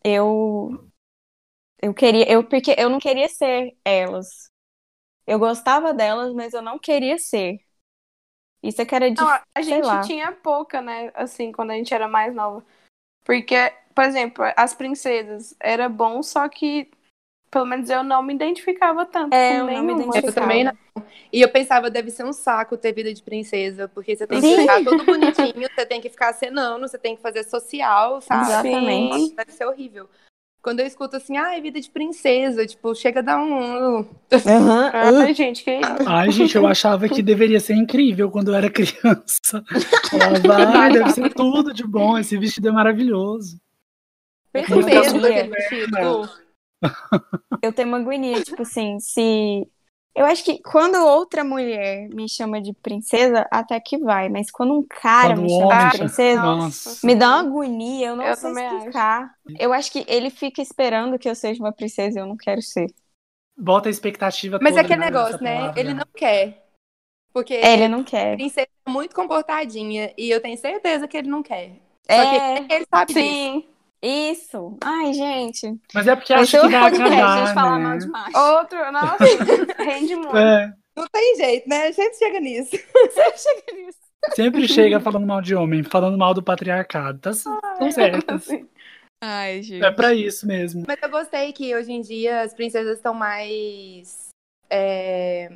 B: eu eu queria, eu porque eu não queria ser elas. Eu gostava delas, mas eu não queria ser. Isso é que era de
D: Não, a a
B: sei
D: gente
B: lá.
D: tinha pouca, né? Assim, quando a gente era mais nova. Porque, por exemplo, as princesas era bom, só que pelo menos eu não me identificava tanto
B: É,
D: com
B: eu não me
D: nenhuma.
B: identificava.
C: Eu também não. E eu pensava, deve ser um saco ter vida de princesa, porque você tem que
B: Sim.
C: ficar todo bonitinho, você tem que ficar acenando, você tem que fazer social, sabe?
B: Exato. Exatamente.
D: Sim.
C: Nossa, deve ser horrível. Quando eu escuto assim, ah, é vida de princesa, tipo, chega a dar um.
B: Aham, uh.
D: Ai, gente, é que isso.
A: Ai, gente, eu achava que deveria ser incrível quando eu era
B: [laughs]
A: criança. Falava, "Ai, deve ser tudo de bom, esse vestido é maravilhoso.
C: Pensa
B: Eu
C: o peso tipo,
B: queria.
C: daquele vestido.
B: Eu tenho uma agonia, tipo assim, se Eu acho que quando outra mulher me chama de princesa, até que vai. Mas quando um cara
A: Quando
B: me
A: um
B: chama
A: homem
B: de
A: chama-
B: princesa,
A: Nossa.
B: me dá uma agonia, eu não
D: Eu
B: sei
D: também acho.
B: explicar. Eu acho que ele fica esperando que eu seja uma princesa e eu não quero ser.
A: Bota a expectativa
C: Mas
A: toda
C: é aquele
A: nessa
C: negócio, né?
A: palavra.
C: Ele não quer. Porque
B: É, ele não quer.
C: princesa é muito comportadinha e eu tenho certeza que ele não quer. Só
B: É,
C: que ele sabe disso.
D: Sim.
B: isso. Ai, gente.
A: Mas é porque
B: Esse
A: acha
B: é
A: que
B: o
A: vai
B: podcast,
A: agradar,
B: a gente fala
A: né?
B: mal demais.
D: [laughs] Outro, nossa, rende
B: [laughs]
D: muito.
A: É,
C: Não tem jeito, né? A gente chega nisso.
A: sempre chega falando mal de homem, falando mal do patriarcado. Tá, c- tão certo.
D: Assim.
B: Ai, gente.
A: É pra isso mesmo.
C: Mas eu gostei que hoje em dia as princesas estão mais. é,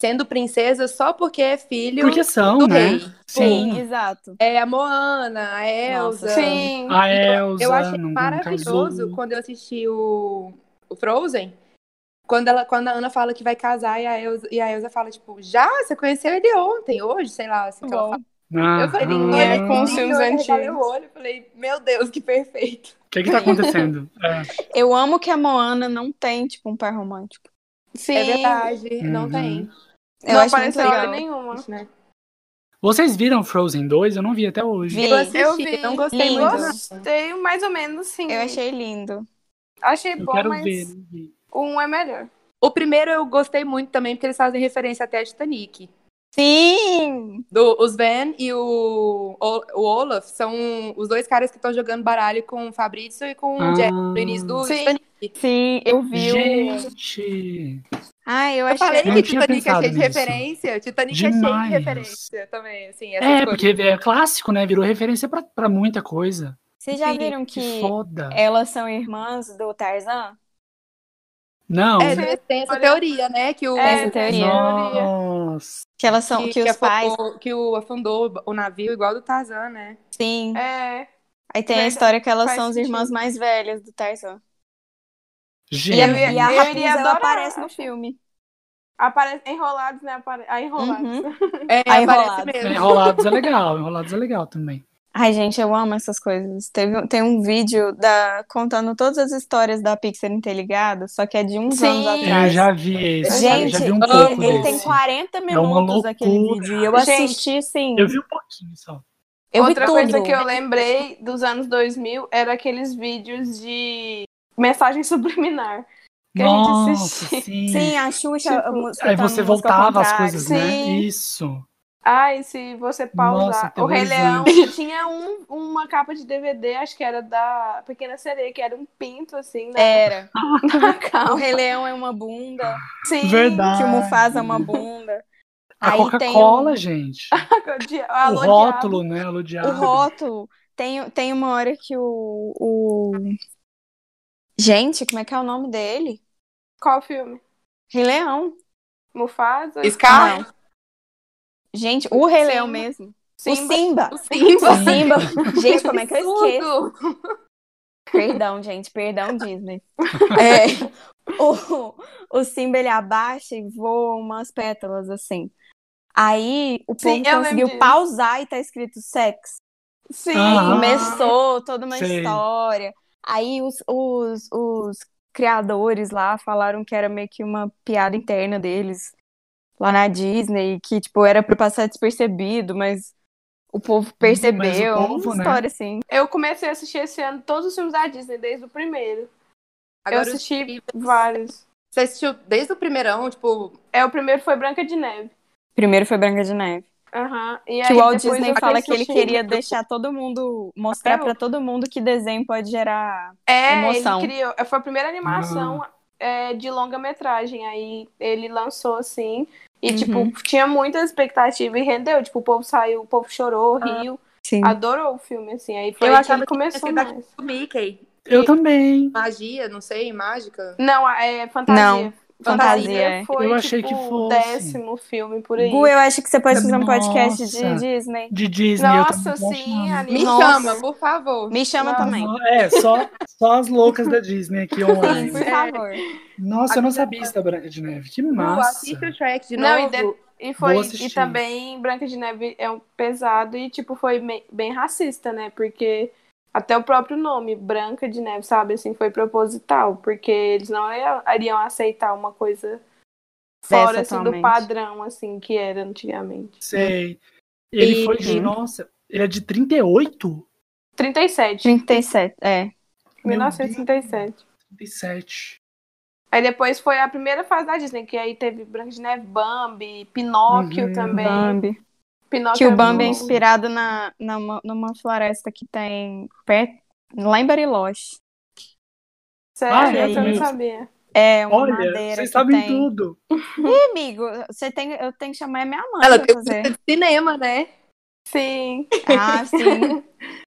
C: sendo princesa só porque é filho
A: Porque são,
C: do
A: né?
C: rei.
A: Sim.
B: exato.
C: É a Moana, a Elsa.
B: Nossa,
D: Sim.
A: A Elsa.
C: Eu achei
A: não- não
C: maravilhoso
A: casou.
C: quando eu assisti o, o Frozen. Quando, ela, quando a Ana fala que vai casar e a, Elsa, e a Elsa fala, tipo, já? Você conheceu ele ontem, hoje? Sei lá, assim que ela
D: Bom.
C: fala.
A: Ah,
C: Eu falei,
D: é
C: olha,
D: com
C: eu
D: os filmes
C: regalei
D: antigos.
C: o olho, eu falei, meu Deus, que perfeito.
A: o que que tá acontecendo? É.
B: Eu amo que a Moana não tem, tipo, um par romântico.
D: Sim.
C: É verdade, não
A: Uhum.
C: tem.
B: Eu
D: não
B: acho
D: apareceu
B: muito
D: hora
B: legal.
D: nenhuma.
C: Né?
A: Vocês viram Frozen 2? Eu não vi até hoje.
B: Vi.
C: Eu assisti,
D: Eu vi.
C: não gostei
B: Lindo.
C: muito. não.
D: Gostei mais ou menos, sim.
B: Eu achei lindo.
D: Achei
A: Eu
D: bom,
A: quero
D: mas
A: ver. não vi.
D: um é melhor.
C: O primeiro eu gostei muito também, porque eles fazem referência até a Titanic.
B: Sim!
C: Do, o Sven e o, o, o Olaf são os dois caras que estão jogando baralho com o Fabrício e com
A: Ah.
C: o Jack no início do
D: Sim.
C: Titanic.
B: Sim, eu vi. o-
A: Gente,
B: Ai, Ah, eu
C: Eu
B: achei.
C: falei
A: Não
C: que
A: tinha
C: Titanic é
A: pensado
C: cheio de
A: nisso.
C: referência. Titanic é cheio
A: Demais.
C: de referência também, assim. essas
A: é,
C: coisas.
A: porque é clássico, né? Virou referência pra, pra muita coisa.
B: Vocês já
C: Sim,
B: viram que é
A: Que foda.
B: elas são irmãs do Tarzan?
A: Não.
C: É, tem- tem essa teoria, né? Que o,
D: É,
B: Essa Um teoria.
A: Nossa.
B: Que elas são. Que, os pais.
C: afundou, que é o afundou o navio igual do Tarzan, né?
B: Sim.
D: É.
B: Aí tem a
D: Mas
B: história que elas
D: faz
B: são as
D: sentido.
B: irmãs mais velhas do Tarzan. E a,
A: Gente.
B: e a [laughs]
D: Eu iria
B: Rapunzel
D: adorar.
B: aparece no filme.
D: Apare... Enrolados, né? Apare... Ah, enrolados.
B: Uhum.
D: [laughs]
C: É,
B: Aí
C: aparece
B: enrolado.
C: mesmo.
A: Enrolados é legal. Enrolados é legal também.
B: Ai, gente, eu amo essas coisas. Teve, tem um vídeo da, contando todas as histórias da Pixar interligada, só que é de uns
D: Sim.
B: anos
A: Eu
B: atrás.
A: já vi esse. eu
B: Gente,
A: já vi um
B: ele-
A: pouco
B: ele tem
A: desse.
B: 40
A: É uma
B: minutos aquele
A: loucura.
B: vídeo. E eu
D: Gente,
B: assisti, assim,
A: Eu vi um pouquinho só.
B: eu vi
D: Outra coisa
B: tudo.
D: que eu lembrei dos anos 2000 era aqueles vídeos de mensagem [laughs] subliminar. Que a gente
A: Nossa,
D: assistia.
A: sim.
B: Sim, a Xuxa.
D: Tipo,
B: a música
A: Aí
B: tá no
A: você
B: música ao
A: voltava as
B: contrário.
A: coisas, né?
D: Sim.
A: Isso.
D: Ai, se você pausar.
A: Nossa,
D: o Rei Leão
A: terrorizante.
D: tinha um, uma capa de DVD, acho que era da Pequena Sereia, que era um pinto, assim, né?
B: Era.
D: [laughs] Na
B: O
D: capa.
B: Rei Leão é uma bunda.
D: Sim.
A: [laughs] Verdade.
B: Que o Mufasa é uma bunda.
A: A
B: Aí
A: Coca-Cola,
B: [laughs]
A: gente.
D: Di-
A: o
D: Alô,
A: rótulo,
D: diabo.
A: né? Alô, diabo.
B: tem um, o rótulo. Tem, tem uma hora que o, o. Gente, como é que é o nome dele?
D: Qual filme?
B: Rei Leão.
D: Mufasa?
A: É.
C: Scar?
B: Não. Gente, o Rei Leão
D: Simba.
B: mesmo.
D: Simba.
B: O Simba.
C: O Simba.
B: O Simba.
D: [laughs]
B: [laughs] Gente, como é que eu esqueço?
C: Tudo.
B: Perdão, gente, perdão, Disney. É, [laughs] o, o Simba ele abaixa e voa umas pétalas assim. Aí o povo
D: Sim, eu lembro
B: conseguiu
D: disso.
B: pausar e tá escrito sexo.
D: Sim.
B: Aí
A: Aham.
B: começou toda uma
A: Sei.
B: história. Aí os, os, os criadores lá falaram que era meio que uma piada interna deles lá na Disney, que tipo era pra passar despercebido, mas o povo percebeu. uma
A: povo, né?
B: história assim.
D: Eu comecei a assistir esse ano todos os filmes da Disney, desde o primeiro.
C: Agora,
D: eu assisti
C: os-
D: vários.
C: Você assistiu desde o primeirão, tipo,
D: É, o primeiro foi Branca de Neve.
B: Primeiro foi Branca de Neve.
D: Aham. E
B: Que
D: aí
B: o Walt
D: depois
B: Disney
D: eu
B: fala que
D: assisti.
B: ele queria deixar todo mundo, mostrar
D: Até
B: pra todo mundo que desenho pode gerar.
D: É,
B: emoção.
D: ele criou. Foi a primeira animação é, de longa-metragem. Aí ele lançou assim. E,
B: Uhum.
D: tipo, tinha muita expectativa e rendeu. Tipo, o povo saiu, o povo chorou, riu,
B: Ah, Sim.
D: adorou o filme, assim. Aí foi
C: Eu
D: aí que
C: achava
D: ele
C: que tinha
D: começou
C: sido da-
D: mais.
C: o Mickey.
A: Eu também.
C: Magia, não sei, mágica.
D: Não, é fantasia.
B: Não, fantasia, é.
D: Foi,
A: Eu achei
D: tipo,
A: que
D: o
A: fosse.
D: décimo filme por aí.
B: Gu, eu acho que você pode fazer um
A: Nossa.
B: podcast de Disney.
A: De Disney.
D: Nossa,
A: eu também tô
D: sim,
A: achando.
D: ali.
C: Me
B: Nossa.
C: chama, por favor.
B: Me chama
D: Nossa.
B: também.
A: É, só, só as loucas da Disney aqui
B: [laughs] Sim, É.
A: online.
B: por favor.
A: Nossa, eu não sabia isso da Branca de Neve. Que
C: Lu,
A: massa.
C: assiste o track de
D: Não, e
C: novo.
D: de- E foi
A: Vou
D: e
A: assistir.
D: também Branca de Neve é um pesado e tipo foi me- bem racista, né? Porque até o próprio nome Branca de Neve, sabe, assim, foi proposital, porque eles não ia- iriam aceitar uma coisa fora assim, do
B: atualmente.
D: padrão assim que era antigamente.
A: Sei. Ele
C: E-
A: foi de.
B: Uhum.
A: Nossa, ele é de 38?
D: 37,
B: 37, é.
A: Meu
D: 1937.
A: 37.
D: Aí depois foi a primeira fase da Disney, que aí teve Branca de Neve, Bambi, Pinóquio
A: Uhum.
D: também.
B: Bambi.
D: Pinóquio
B: Que o
D: era
B: Bambi é
D: bom.
B: inspirado na, numa, numa floresta que tem perto, lá em Bariloche.
A: Ah,
D: Sério,
B: é
D: eu também
B: isso.
D: não sabia.
B: É, uma
A: Olha,
B: madeira
A: vocês
B: que
A: sabem
B: tem.
A: tudo.
B: Ih, amigo, você tem, eu tenho que chamar é minha mãe
C: Ela
B: pra
C: tem
B: fazer.
C: de cinema, né?
D: Sim.
B: Ah, sim. [laughs]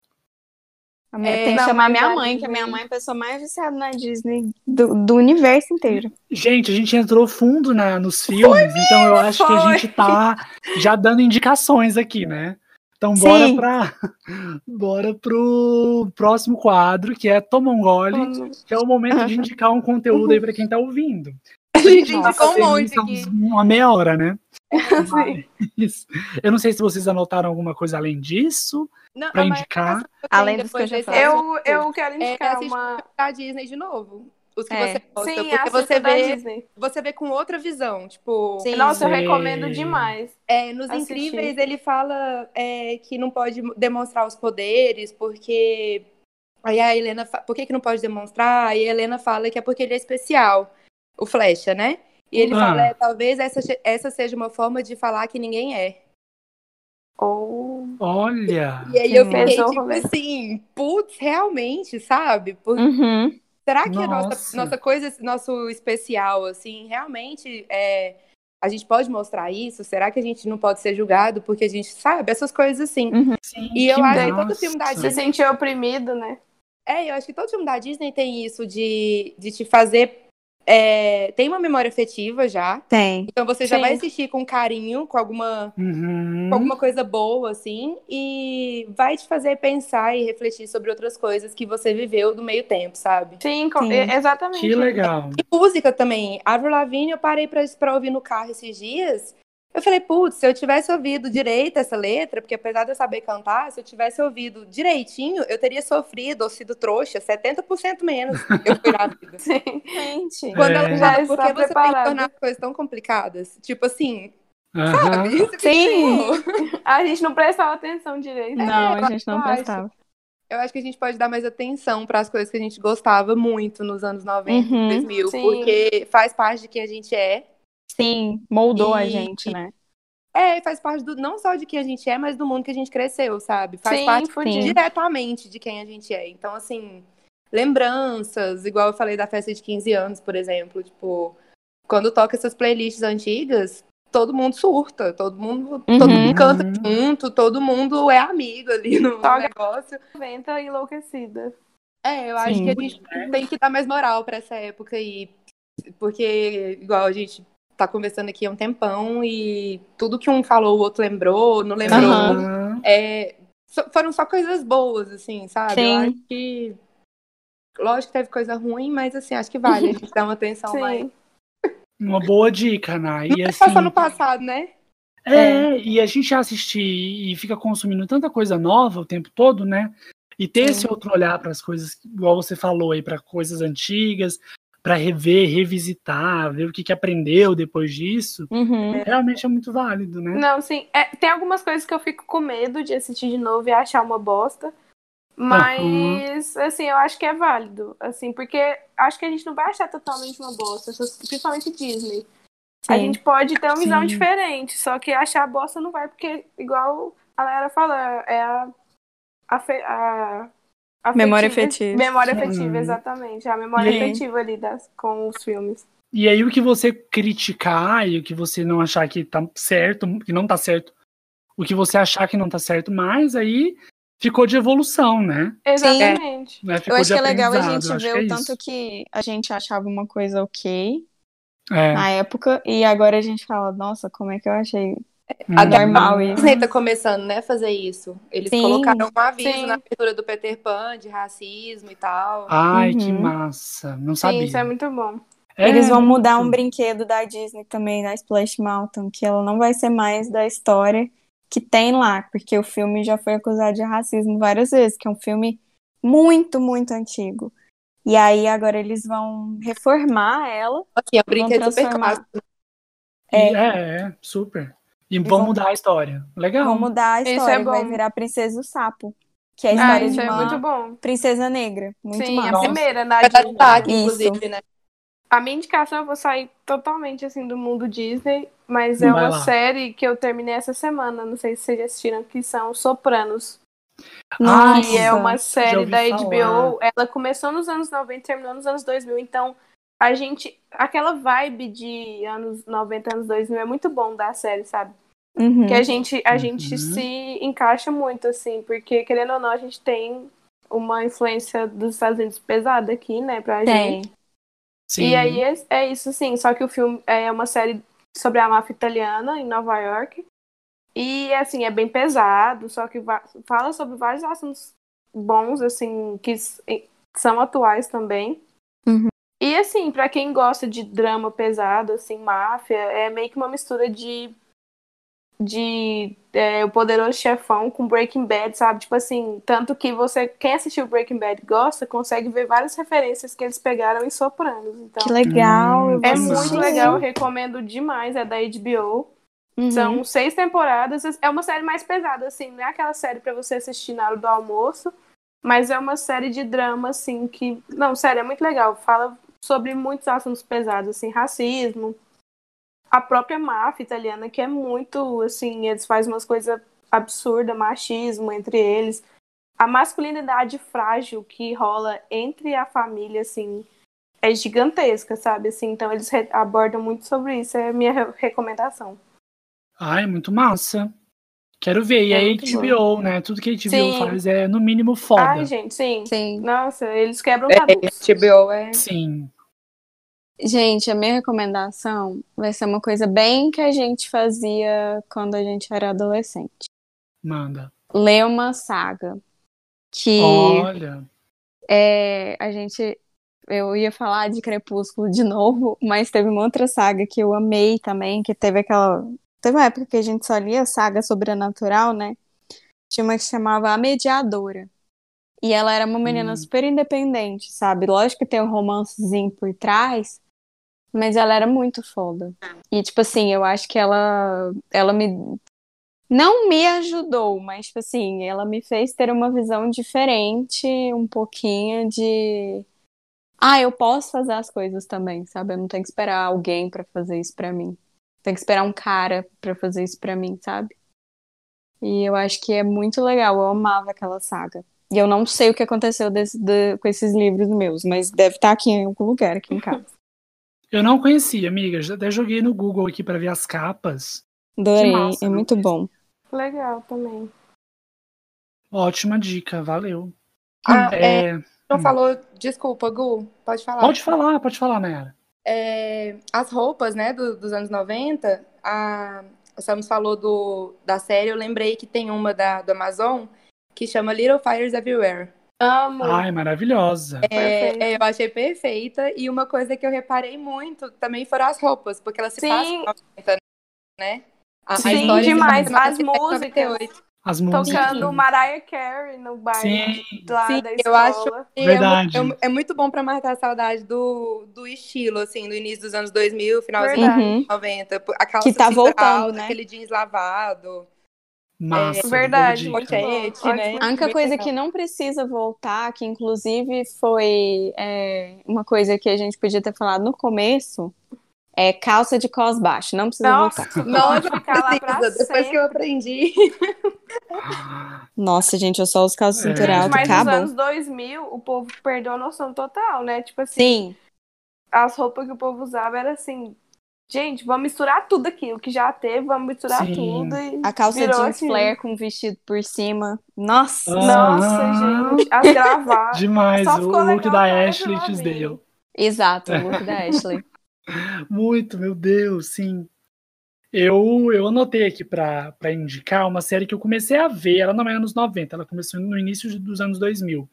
B: A minha-
C: É,
B: tem que
D: não,
B: chamar
D: mas
B: minha
D: a
B: mãe, que a minha
D: Disney-
B: mãe é a pessoa mais viciada na Disney do, do universo inteiro.
A: Gente, a gente entrou fundo na, nos filmes, então eu acho que a
D: foi.
A: gente tá já dando indicações aqui, né? Então
B: Sim.
A: bora pra [laughs] bora pro próximo quadro, que é Toma um gole, que é o momento de indicar um conteúdo aí pra quem tá ouvindo. A gente
B: Nossa,
A: indicou um
D: tem
A: monte
D: muito
A: aqui. Uma meia hora, né?
D: Sim.
A: Isso. Eu não sei se vocês anotaram alguma coisa além disso
C: Não,
A: pra
C: a maioria
A: indicar.
C: das coisas
B: Além dos
C: depois
B: que eu já
C: desse
A: tá.
B: falei.
D: Eu, eu quero
C: é
D: indicar
C: assistir
D: uma.
C: da Disney de novo. Os que
B: É.
C: você gosta,
D: Sim,
C: então porque
D: assista
C: você
D: da
C: vê,
D: Disney.
C: você vê com outra visão. Tipo,
B: Sim.
D: Nossa, eu
A: Sim.
D: recomendo demais.
C: É, nos
D: Assistir.
C: Incríveis ele fala é, que não pode demonstrar os poderes, porque. Aí a Helena. fa- Por que, que não pode demonstrar? Aí a Helena fala que é porque ele é especial, o Flecha, né? E ele
A: Ah.
C: fala: é, talvez essa, che- essa seja uma forma de falar que ninguém é.
D: Ou.
A: Olha.
C: E aí eu
B: Sim.
C: fiquei
D: Pensou,
C: tipo
D: rolê.
C: assim, putz, realmente, sabe? Por-
B: Uhum.
C: Será que a
A: Nossa.
C: nossa, nossa coisa, nosso especial, assim, realmente é, a gente pode mostrar isso? Será que a gente não pode ser julgado? Porque a gente sabe essas coisas assim.
A: Sim,
C: E eu acho que todo filme da
A: massa.
D: Se sentir oprimido, né?
C: É, eu acho que todo filme da Disney tem isso de, de te fazer. é, tem uma memória afetiva já.
B: Tem.
C: Então você já
D: Sim.
C: vai assistir com carinho, com alguma,
A: Uhum.
C: com alguma coisa boa, assim, e vai te fazer pensar e refletir sobre outras coisas que você viveu do meio tempo, sabe?
D: Sim, com-
B: Sim.
D: e- exatamente.
A: Que legal.
C: E música também. Avril Lavigne, eu parei pra, pra ouvir no carro esses dias. Eu falei, putz, se eu tivesse ouvido direito essa letra, porque apesar de eu saber cantar, se eu tivesse ouvido direitinho, eu teria sofrido ou sido trouxa 70% menos. Eu fui
A: [laughs]
C: na vida.
B: Gente.
C: Quando
A: É.
C: ela
D: Já está
C: fala, por que você tem que
D: preparada."
C: tornar as coisas tão complicadas? Tipo assim,
A: Aham.
C: isso que
B: Sim.
C: chegou.
D: A gente não prestava atenção direito.
B: Não, a gente não
C: eu acho.
B: prestava.
C: Eu acho que a gente pode dar mais atenção para as coisas que a gente gostava muito nos anos 90,
B: Uhum,
C: 2000,
D: sim.
C: porque faz parte de quem a gente é.
B: Sim, moldou a
C: E-
B: gente, né?
C: É, e faz parte do, não só de quem a gente é, mas do mundo que a gente cresceu, sabe? Faz
D: Sim,
C: parte
D: fudido.
C: diretamente de quem a gente é. Então, assim, lembranças, igual eu falei da festa de 15 anos, por exemplo, tipo, quando toca essas playlists antigas, todo mundo surta, todo mundo, todo
B: Uhum.
C: mundo canta junto, todo mundo é amigo ali no
D: Toca.
C: negócio.
D: 90 enlouquecida.
C: É, eu acho
B: Sim.
C: que a gente tem que dar mais moral pra essa época aí, porque igual a gente tá conversando aqui há um tempão e tudo que um falou, o outro lembrou, não lembrou.
B: Aham.
A: Aham.
C: É, so- foram só coisas boas, assim, sabe? Eu
B: Sim.
C: acho que. Lógico que teve coisa ruim, mas assim, acho que vale a gente dar
B: [laughs]
C: uma atenção mais.
D: Sim.
A: Uma boa dica, Nai. E, assim,
C: Só só no passado, né?
A: é, e a gente assistir e fica consumindo tanta coisa nova o tempo todo, né? E ter
B: Sim.
A: esse outro olhar para as coisas, igual você falou aí, para coisas antigas, para rever, revisitar, ver o que, que aprendeu depois disso,
B: Uhum.
A: realmente é muito válido, né?
D: Não, sim. É, tem algumas coisas que eu fico com medo de assistir de novo e achar uma bosta. Mas, assim, eu acho que é válido. Assim, porque acho que a gente não vai achar totalmente uma bosta, essas- principalmente Disney. A gente pode ter uma visão
A: Sim.
D: diferente, só que achar a bosta não vai, porque, igual a galera falou, é a. a, fe- a- afetiva-
B: Memória afetiva.
D: Memória afetiva,
A: Uhum.
D: exatamente. A memória
B: Sim.
D: afetiva ali das, com os filmes.
A: E aí o que você criticar e o que você não achar que tá certo, que não tá certo, o que você achar que não tá certo, mais aí ficou de evolução, né?
D: Exatamente.
A: Né?
B: Eu
A: Ficou
B: acho
A: de
B: que é legal a
A: aprendizado,
B: gente
A: eu acho
B: ver
A: que é
B: o
A: isso.
B: tanto que a gente achava uma coisa ok
A: É.
B: na época e agora a gente fala, nossa, como é que eu achei?
A: hum.
C: A
A: um
B: Normal
C: A
B: isso.
C: Disney tá começando, né, fazer isso. Eles
B: Sim,
C: colocaram um aviso
D: sim.
C: na abertura do Peter Pan de racismo e tal.
A: Ai, que
B: Uhum.
A: massa. Não
D: Sim,
A: sabia.
D: isso é muito bom.
A: É,
B: Eles vão mudar
A: muito.
B: um brinquedo da Disney também, na Splash Mountain, que ela não vai ser mais da história que tem lá, porque o filme já foi acusado de racismo várias vezes, que é um filme muito, muito antigo. E aí agora eles vão reformar ela,
C: Assim, é um
B: vão
C: brinquedo super
D: né?
B: transformar.
C: clássico.
A: É, é, é, super. E, vão,
B: vão-
A: mudar a história. Legal.
B: Vão mudar a
D: Isso é
B: história, vai
D: bom.
B: virar Princesa do Sapo. Que é a
D: Ah,
B: história
D: isso
B: de
D: é
B: uma
D: muito bom.
B: princesa negra. Muito
D: Sim,
B: massa.
D: a primeira,
C: Vai dar
D: Nadine.
C: destaque,
B: Isso.
C: inclusive, né?
D: A minha indicação, eu vou sair totalmente assim do mundo Disney, mas é
A: Vai
D: uma
A: lá.
D: série que eu terminei essa semana, não sei se vocês já assistiram, que são Sopranos.
A: Ah,
D: que é
B: Nossa,
D: uma série
A: ouvi
D: da
A: falar.
D: HBO. Ela começou nos anos 90 e terminou nos anos 2000, então a gente. Aquela vibe de anos 90, anos 2000 é muito bom da série, sabe?
B: Uhum.
D: Que a gente, a
A: Uhum.
D: gente se encaixa muito, assim, porque querendo ou não, a gente tem uma influência dos Estados Unidos pesada aqui, né, pra gente.
B: Tem.
A: Sim.
D: E aí é, é isso, sim. Só que o filme é uma série sobre a máfia italiana em Nova York. E, assim, é bem pesado, só que va- fala sobre vários assuntos bons, assim, que s- e- são atuais também.
B: Uhum.
D: E, assim, pra quem gosta de drama pesado, assim, máfia, é meio que uma mistura de. De é, o poderoso chefão com Breaking Bad, sabe? Tipo assim, tanto que você, quem assistiu Breaking Bad e gosta, consegue ver várias referências que eles pegaram em Sopranos. Então,
B: Que legal. eu
A: Hum,
B: vou
D: é
A: Nossa.
D: muito
B: assistir.
D: legal, eu recomendo demais. É da HBO.
B: Uhum.
D: São seis temporadas. É uma série mais pesada, assim. Não é aquela série pra você assistir na hora do almoço. Mas é uma série de drama, assim, que. Não, sério, é muito legal. Fala sobre muitos assuntos pesados, assim, racismo. A própria máfia italiana, que é muito, assim, eles fazem umas coisas absurdas, machismo entre eles. A masculinidade frágil que rola entre a família, assim, é gigantesca, sabe? Assim, então eles re- abordam muito sobre isso. É a minha re- recomendação.
A: Ai, muito massa. Quero ver. E
D: É
A: aí,
D: muito bom.
A: HBO, né? Tudo que a HBO
D: Sim.
A: faz é, no mínimo, foda.
D: Ai, gente, sim.
B: Sim.
D: Nossa, eles quebram
C: É,
D: tabus.
C: HBO é.
A: Sim.
B: Gente, a minha recomendação vai ser uma coisa bem que a gente fazia quando a gente era adolescente.
A: Manda.
B: Ler uma saga. Que
A: Olha.
B: é, a gente. Eu ia falar de Crepúsculo de novo, [laughs] mas teve uma outra saga que eu amei também, que teve aquela. Teve uma época que a gente só lia saga sobrenatural, né? Tinha uma que se chamava A Mediadora. E ela era uma menina
A: Hum.
B: super independente, sabe? Lógico que tem um romancezinho por trás, mas ela era muito foda. E, tipo assim, eu acho que ela, ela me. Não me ajudou, mas, tipo assim, ela me fez ter uma visão diferente, um pouquinho de. Ah, eu posso fazer as coisas também, sabe? Eu não tenho que esperar alguém pra fazer isso pra mim. Tenho que esperar um cara pra fazer isso pra mim, sabe? E eu acho que é muito legal. Eu amava aquela saga. E eu não sei o que aconteceu desse- de- com esses livros meus, mas deve estar aqui em algum lugar, aqui em casa.
A: Eu não conhecia, amiga. Já até joguei no Google aqui pra ver as capas.
B: Adorei,
A: massa,
B: é
A: não
B: muito
A: conhecia.
B: bom.
D: Legal também.
A: Ótima dica, valeu.
C: Ah, é,
A: É,
C: não
A: hum.
C: falou. Desculpa, Gu, pode falar.
A: Pode falar, pode falar, Nayara.
C: É, as roupas, né, do- dos anos 90, a, o Samus falou do, da série, eu lembrei que tem uma da, do Amazon que chama Little Fires Everywhere.
D: Amo.
A: Ai, maravilhosa.
D: perfeito.
C: É, eu achei perfeita e uma coisa que eu reparei muito também foram as roupas, porque elas se
D: Sim.
C: passam nos 90, né? A,
A: Sim,
C: se
A: demais.
C: passa em
D: As
C: 1998.
A: As músicas.
D: Tocando Mariah Carey no baile
A: Sim.
D: lá
C: Sim,
D: da
C: eu
D: escola.
C: acho- E é
A: Verdade.
C: mu- É, muito bom pra matar a saudade do, do estilo, assim, do início dos anos 2000, finalzinho
D: Verdade.
B: Uhum.
C: dos 90. pô, A calça
B: Que tá
C: cintura
B: voltando,
C: alta,
B: né?
C: aquele jeans lavado.
A: Massa. boa
D: É Verdade.
A: dica.
D: Muito bom,
C: Pochete,
D: ótimo.
C: né?
B: A única
C: Muito
B: coisa
C: legal.
B: que não precisa voltar, que inclusive foi é, uma coisa que a gente podia ter falado no começo, é calça de cos baixo. Não precisa
D: Nossa,
B: voltar.
D: pode ficar lá pra
C: Precisa, depois que
D: sempre.
C: eu aprendi.
A: Ah,
B: Nossa, gente, eu só uso calça
A: É.
B: cintura
D: Gente,
B: alta,
D: mas nos
B: acabou.
D: anos 2000, o povo perdeu a noção total, né? Tipo assim,
B: Sim,
D: as roupas que o povo usava era assim, gente, vamos misturar tudo aqui, o que já teve, vamos misturar
A: Sim.
D: tudo e
B: a calça
D: virou
B: jeans
D: assim.
B: flare com vestido por cima. Nossa,
D: Nossa,
A: Ah.
D: gente,
A: [laughs]
D: as gravatas.
A: Demais,
D: Só
A: o
D: ficou
A: look
D: legal né,
A: da
D: pra
A: Ashley
D: Avril
A: Tisdale.
B: [laughs] exato, o look da Ashley.
A: Muito, meu Deus, sim. Eu, eu anotei aqui pra pra indicar uma série que eu comecei a ver, ela não é anos 90, ela começou no início de- dos anos 2000.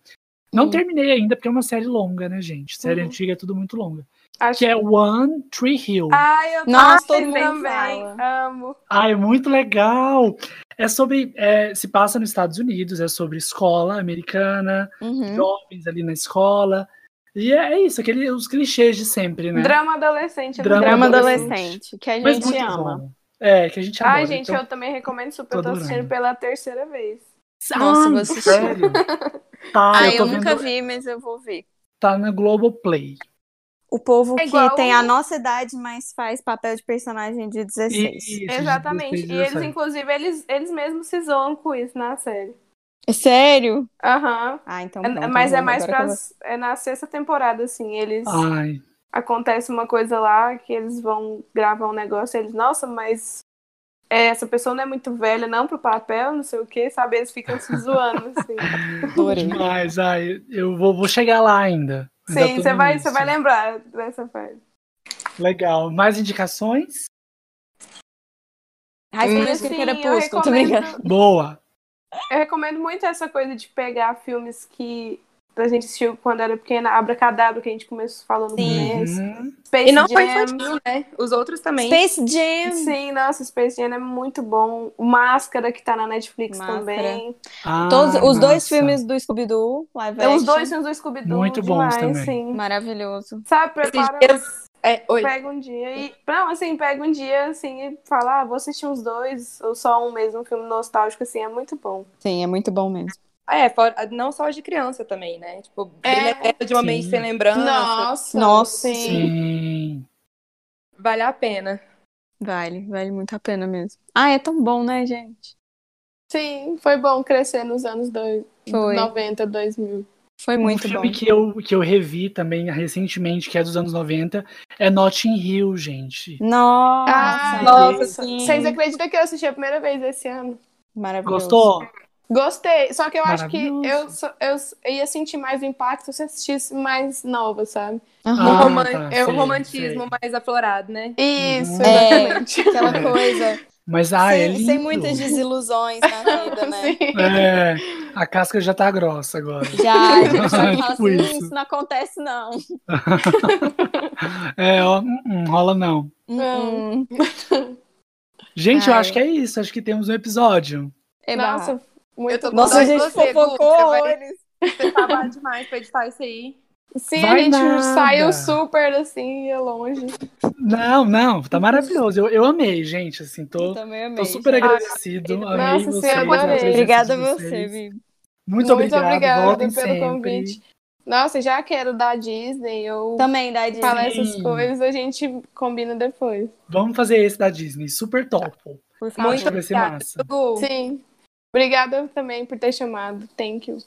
A: Não
B: Hum.
A: terminei ainda, porque é uma série longa, né, gente? Série
D: Uhum.
A: antiga é tudo muito longa.
D: Acho
A: Que é One Tree Hill.
D: Ai, eu
B: Nossa,
D: tô
B: todo mundo
D: também. Amo.
A: Ah, é muito legal! É sobre. é, se passa nos Estados Unidos, é sobre escola americana,
B: Uhum.
A: jovens ali na escola. E é isso, aquele, os clichês de sempre, né?
D: Drama adolescente.
A: Drama
B: Drama
A: adolescente.
B: adolescente, que a
A: Mas
B: gente
A: muito
B: ama.
A: bom. É, que a gente adora.
D: Ai, gente,
A: então-
D: eu também recomendo super.
A: tô
D: Eu tô assistindo
A: adorando.
D: pela terceira vez.
B: Nossa, eu vou
A: Ah,
B: assistir.
A: sério? Tá,
B: Ah,
A: eu
B: eu,
A: tô
B: nunca
A: vendo,
B: vi, mas eu vou ver.
A: tá na Globoplay.
B: O povo
D: É
B: que
D: igual-
B: tem a nossa idade, mas faz papel de personagem de 16.
A: Isso, de
D: Exatamente.
A: 16,
D: E eles,
A: 17.
D: inclusive, eles, eles mesmos se zoam com isso na série.
B: É Sério?
D: Aham.
B: Ah, então
D: É-
B: pronto,
D: Mas
B: eu
D: é
B: lembro
D: mais
B: agora que eu
D: pra. É na sexta temporada, assim. Eles.
A: Ah, Ai,
D: acontece uma coisa lá que eles vão gravar um negócio e eles, nossa, mas é, essa pessoa não é muito velha, não, pro papel, não sei o que, sabe? Eles
A: [laughs]
D: ficam se zoando, assim.
B: vou- Adorei.
A: demais, ai, eu vou, vou chegar lá ainda. Ainda
D: Sim,
A: tô
D: você
A: no
D: vai,
A: início.
D: você vai lembrar dessa fase.
A: Legal. Mais indicações?
B: High School
C: Hum.
B: Musical
D: Sim, tá
B: Crepúsculo, tô brincando.
D: recomendo,
A: Boa.
D: eu recomendo muito essa coisa de pegar filmes que a gente assistiu quando era pequena, Abracadabra, que a gente começou falando no
B: Sim.
D: começo.
A: Uhum.
D: Space
C: E não só
D: Jam.
C: infantil, né? Os outros também.
B: Space Jam.
D: Sim, nossa, Space Jam é muito bom. O Máscara, que tá na Netflix
B: Máscara.
D: também.
A: Ah,
B: Todos, os dois
A: massa.
B: filmes do Scooby-Doo, live
D: É, Os
B: action.
D: dois filmes do Scooby-Doo,
A: Muito bons
D: demais,
A: também.
D: sim.
B: Maravilhoso.
D: Sabe,
C: Esses
D: prepara,
C: dias- É, oi.
D: pega um dia e. Não, assim, pega um dia assim e fala, ah, vou assistir uns dois, ou só um mesmo, um filme nostálgico, assim, é muito bom.
B: Sim, é muito bom mesmo.
C: É, fora- não só os de criança também, né? Tipo,
D: É.
C: é. de uma
A: Sim.
C: mente sem lembrança.
B: Nossa,
A: Sim.
C: Vale a pena.
B: Vale, vale muito a pena mesmo. Ah, é tão bom, né, gente?
D: Sim, foi bom crescer nos anos dois,
B: Foi.
D: 90, 2000.
B: Foi muito
A: um
B: bom.
A: filme que eu, que eu revi também recentemente, que é dos anos 90, é Notting Hill, gente.
B: Nossa,
D: Ah,
C: nossa,
B: sim.
D: Vocês é acreditam que eu assisti a primeira vez esse ano?
B: Maravilhoso.
A: Gostou?
D: Gostei, só que eu acho que
A: Maravilhoso.
D: eu, só- eu s- ia sentir mais o impacto se eu assistisse mais nova, sabe?
B: Aham.
A: Ah,
C: Roman-
A: tá,
C: é o
A: sei,
C: romantismo
A: sei.
C: mais aflorado, né?
D: Isso,
A: Uhum.
D: [laughs] exatamente.
B: É,
A: [laughs]
B: Aquela coisa,
A: Mas ah, é
B: sem,
A: lindo.
B: sem muitas desilusões na vida, né?
D: [laughs] Sim.
A: É, a casca já tá grossa agora.
B: Já, a gente já fala
A: [laughs] Tipo
B: assim, "Hum,
A: isso.
B: isso não acontece não.
A: É, ó, hum, hum, rola não.
B: Hum, hum.
A: Gente, eu
B: Ai.
A: acho que é isso. Acho que temos um episódio.
B: Eba.
D: Nossa, muito
C: Eu tô com
D: bom.
B: Nossa, a
C: Nós
B: gente
C: você, Gu,
B: fofocou
C: você vai-
B: horrores.
C: Você trabalha demais pra editar isso aí.
D: Sim,
A: Vai
D: a gente
A: nada.
D: saiu super assim, ia longe.
A: Não, não, tá maravilhoso. Eu, eu amei, gente. Assim,
B: Eu
A: tô,
B: também amei.
A: tô super
B: gente.
A: agradecido. amei
D: Nossa, sim,
A: vocês, a
D: adorei.
A: presença de
B: Obrigada a você,
A: vocês.
B: Vivi.
A: Muito obrigado.
D: obrigada
A: voltem
D: pelo
A: sempre.
D: convite. Nossa, já quero da Disney ou
B: Também, da Disney.
D: falar
A: Sim.
D: essas coisas, a gente combina depois.
A: Vamos fazer esse da Disney. Super top.
B: Por favor.
A: Acho que vai ser
C: obrigada.
A: massa.
C: Gu,
D: Sim. Obrigada também por ter chamado. Thank you.